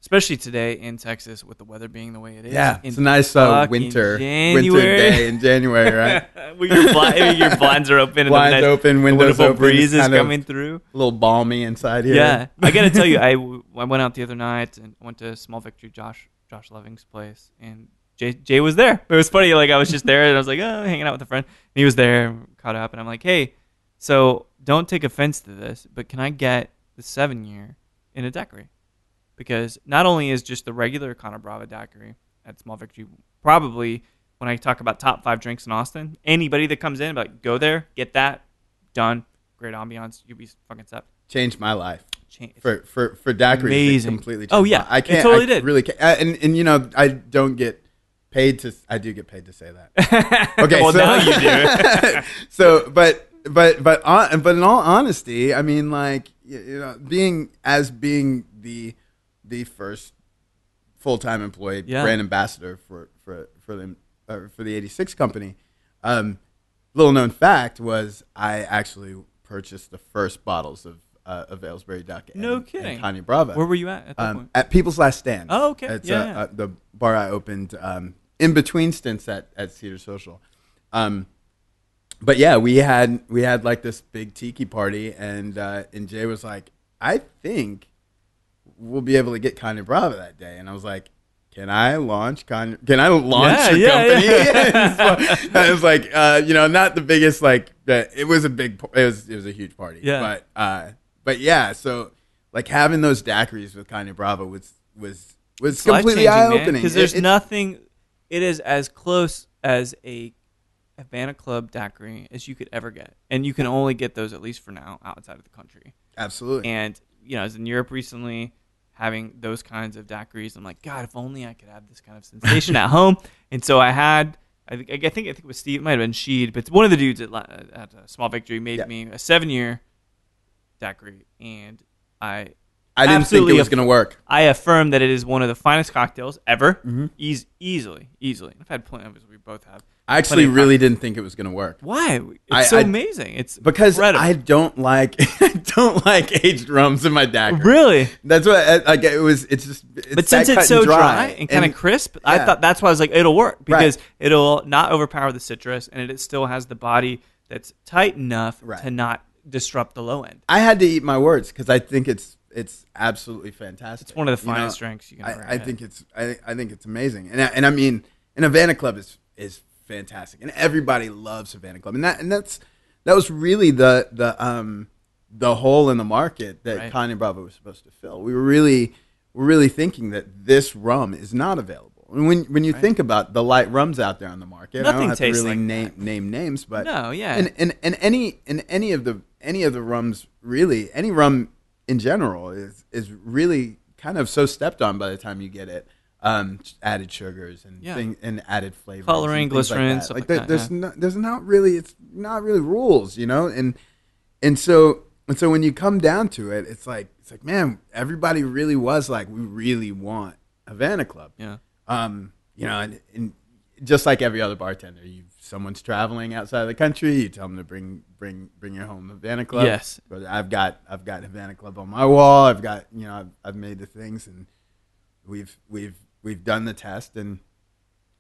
A: especially today in Texas with the weather being the way it is.
B: Yeah,
A: in
B: it's a nice uh,
A: fucking
B: winter winter
A: January.
B: day in January, right?
A: Well, your, bli- your blinds are open.
B: Blinds
A: and the nice,
B: open,
A: the
B: windows
A: wonderful
B: open,
A: breeze is
B: kind of-
A: coming through.
B: a little balmy inside here.
A: Yeah, I gotta tell you, I, w- I went out the other night and went to Small Victory, Josh Josh Loving's place, and Jay Jay was there. It was funny, like I was just there and I was like, oh, hanging out with a friend, and he was there, caught up, and I'm like, hey, so don't take offense to this, but can I get the seven year in a daiquiri? Because not only is just the regular Conor Brava daiquiri at Small Victory probably when I talk about top five drinks in Austin, anybody that comes in, like, go there, get that, done, great ambiance, you'd be fucking set.
B: changed my life.
A: Change.
B: for for for daiquiris,
A: Amazing.
B: It completely.
A: Oh,
B: changed
A: yeah.
B: my- I
A: It
B: can't.
A: totally
B: I
A: did.
B: Really, can't, I- and and you know, I don't get paid to. I do get paid to say that. Okay,
A: well,
B: so,
A: now you do.
B: so, but but but on, but in all honesty, I mean, like you, you know, being as being the the first full time employee
A: Yeah.
B: brand ambassador for for for the uh, for the eighty six company. Um, little known fact was I actually purchased the first bottles of uh, of Aylesbury Duck. And,
A: No kidding.
B: And Kanye Brava
A: Where were you at at that
B: um,
A: point?
B: at People's Last Stand.
A: Oh, okay.
B: It's
A: Yeah,
B: uh,
A: yeah.
B: uh, the bar I opened um, in between stints at, at Cedar Social. Um, but yeah, we had we had like this big tiki party, and uh, and Jay was like, I think we'll be able to get Kanye Brava that day, and I was like. Can I launch? Con- can I launch
A: Yeah,
B: your
A: yeah,
B: company?
A: yeah.
B: And so I was like, uh, you know, not the biggest. Like, uh, it was a big. par- It was it was a huge party.
A: Yeah.
B: But uh, but yeah, so like having those daiquiris with Kanye Bravo was was was completely eye opening.
A: because there's nothing. It is as close as a Havana Club daiquiri as you could ever get, and you can only get those at least for now outside of the country.
B: absolutely.
A: And you know, I was in Europe recently, having those kinds of daiquiris. I'm like, God, if only I could have this kind of sensation at home. And so I had. I think, I think I think it was Steve. It might have been Sheed, but one of the dudes at, La- at uh, Small Victory made
B: Yeah.
A: me a seven-year daiquiri, and I
B: I didn't think it
A: absolutely
B: was
A: a-
B: going to work.
A: I affirm that it is one of the finest cocktails ever.
B: Mm-hmm.
A: Eas- easily, easily. I've had plenty of it. We both have.
B: I actually
A: Plenty of
B: really didn't think it was going to work
A: Why? It's
B: I-
A: so
B: I-
A: amazing. It's
B: because
A: incredible.
B: I don't like I don't like aged rums in my daiquiri.
A: really.
B: That's what I, like it was. It's just. It's
A: But
B: that
A: since it's
B: cut
A: so dry, and kind of crisp, I
B: yeah.
A: thought that's why I was like, it'll work because
B: Right.
A: it'll not overpower the citrus, and it still has the body that's tight enough
B: Right.
A: to not disrupt the low end.
B: I had to eat my words because I think it's it's absolutely fantastic.
A: It's one of the
B: You know,
A: finest drinks you can ever
B: I, I
A: have.
B: think it's I, I think it's amazing, and I, and I mean, and Havana Club is is fantastic, and everybody loves Havana Club, and that and that's that was really the the um the hole in the market that
A: Right.
B: Kanye Bravo was supposed to fill. We were really we're really thinking that this rum is not available. When when you think about the light rums out there on the market, I
A: Nothing
B: don't have to
A: tastes
B: really
A: like
B: name name names, but
A: No, yeah.
B: and, and and any and any of the any of the rums really any rum in general is is really kind of so stepped on by the time you get it. Um, added sugars and
A: Yeah.
B: thing, and added flavors,
A: Coloring,
B: and things like
A: glycerin,
B: that.
A: stuff
B: Like,
A: like
B: there-
A: that,
B: there's
A: yeah.
B: not there's not really it's not really rules, you know, and and so and so when you come down to it, it's like it's like man, everybody really was like we really want Havana Club,
A: Yeah.
B: um, you know, and, and just like every other bartender, you someone's traveling outside of the country, you tell them to bring bring bring your home Havana Club.
A: Yes.
B: but I've got I've got Havana Club on my wall. I've got you know I've, I've made the things, and we've we've we've done the test, and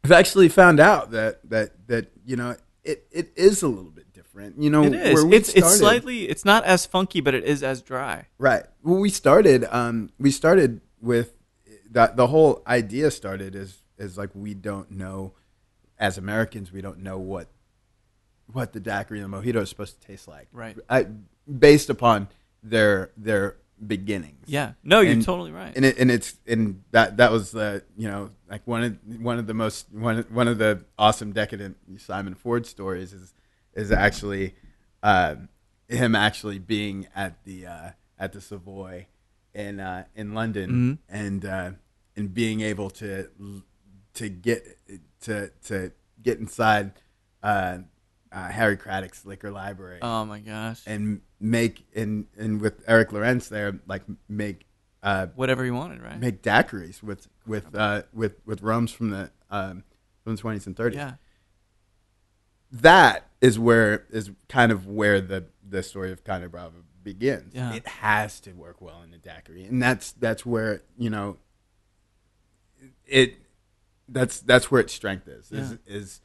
B: I've actually found out that that that you know it it is a little bit different. You know,
A: It is.
B: where we
A: It's it's
B: started-
A: slightly. It's not as funky, but it is as dry.
B: Right. Well, we started. Um, we started with that. The whole idea started is is like we don't know, as Americans, we don't know what what the daiquiri and the mojito is supposed to taste like.
A: Right.
B: I, based upon their their beginnings.
A: Yeah. No, you're
B: And-
A: totally right.
B: And it, and it's and that that was the you know like one of one of the most one of- one of the awesome decadent Simon Ford stories is is actually uh, him actually being at the uh, at the Savoy in uh, in London
A: Mm-hmm.
B: and uh, and being able to to get to to get inside uh, uh, Harry Craddock's liquor library
A: oh my gosh.
B: and make and and with Eric Lorenz there, like make uh,
A: Whatever you wanted, right?
B: make daiquiris with with uh, with with rums from the um, from the twenties and thirties.
A: Yeah.
B: That is where is kind of where the the story of Conde Bravo begins.
A: Yeah.
B: It has to work well in the daiquiri, and that's that's where you know it. That's that's where its strength is. Is, is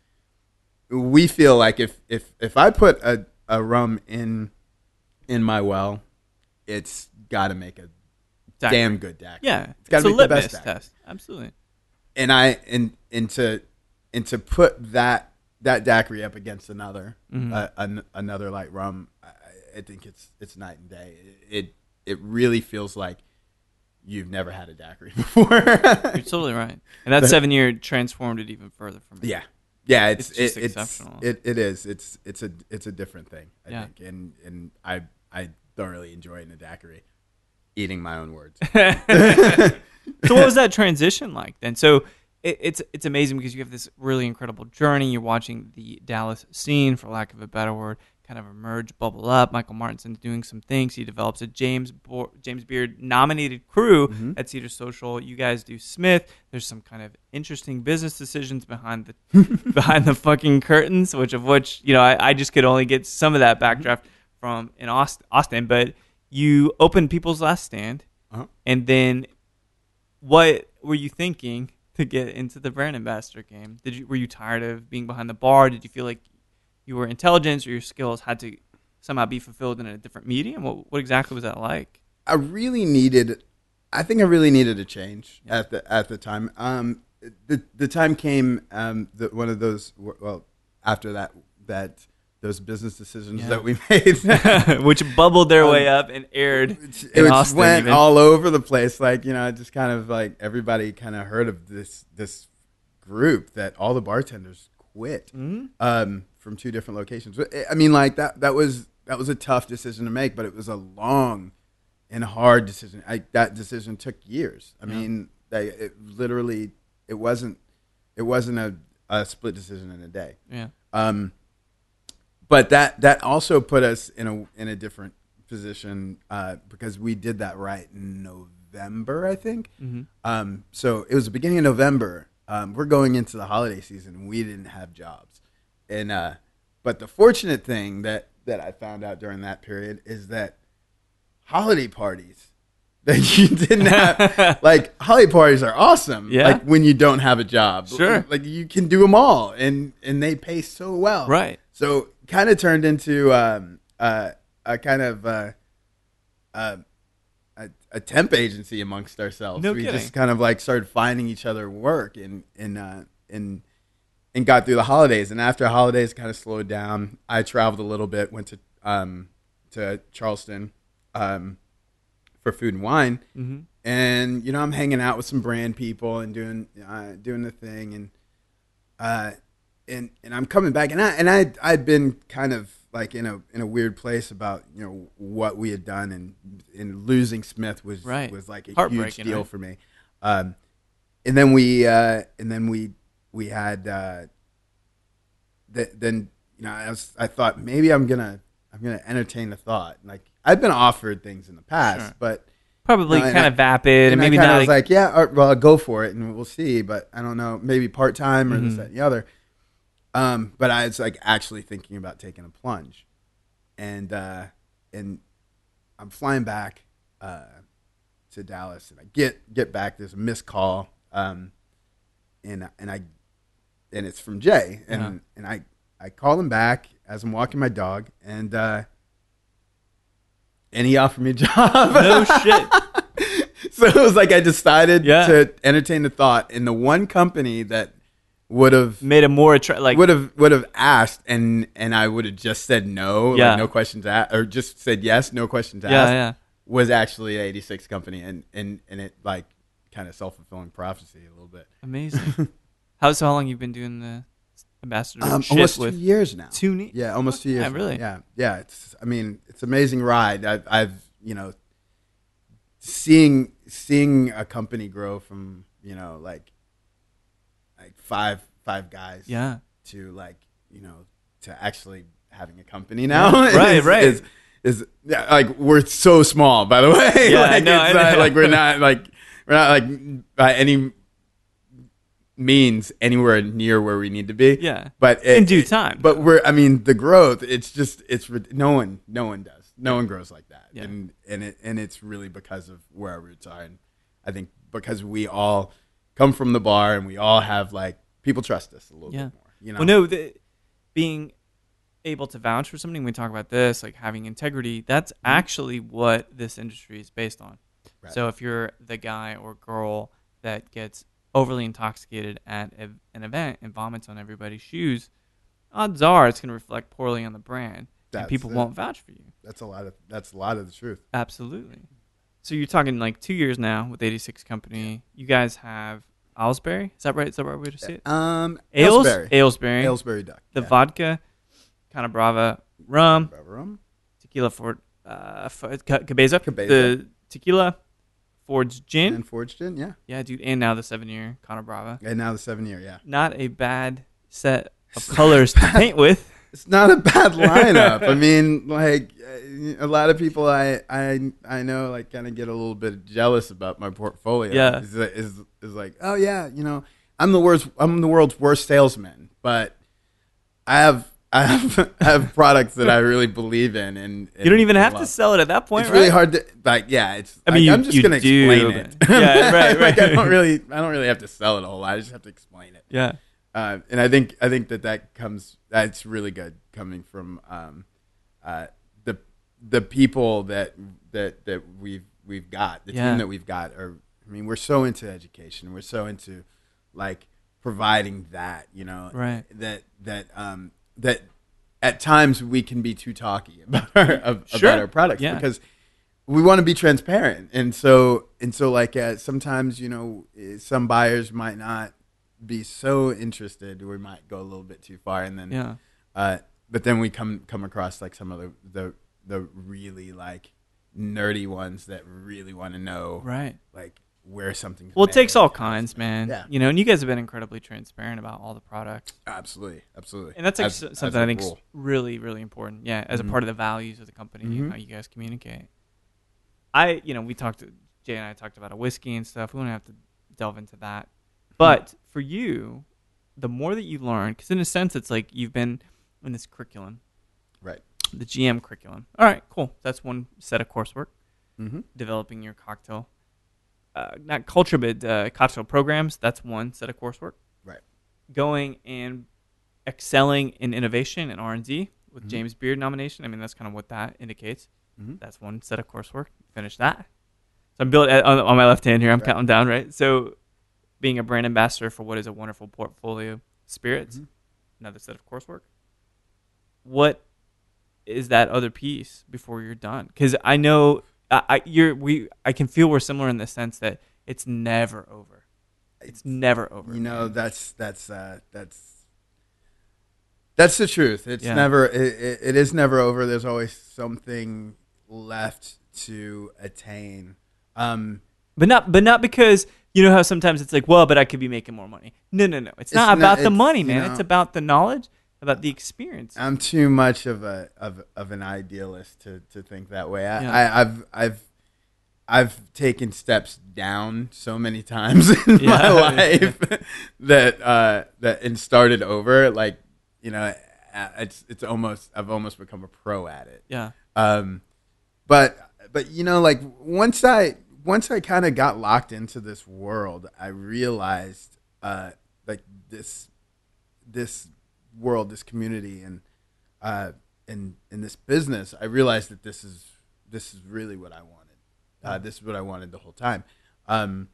B: we feel like if if if I put a, a rum in in my well, it's got to make a
A: Daiquiri.
B: damn good daiquiri.
A: Yeah. It's,
B: gotta
A: a
B: make the
A: litmus
B: best daiquiri.
A: test. Absolutely.
B: And I and and to and to put that that daiquiri up against another
A: Mm-hmm.
B: uh, an, another light rum, I, I think it's it's night and day. It it really feels like you've never had a daiquiri before.
A: You're totally right. And that seven year transformed it even further for me.
B: Yeah, yeah, it's
A: It's just
B: it, it's
A: exceptional.
B: it, it is it's it's a it's a different thing. I
A: Yeah.
B: think, and and I I thoroughly enjoy in a daiquiri, eating my own words.
A: so what was that transition like then? So it, it's it's amazing because you have this really incredible journey. You're watching the Dallas scene, for lack of a better word, kind of emerge, bubble up. Michael Martinson's doing some things. He develops a James Bo- James Beard nominated crew at Cedar Social. You guys do Smith. There's some kind of interesting business decisions behind the behind the fucking curtains, which of which you know I, I just could only get some of that backdraft from in Aust- Austin. But you open People's Last Stand,
B: Uh-huh.
A: and then what were you thinking to get into the brand ambassador game? Did you were you tired of being behind the bar? Did you feel like your intelligence or your skills had to somehow be fulfilled in a different medium? What what exactly was that like?
B: I really needed. I think I really needed a change at the at the time. Um, the the time came. Um, that one of those. Well, after that, that those business decisions that we made.
A: Which bubbled their way up and aired.
B: Um, it
A: in
B: was-
A: Austin
B: went
A: even.
B: all over the place. Like you know, just kind of like everybody kind of heard of this this group that all the bartenders quit
A: Mm-hmm.
B: um, from two different locations. But, eh, I mean, like that that was that was a tough decision to make, but it was a long and hard decision. I, that decision took years. I mean, they, it literally it wasn't it wasn't a, a split decision in a day
A: yeah.
B: but that that also put us in a in a different position uh, because we did that right in November, I think.
A: Mm-hmm.
B: Um, so it was the beginning of November. Um, we're going into the holiday season. We didn't have jobs, and uh, but the fortunate thing that that I found out during that period is that holiday parties that you didn't have like holiday parties are awesome
A: Yeah.
B: like when you don't have a job
A: Sure.
B: like you can do them all and and they pay so well
A: Right.
B: so kind of turned into um, uh, a kind of uh, uh, a, a temp agency amongst ourselves.
A: No
B: we
A: kidding.
B: just kind of like started finding each other work and and uh, and and got through the holidays. And after holidays, kind of slowed down. I traveled a little bit, went to um, to Charleston um, for food and wine, and you know I'm hanging out with some brand people and doing uh, doing the thing, and uh, and and I'm coming back, and I and I I'd been kind of like in a in a weird place about you know what we had done, and and losing Smith was
A: Right.
B: was like a huge
A: Heartbreaking,
B: deal
A: right?
B: for me, um, and then we uh, and then we we had. Uh, th- then you know I was I thought maybe I'm gonna I'm gonna entertain the thought like I've been offered things in the past
A: Sure.
B: but
A: Probably
B: No, and
A: kind
B: I-
A: of vapid, and,
B: and
A: maybe
B: I kinda
A: not.
B: was
A: Like,
B: like yeah all right, well I'll go for it and we'll see but I don't know maybe part time or this
A: Mhm.
B: that and the other um but I was like actually thinking about taking a plunge and uh and I'm flying back uh to Dallas and I get get back there's a missed call um and and I and it's from Jay and
A: Yeah.
B: and I I call him back as I'm walking my dog and uh and he offered me a job.
A: no shit.
B: so it was like I decided
A: Yeah.
B: to entertain the thought and the one company that would have
A: Made a more attra- like
B: would have would have asked and and I would have just said no, like,
A: Yeah.
B: no questions asked or just said yes, no questions
A: yeah,
B: asked
A: yeah.
B: was actually an 86 company and and and it like kind of self-fulfilling prophecy a little bit.
A: Amazing. how so? How long you been doing the ambassador
B: Um,
A: shit
B: almost
A: with
B: two years now.
A: two ne-
B: Yeah, almost two
A: Yeah,
B: years.
A: really.
B: Yeah, yeah. It's I mean, it's an amazing ride. I've, I've you know, seeing seeing a company grow from you know like like five five guys
A: Yeah.
B: to like you know to actually having a company now.
A: Yeah, right,
B: is,
A: right.
B: Is, is yeah, like we're so small, by the way.
A: Yeah, I
B: like,
A: know,
B: it's
A: I
B: not,
A: know.
B: like we're not like we're not like by any means anywhere near where we need to be.
A: Yeah.
B: But it-
A: In due
B: it-
A: time.
B: But we're I mean the growth. It's just it's rid- no one no one does no one grows like that.
A: Yeah.
B: And and it and it's really because of where our roots are. And I think because we all come from the bar and we all have like people trust us a little
A: Yeah.
B: bit more. You know.
A: Well, no, the, being able to vouch for something. We talk about this, like having integrity. That's actually what this industry is based on.
B: Mm-hmm. Right.
A: So if you're the guy or girl that gets overly intoxicated at a, an event and vomits on everybody's shoes, odds are it's going to reflect poorly on the brand,
B: That's
A: and people
B: it.
A: won't vouch for you.
B: That's a lot of that's a lot of the truth.
A: Absolutely. So you're talking like two years now with 86 Company. You guys have Alesbury. Is that right? Is that right way to say it?
B: Um,
A: Ales-
B: Aylesbury,
A: Aylesbury.
B: Aylesbury duck.
A: the
B: yeah.
A: vodka, kind of brava rum,
B: Barbarum.
A: tequila for uh, for, ca- cabeza,
B: Cabeza.
A: the tequila, Ford's gin,
B: and forged in. Yeah,
A: yeah, dude, and now the seven year Connor Brava.
B: and now the seven year. Yeah,
A: Not a bad set of colors to paint with.
B: it's not a bad lineup. I mean, like uh, a lot of people I I I know like kind of get a little bit jealous about my portfolio.
A: Yeah.
B: is is is like oh yeah, you know I'm the worst. I'm the world's worst salesman, but I have. I have, I have products that I really believe in, and,
A: You don't even
B: and
A: have to
B: love.
A: sell it at that point,
B: It's really
A: right?
B: hard to like. Yeah, it's.
A: I
B: I
A: mean,
B: mean,
A: you-
B: I'm just
A: you
B: gonna
A: do,
B: explain it.
A: but- Yeah, right,
B: Like, I
A: right.
B: don't really, I don't really have to sell it a whole lot. I just have to explain it.
A: Yeah,
B: Uh, and I think, I think that that comes. That's really good coming from um, uh, the the people that that that we've we've got the
A: Yeah.
B: team that we've got. Are I mean, we're so into education. We're so into like providing that. You know,
A: Right.
B: That that um that at times we can be too talky about our, ab-
A: Sure.
B: about our products
A: Yeah.
B: because we want to be transparent and so and so like uh, sometimes you know eh, some buyers might not be so interested we might go a little bit too far and then
A: yeah,
B: uh, but then we come come across like some of the the, the really like nerdy ones that really want to know
A: right.
B: like where something's
A: Well, it
B: made.
A: takes all kinds, man.
B: Yeah.
A: You know, and you guys have been incredibly transparent about all the products.
B: absolutely absolutely
A: And that's like
B: As-
A: so-
B: as
A: something
B: a
A: I think is
B: rule.
A: really, really important. Yeah, as a
B: Mhm.
A: part of the values of the company and
B: Mhm.
A: how you guys communicate. I, you know, we talked, Jay and I talked about a whiskey and stuff. We don't have to delve into that.
B: Mm-hmm.
A: But for you, the more that you learn, because in a sense, it's like you've been in this curriculum,
B: right
A: the GM curriculum. All right, cool. That's one set of coursework
B: mm-hmm.
A: developing your cocktail, uh, not culture, but uh, cocktail programs. That's one set of coursework.
B: Right.
A: Going and excelling in innovation and R and D with
B: Mhm.
A: James Beard nomination. I mean, that's kind of what that indicates.
B: Mhm.
A: That's one set of coursework. Finish that. So I'm built on, on my left hand here. I'm
B: Right.
A: counting down. Right. So being a brand ambassador for what is a wonderful portfolio, spirits,
B: Mhm.
A: another set of coursework. What is that other piece before you're done? Because I know I, I you're we I can feel we're similar in the sense that it's never over. It's never over.
B: You know, that's that's uh, that's that's the truth. It's
A: Yeah.
B: never it, it, it is never over. There's always something left to attain. Um,
A: But not but not because you know how sometimes it's like, well, but I could be making more money. No, no, no. It's, not,
B: not-
A: about the
B: it's,
A: money,
B: you
A: man.
B: know.
A: It's about the knowledge, about the experience.
B: I'm too much of a of, of an idealist to, to think that way. I,
A: Yeah.
B: I, I've I've I've taken steps down so many times in my
A: Yeah.
B: life that uh, that and started over. Like you know, it's it's almost I've almost become a pro at it.
A: yeah.
B: Um, but but you know, like once I once I kind of got locked into this world, I realized uh, like this this world, this community, and uh, and in this business, I realized that this is this is really what I wanted. Uh, this is what I wanted the whole time. Um,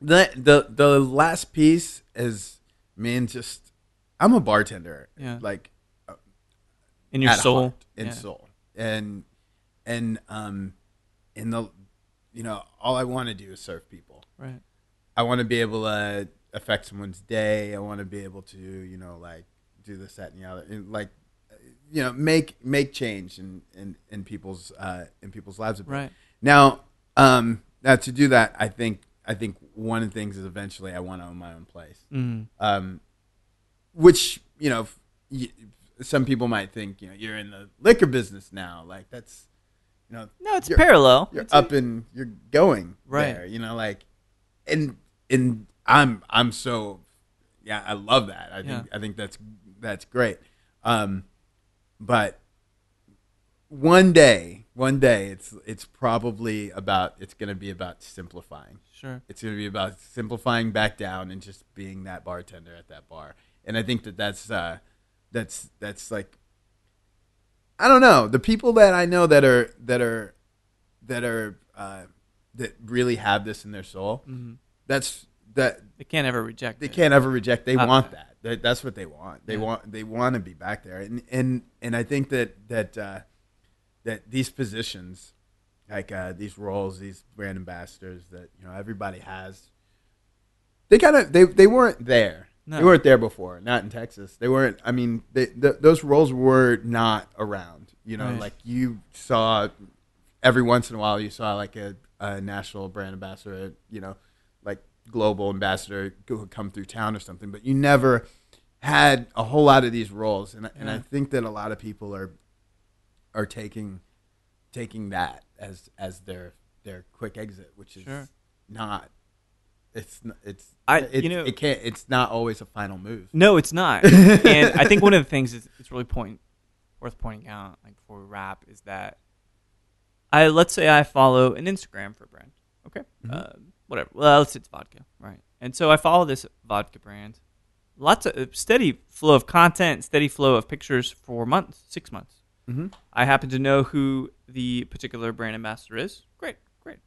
B: the the the last piece is man, just I'm a bartender.
A: Yeah.
B: Like
A: In your
B: at
A: soul.
B: heart and
A: Yeah.
B: soul and and um in the you know all i want to do is serve people
A: Right.
B: i want to be able to affect someone's day i want to be able to you know like do this that and the other and like you know make make change in in, in people's uh in people's lives a bit.
A: Right.
B: now um now to do that i think i think one of the things is eventually i want to own my own place
A: Mm.
B: um, which you know f- y- some people might think you know you're in the liquor business now like that's you know
A: No, it's
B: You're-
A: parallel.
B: you're
A: It's a-
B: up and you're going
A: Right.
B: there, you know like and and i'm i'm so yeah i love that i think i think that's that's great um but one day one day it's it's probably about it's going to be about simplifying
A: sure.
B: it's going to be about simplifying back down and just being that bartender at that bar. And I think that that's uh, that's that's like I don't know the people that I know that are that are that are uh, that really have this in their soul.
A: Mhm.
B: That's that
A: They can't ever reject
B: they
A: it.
B: can't ever reject. They
A: Uh,
B: want that. That- That's what they want. They
A: Yeah.
B: want they want to be back there. And and and I think that that uh, that these positions, like uh, these roles, these brand ambassadors that you know everybody has, they kind of they they weren't there.
A: No.
B: They weren't there before. Not in Texas. They weren't. I mean, they, th those roles were not around. You know,
A: Right.
B: like you saw every once in a while you saw like a, a national brand ambassador, you know, like global ambassador who would come through town or something, but you never had a whole lot of these roles. And, I and I
A: Yeah.
B: think that a lot of people are, are taking, taking that as, as their, their quick exit, which is
A: Sure.
B: not, it's, n- it's,
A: I-
B: it's-
A: you know-
B: it can't, it's not always a final move.
A: No, it's not. and I think one of the things is it's really point worth pointing out, like before we wrap, is that I let's say I follow an Instagram for a brand, okay, uh, whatever. Well, let's say it's vodka, right? And so I follow this vodka brand. Lots of a steady flow of content, steady flow of pictures for months, six months.
B: Mhm.
A: I happen to know who the particular brand ambassador is. Great, great.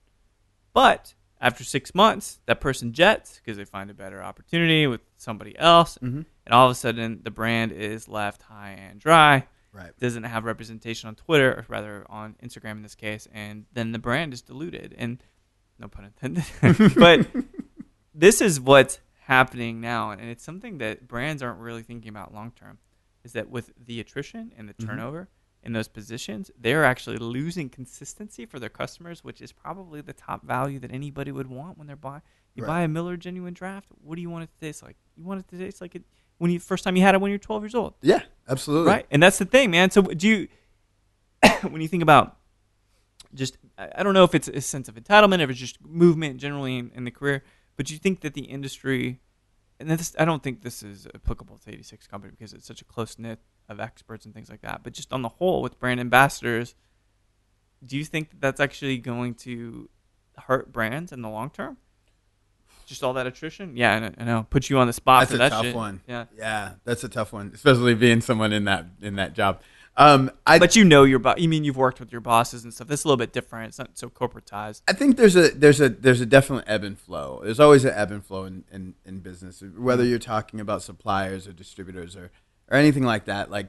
A: But after six months, that person jets because they find a better opportunity with somebody else, and all of a sudden, the brand is left high and dry.
B: Right.
A: Doesn't have representation on Twitter, or rather on Instagram in this case, and then the brand is diluted. And no pun intended. but this is what's happening now, and it's something that brands aren't really thinking about long term. Is that with the attrition and the
B: Mm-hmm.
A: turnover in those positions, they're actually losing consistency for their customers, which is probably the top value that anybody would want when they're buying. You
B: Right.
A: buy a Miller Genuine Draft. What do you want it to taste like? You want it to taste like it when you first time you had it when you're 12 years old
B: Yeah, absolutely.
A: right and that's the thing man so do you when you think about just i I don't know if it's a sense of entitlement if it's just movement generally in, in the career but do you think that the industry and this i don't think this is applicable to 86 company because it's such a close knit of experts and things like that but just on the whole with brand ambassadors do you think that that's actually going to hurt brands in the long term just all that attrition yeah i know, I know. put you on the spot
B: That's
A: for
B: a
A: that
B: tough
A: shit.
B: one.
A: yeah
B: yeah, that's a tough one, especially being someone in that in that job. Um, I
A: but you know your boss. You mean you've worked with your bosses and stuff. That's a little bit different. It's not so corporatized.
B: I think there's a there's a there's a definite ebb and flow. There's always an ebb and flow in, in, in business, whether you're talking about suppliers or distributors or or anything like that. Like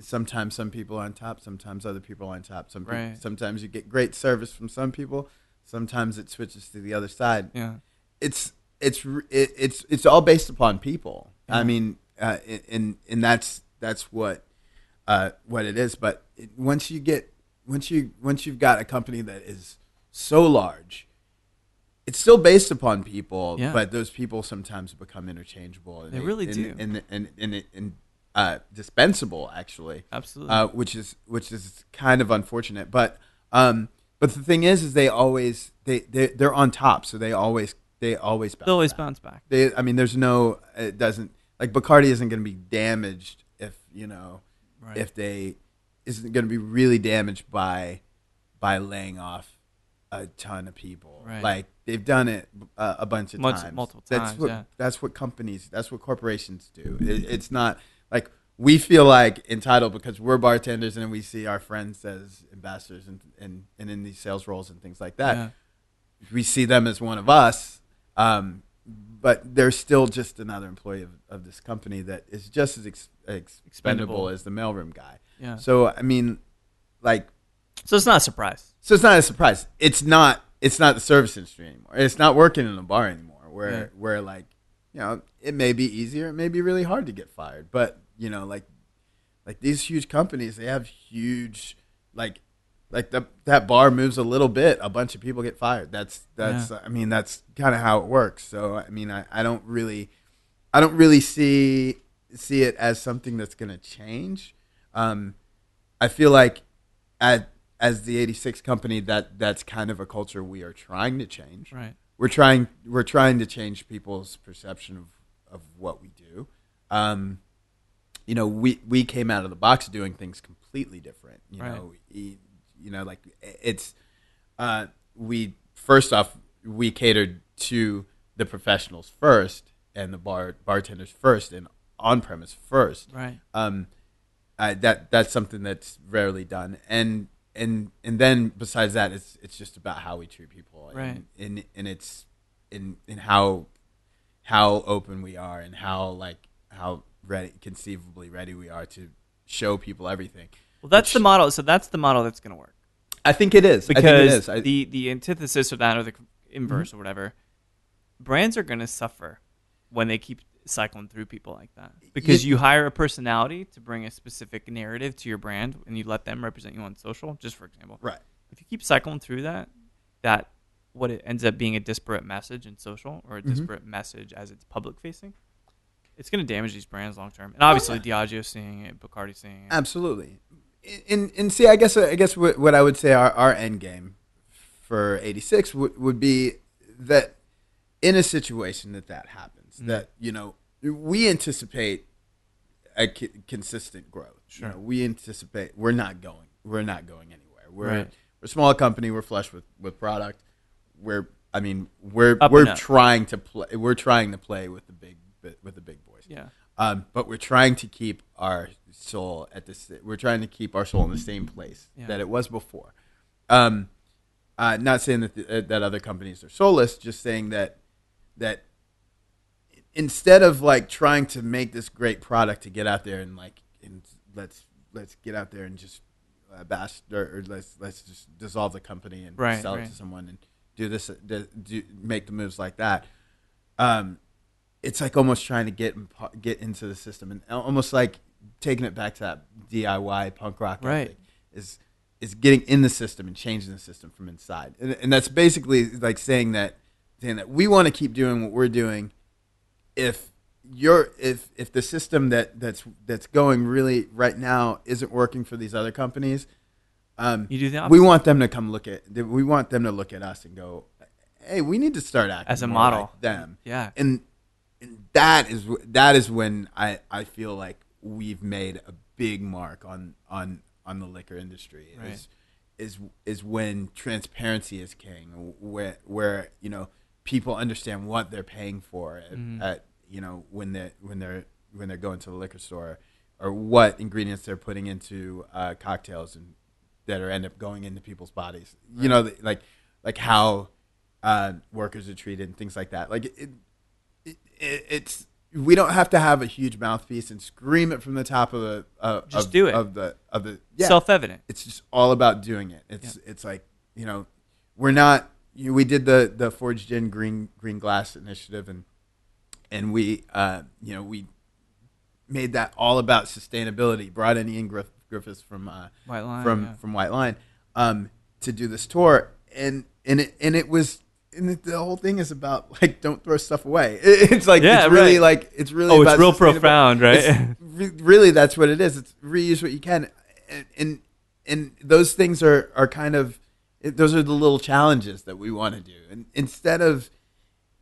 B: sometimes some people are on top, sometimes other people are on top. Some people,
A: Right.
B: sometimes you get great service from some people, sometimes it switches to the other side.
A: Yeah.
B: It's it's r- it, it's it's all based upon people. I mean, uh, and and that's that's what uh, what it is. But it, once you get once you once you've got a company that is so large, it's still based upon people,
A: Yeah.
B: but those people sometimes become interchangeable. And
A: They really
B: and,
A: do.
B: and and and, and, uh, dispensable actually.
A: Absolutely.
B: uh, which is which is kind of unfortunate. But um, but the thing is, is they always they they they're on top, so they always they always bounce
A: They'll always
B: back.
A: bounce back.
B: They, I mean, there's no, it doesn't like Bacardi isn't going to be damaged if you know
A: Right.
B: if they isn't going to be really damaged by by laying off a ton of people.
A: Right.
B: Like they've done it uh, a bunch of
A: Multi-
B: times,
A: multiple
B: That's
A: times,
B: what
A: yeah.
B: that's what companies, that's what corporations do. It, it's not like we feel like entitled because we're bartenders and we see our friends as ambassadors and and, and in these sales roles and things like that
A: Yeah.
B: we see them as one of us, um, but they're still just another employee of, of this company that is just as ex-
A: Expendable.
B: expendable, as the mailroom guy.
A: Yeah. So,
B: So I mean, like,
A: it's not a surprise.
B: so it's not a surprise. It's not. It's not the service industry anymore. It's not working in a bar anymore. Where
A: Yeah.
B: where like, you know, it may be easier. It may be really hard to get fired. But you know, like, like these huge companies, they have huge like like the, that bar moves a little bit, a bunch of people get fired. That's that's I mean that's kind of how it works. So I mean I, I don't really I don't really see see it as something that's going to change. Um, I feel like at as the 86 company that that's kind of a culture we are trying to change
A: Right.
B: we're trying we're trying to change people's perception of, of what we do. Um, you know, we we came out of the box doing things completely different. You
A: Right.
B: know, e- you know, like it's uh, we first off we catered to the professionals first and the bar bartenders first and on premise first
A: Right.
B: um, I, that that's something that's rarely done. And and and then besides that, it's it's just about how we treat people, and,
A: Right.
B: And and it's in in how how open we are and how like how ready conceivably ready we are to show people everything.
A: Well, that's the model. So that's the model that's going to work.
B: I think it is
A: because
B: I think it is. I, Mm-hmm.
A: the the antithesis of that or the inverse or whatever brands are going to suffer when they keep cycling through people like that because
B: Ye-
A: you hire a personality to bring a specific narrative to your brand and you let them represent you on social just for example
B: right.
A: if you keep cycling through that that what it ends up being a disparate message in social or a
B: Mm-hmm.
A: disparate message as it's public facing it's going to damage these brands long term and
B: Oh,
A: obviously diageo seeing it bacardi seeing
B: Uh,
A: it
B: Absolutely. And and see, I guess I guess what, what I would say our, our end game for '86 would would be that in a situation that that happens,
A: Mm-hmm.
B: that you know we anticipate a c- consistent growth. Sure. we anticipate we're not going we're not going anywhere. We're
A: Right.
B: we're a small company. We're flush with with product. We're I mean we're
A: Up and
B: we're
A: up.
B: trying to play we're trying to play with the big with the big boys
A: yeah
B: um, but we're trying to keep our soul at this. We're trying to keep our soul in the same place
A: Yeah.
B: that it was before. Um, uh, not saying that the, uh, that other companies are soulless, just saying that that instead of like trying to make this great product to get out there and like and let's let's get out there and just uh, bash or, or let's let's just dissolve the company and
A: Right,
B: sell it
A: right.
B: to someone and do this uh, do, do, make the moves like that. Um, it's like almost trying to get in- get into the system and al- almost like taking it back to that DIY punk rock
A: Right.
B: ethic is is getting in the system and changing the system from inside. And, and that's basically like saying that saying that we want to keep doing what we're doing if your if if the system that that's that's going really right now isn't working for these other companies um
A: you do the opposite
B: we want them to come look at we want them to look at us and go hey we need to start acting
A: As a
B: more
A: model.
B: like them
A: yeah
B: and and that is wh- that is when I I feel like we've made a big mark on on on the liquor industry
A: Right.
B: is is is when transparency is king where where you know people understand what they're paying for at, at you know when they when they're when they're going to the liquor store or what ingredients they're putting into uh, cocktails and that are end up going into people's bodies you know th- like like how uh, workers are treated and things like that like it, it, it, it's we don't have to have a huge mouthpiece and scream it from the top of the uh,
A: Just
B: of,
A: do it.
B: of the of the yeah.
A: self-evident.
B: it's just all about doing it. It's it's like you know, we're not. You, we did the the forged in green green glass initiative, and and we uh, you know we made that all about sustainability. Brought in Ian Griff, Griffiths from uh,
A: White Lion,
B: from
A: yeah.
B: from White Line um, to do this tour, and and it and it was. And it, the whole thing is about like don't throw stuff away. It- it's like
A: Yeah,
B: it's really
A: right.
B: like it's really
A: Oh, it's
B: about
A: real
B: sustainable-
A: profound, right?
B: it's re- really that's what it is. It's reuse what you can, and and, and those things are are kind of it- those are the little challenges that we want to do. And instead of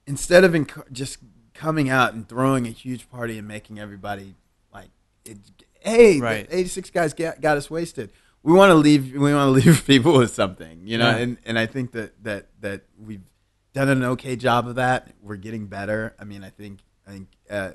B: instead of enc- just coming out and throwing a huge party and making everybody like, it, hey,
A: Right.
B: the 86 guys got, got us wasted. We want to leave. We want to leave people with something, you know.
A: Yeah.
B: And and I think that that that we've done an okay job of that. We're getting better. I mean, I think I think uh,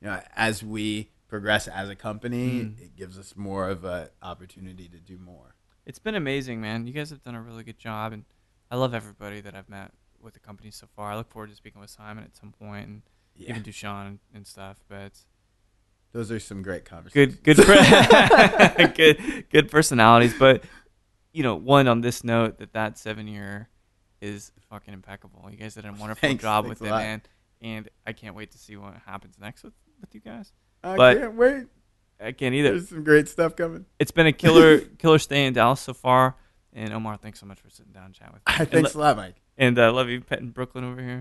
B: you know as we progress as a company,
A: Hmm.
B: it gives us more of an opportunity to do more.
A: It's been amazing, man. You guys have done a really good job, and I love everybody that I've met with the company so far. I look forward to speaking with Simon at some point, and
B: Yeah.
A: even Dushan and, and stuff. But it's
B: Those are some great conversations.
A: good, good, fri- good, good personalities. But you know, one on this note that that seven year is fucking impeccable. You guys did a wonderful
B: Thanks.
A: job
B: Thanks
A: with
B: a
A: it,
B: lot.
A: man. And I can't wait to see what happens next with, with you guys.
B: I
A: but-
B: can't wait.
A: I can't either.
B: There's some great stuff coming.
A: it's been a killer killer stay in Dallas so far. And Omar, thanks so much for sitting down and chatting with me.
B: I
A: And
B: thanks
A: lo-
B: a lot, Mike.
A: and I love you, petting Brooklyn over here.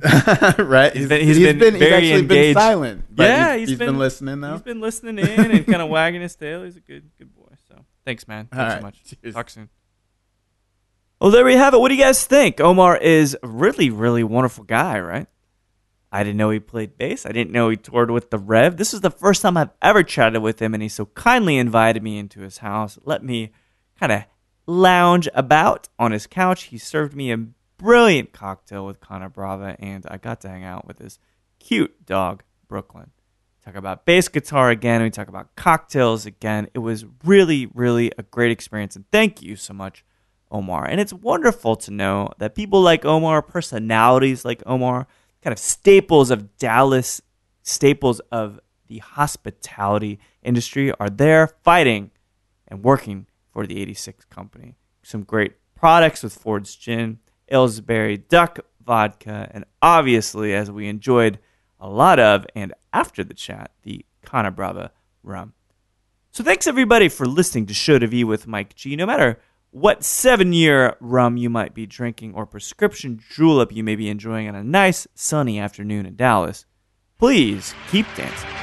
B: right?
A: He's been- he's been very
B: actually been
A: engaged.
B: silent. But
A: Yeah,
B: he's,
A: he's
B: he's been,
A: been-
B: listening though.
A: He's been listening in and kind of wagging his tail. He's a good good boy. So thanks, man.
B: All
A: Thanks so
B: right.
A: much.
B: Cheers.
A: Talk soon. Well, there we have it. What do you guys think? Omar is a really, really wonderful guy, right? I didn't know he played bass. I didn't know he toured with the Rev. This is the first time I've ever chatted with him, and he so kindly invited me into his house. Let me kind of lounge about on his couch. He served me a brilliant cocktail with Connor Brava, and I got to hang out with his cute dog, Brooklyn. Talk about bass guitar again. We talk about cocktails again. It was really, really a great experience, and thank you so much Omar. And it's wonderful to know that people like Omar, personalities like Omar, kind of staples of Dallas, staples of the hospitality industry are there fighting and working for the 86 company. Some great products with Ford's Gin, Aylesbury Duck Vodka, and obviously, as we enjoyed a lot of and after the chat, the Cana Brava rum. So thanks everybody for listening to Show to V with Mike G. No matter what seven year rum you might be drinking or prescription julep you may be enjoying on a nice sunny afternoon in Dallas, please keep dancing.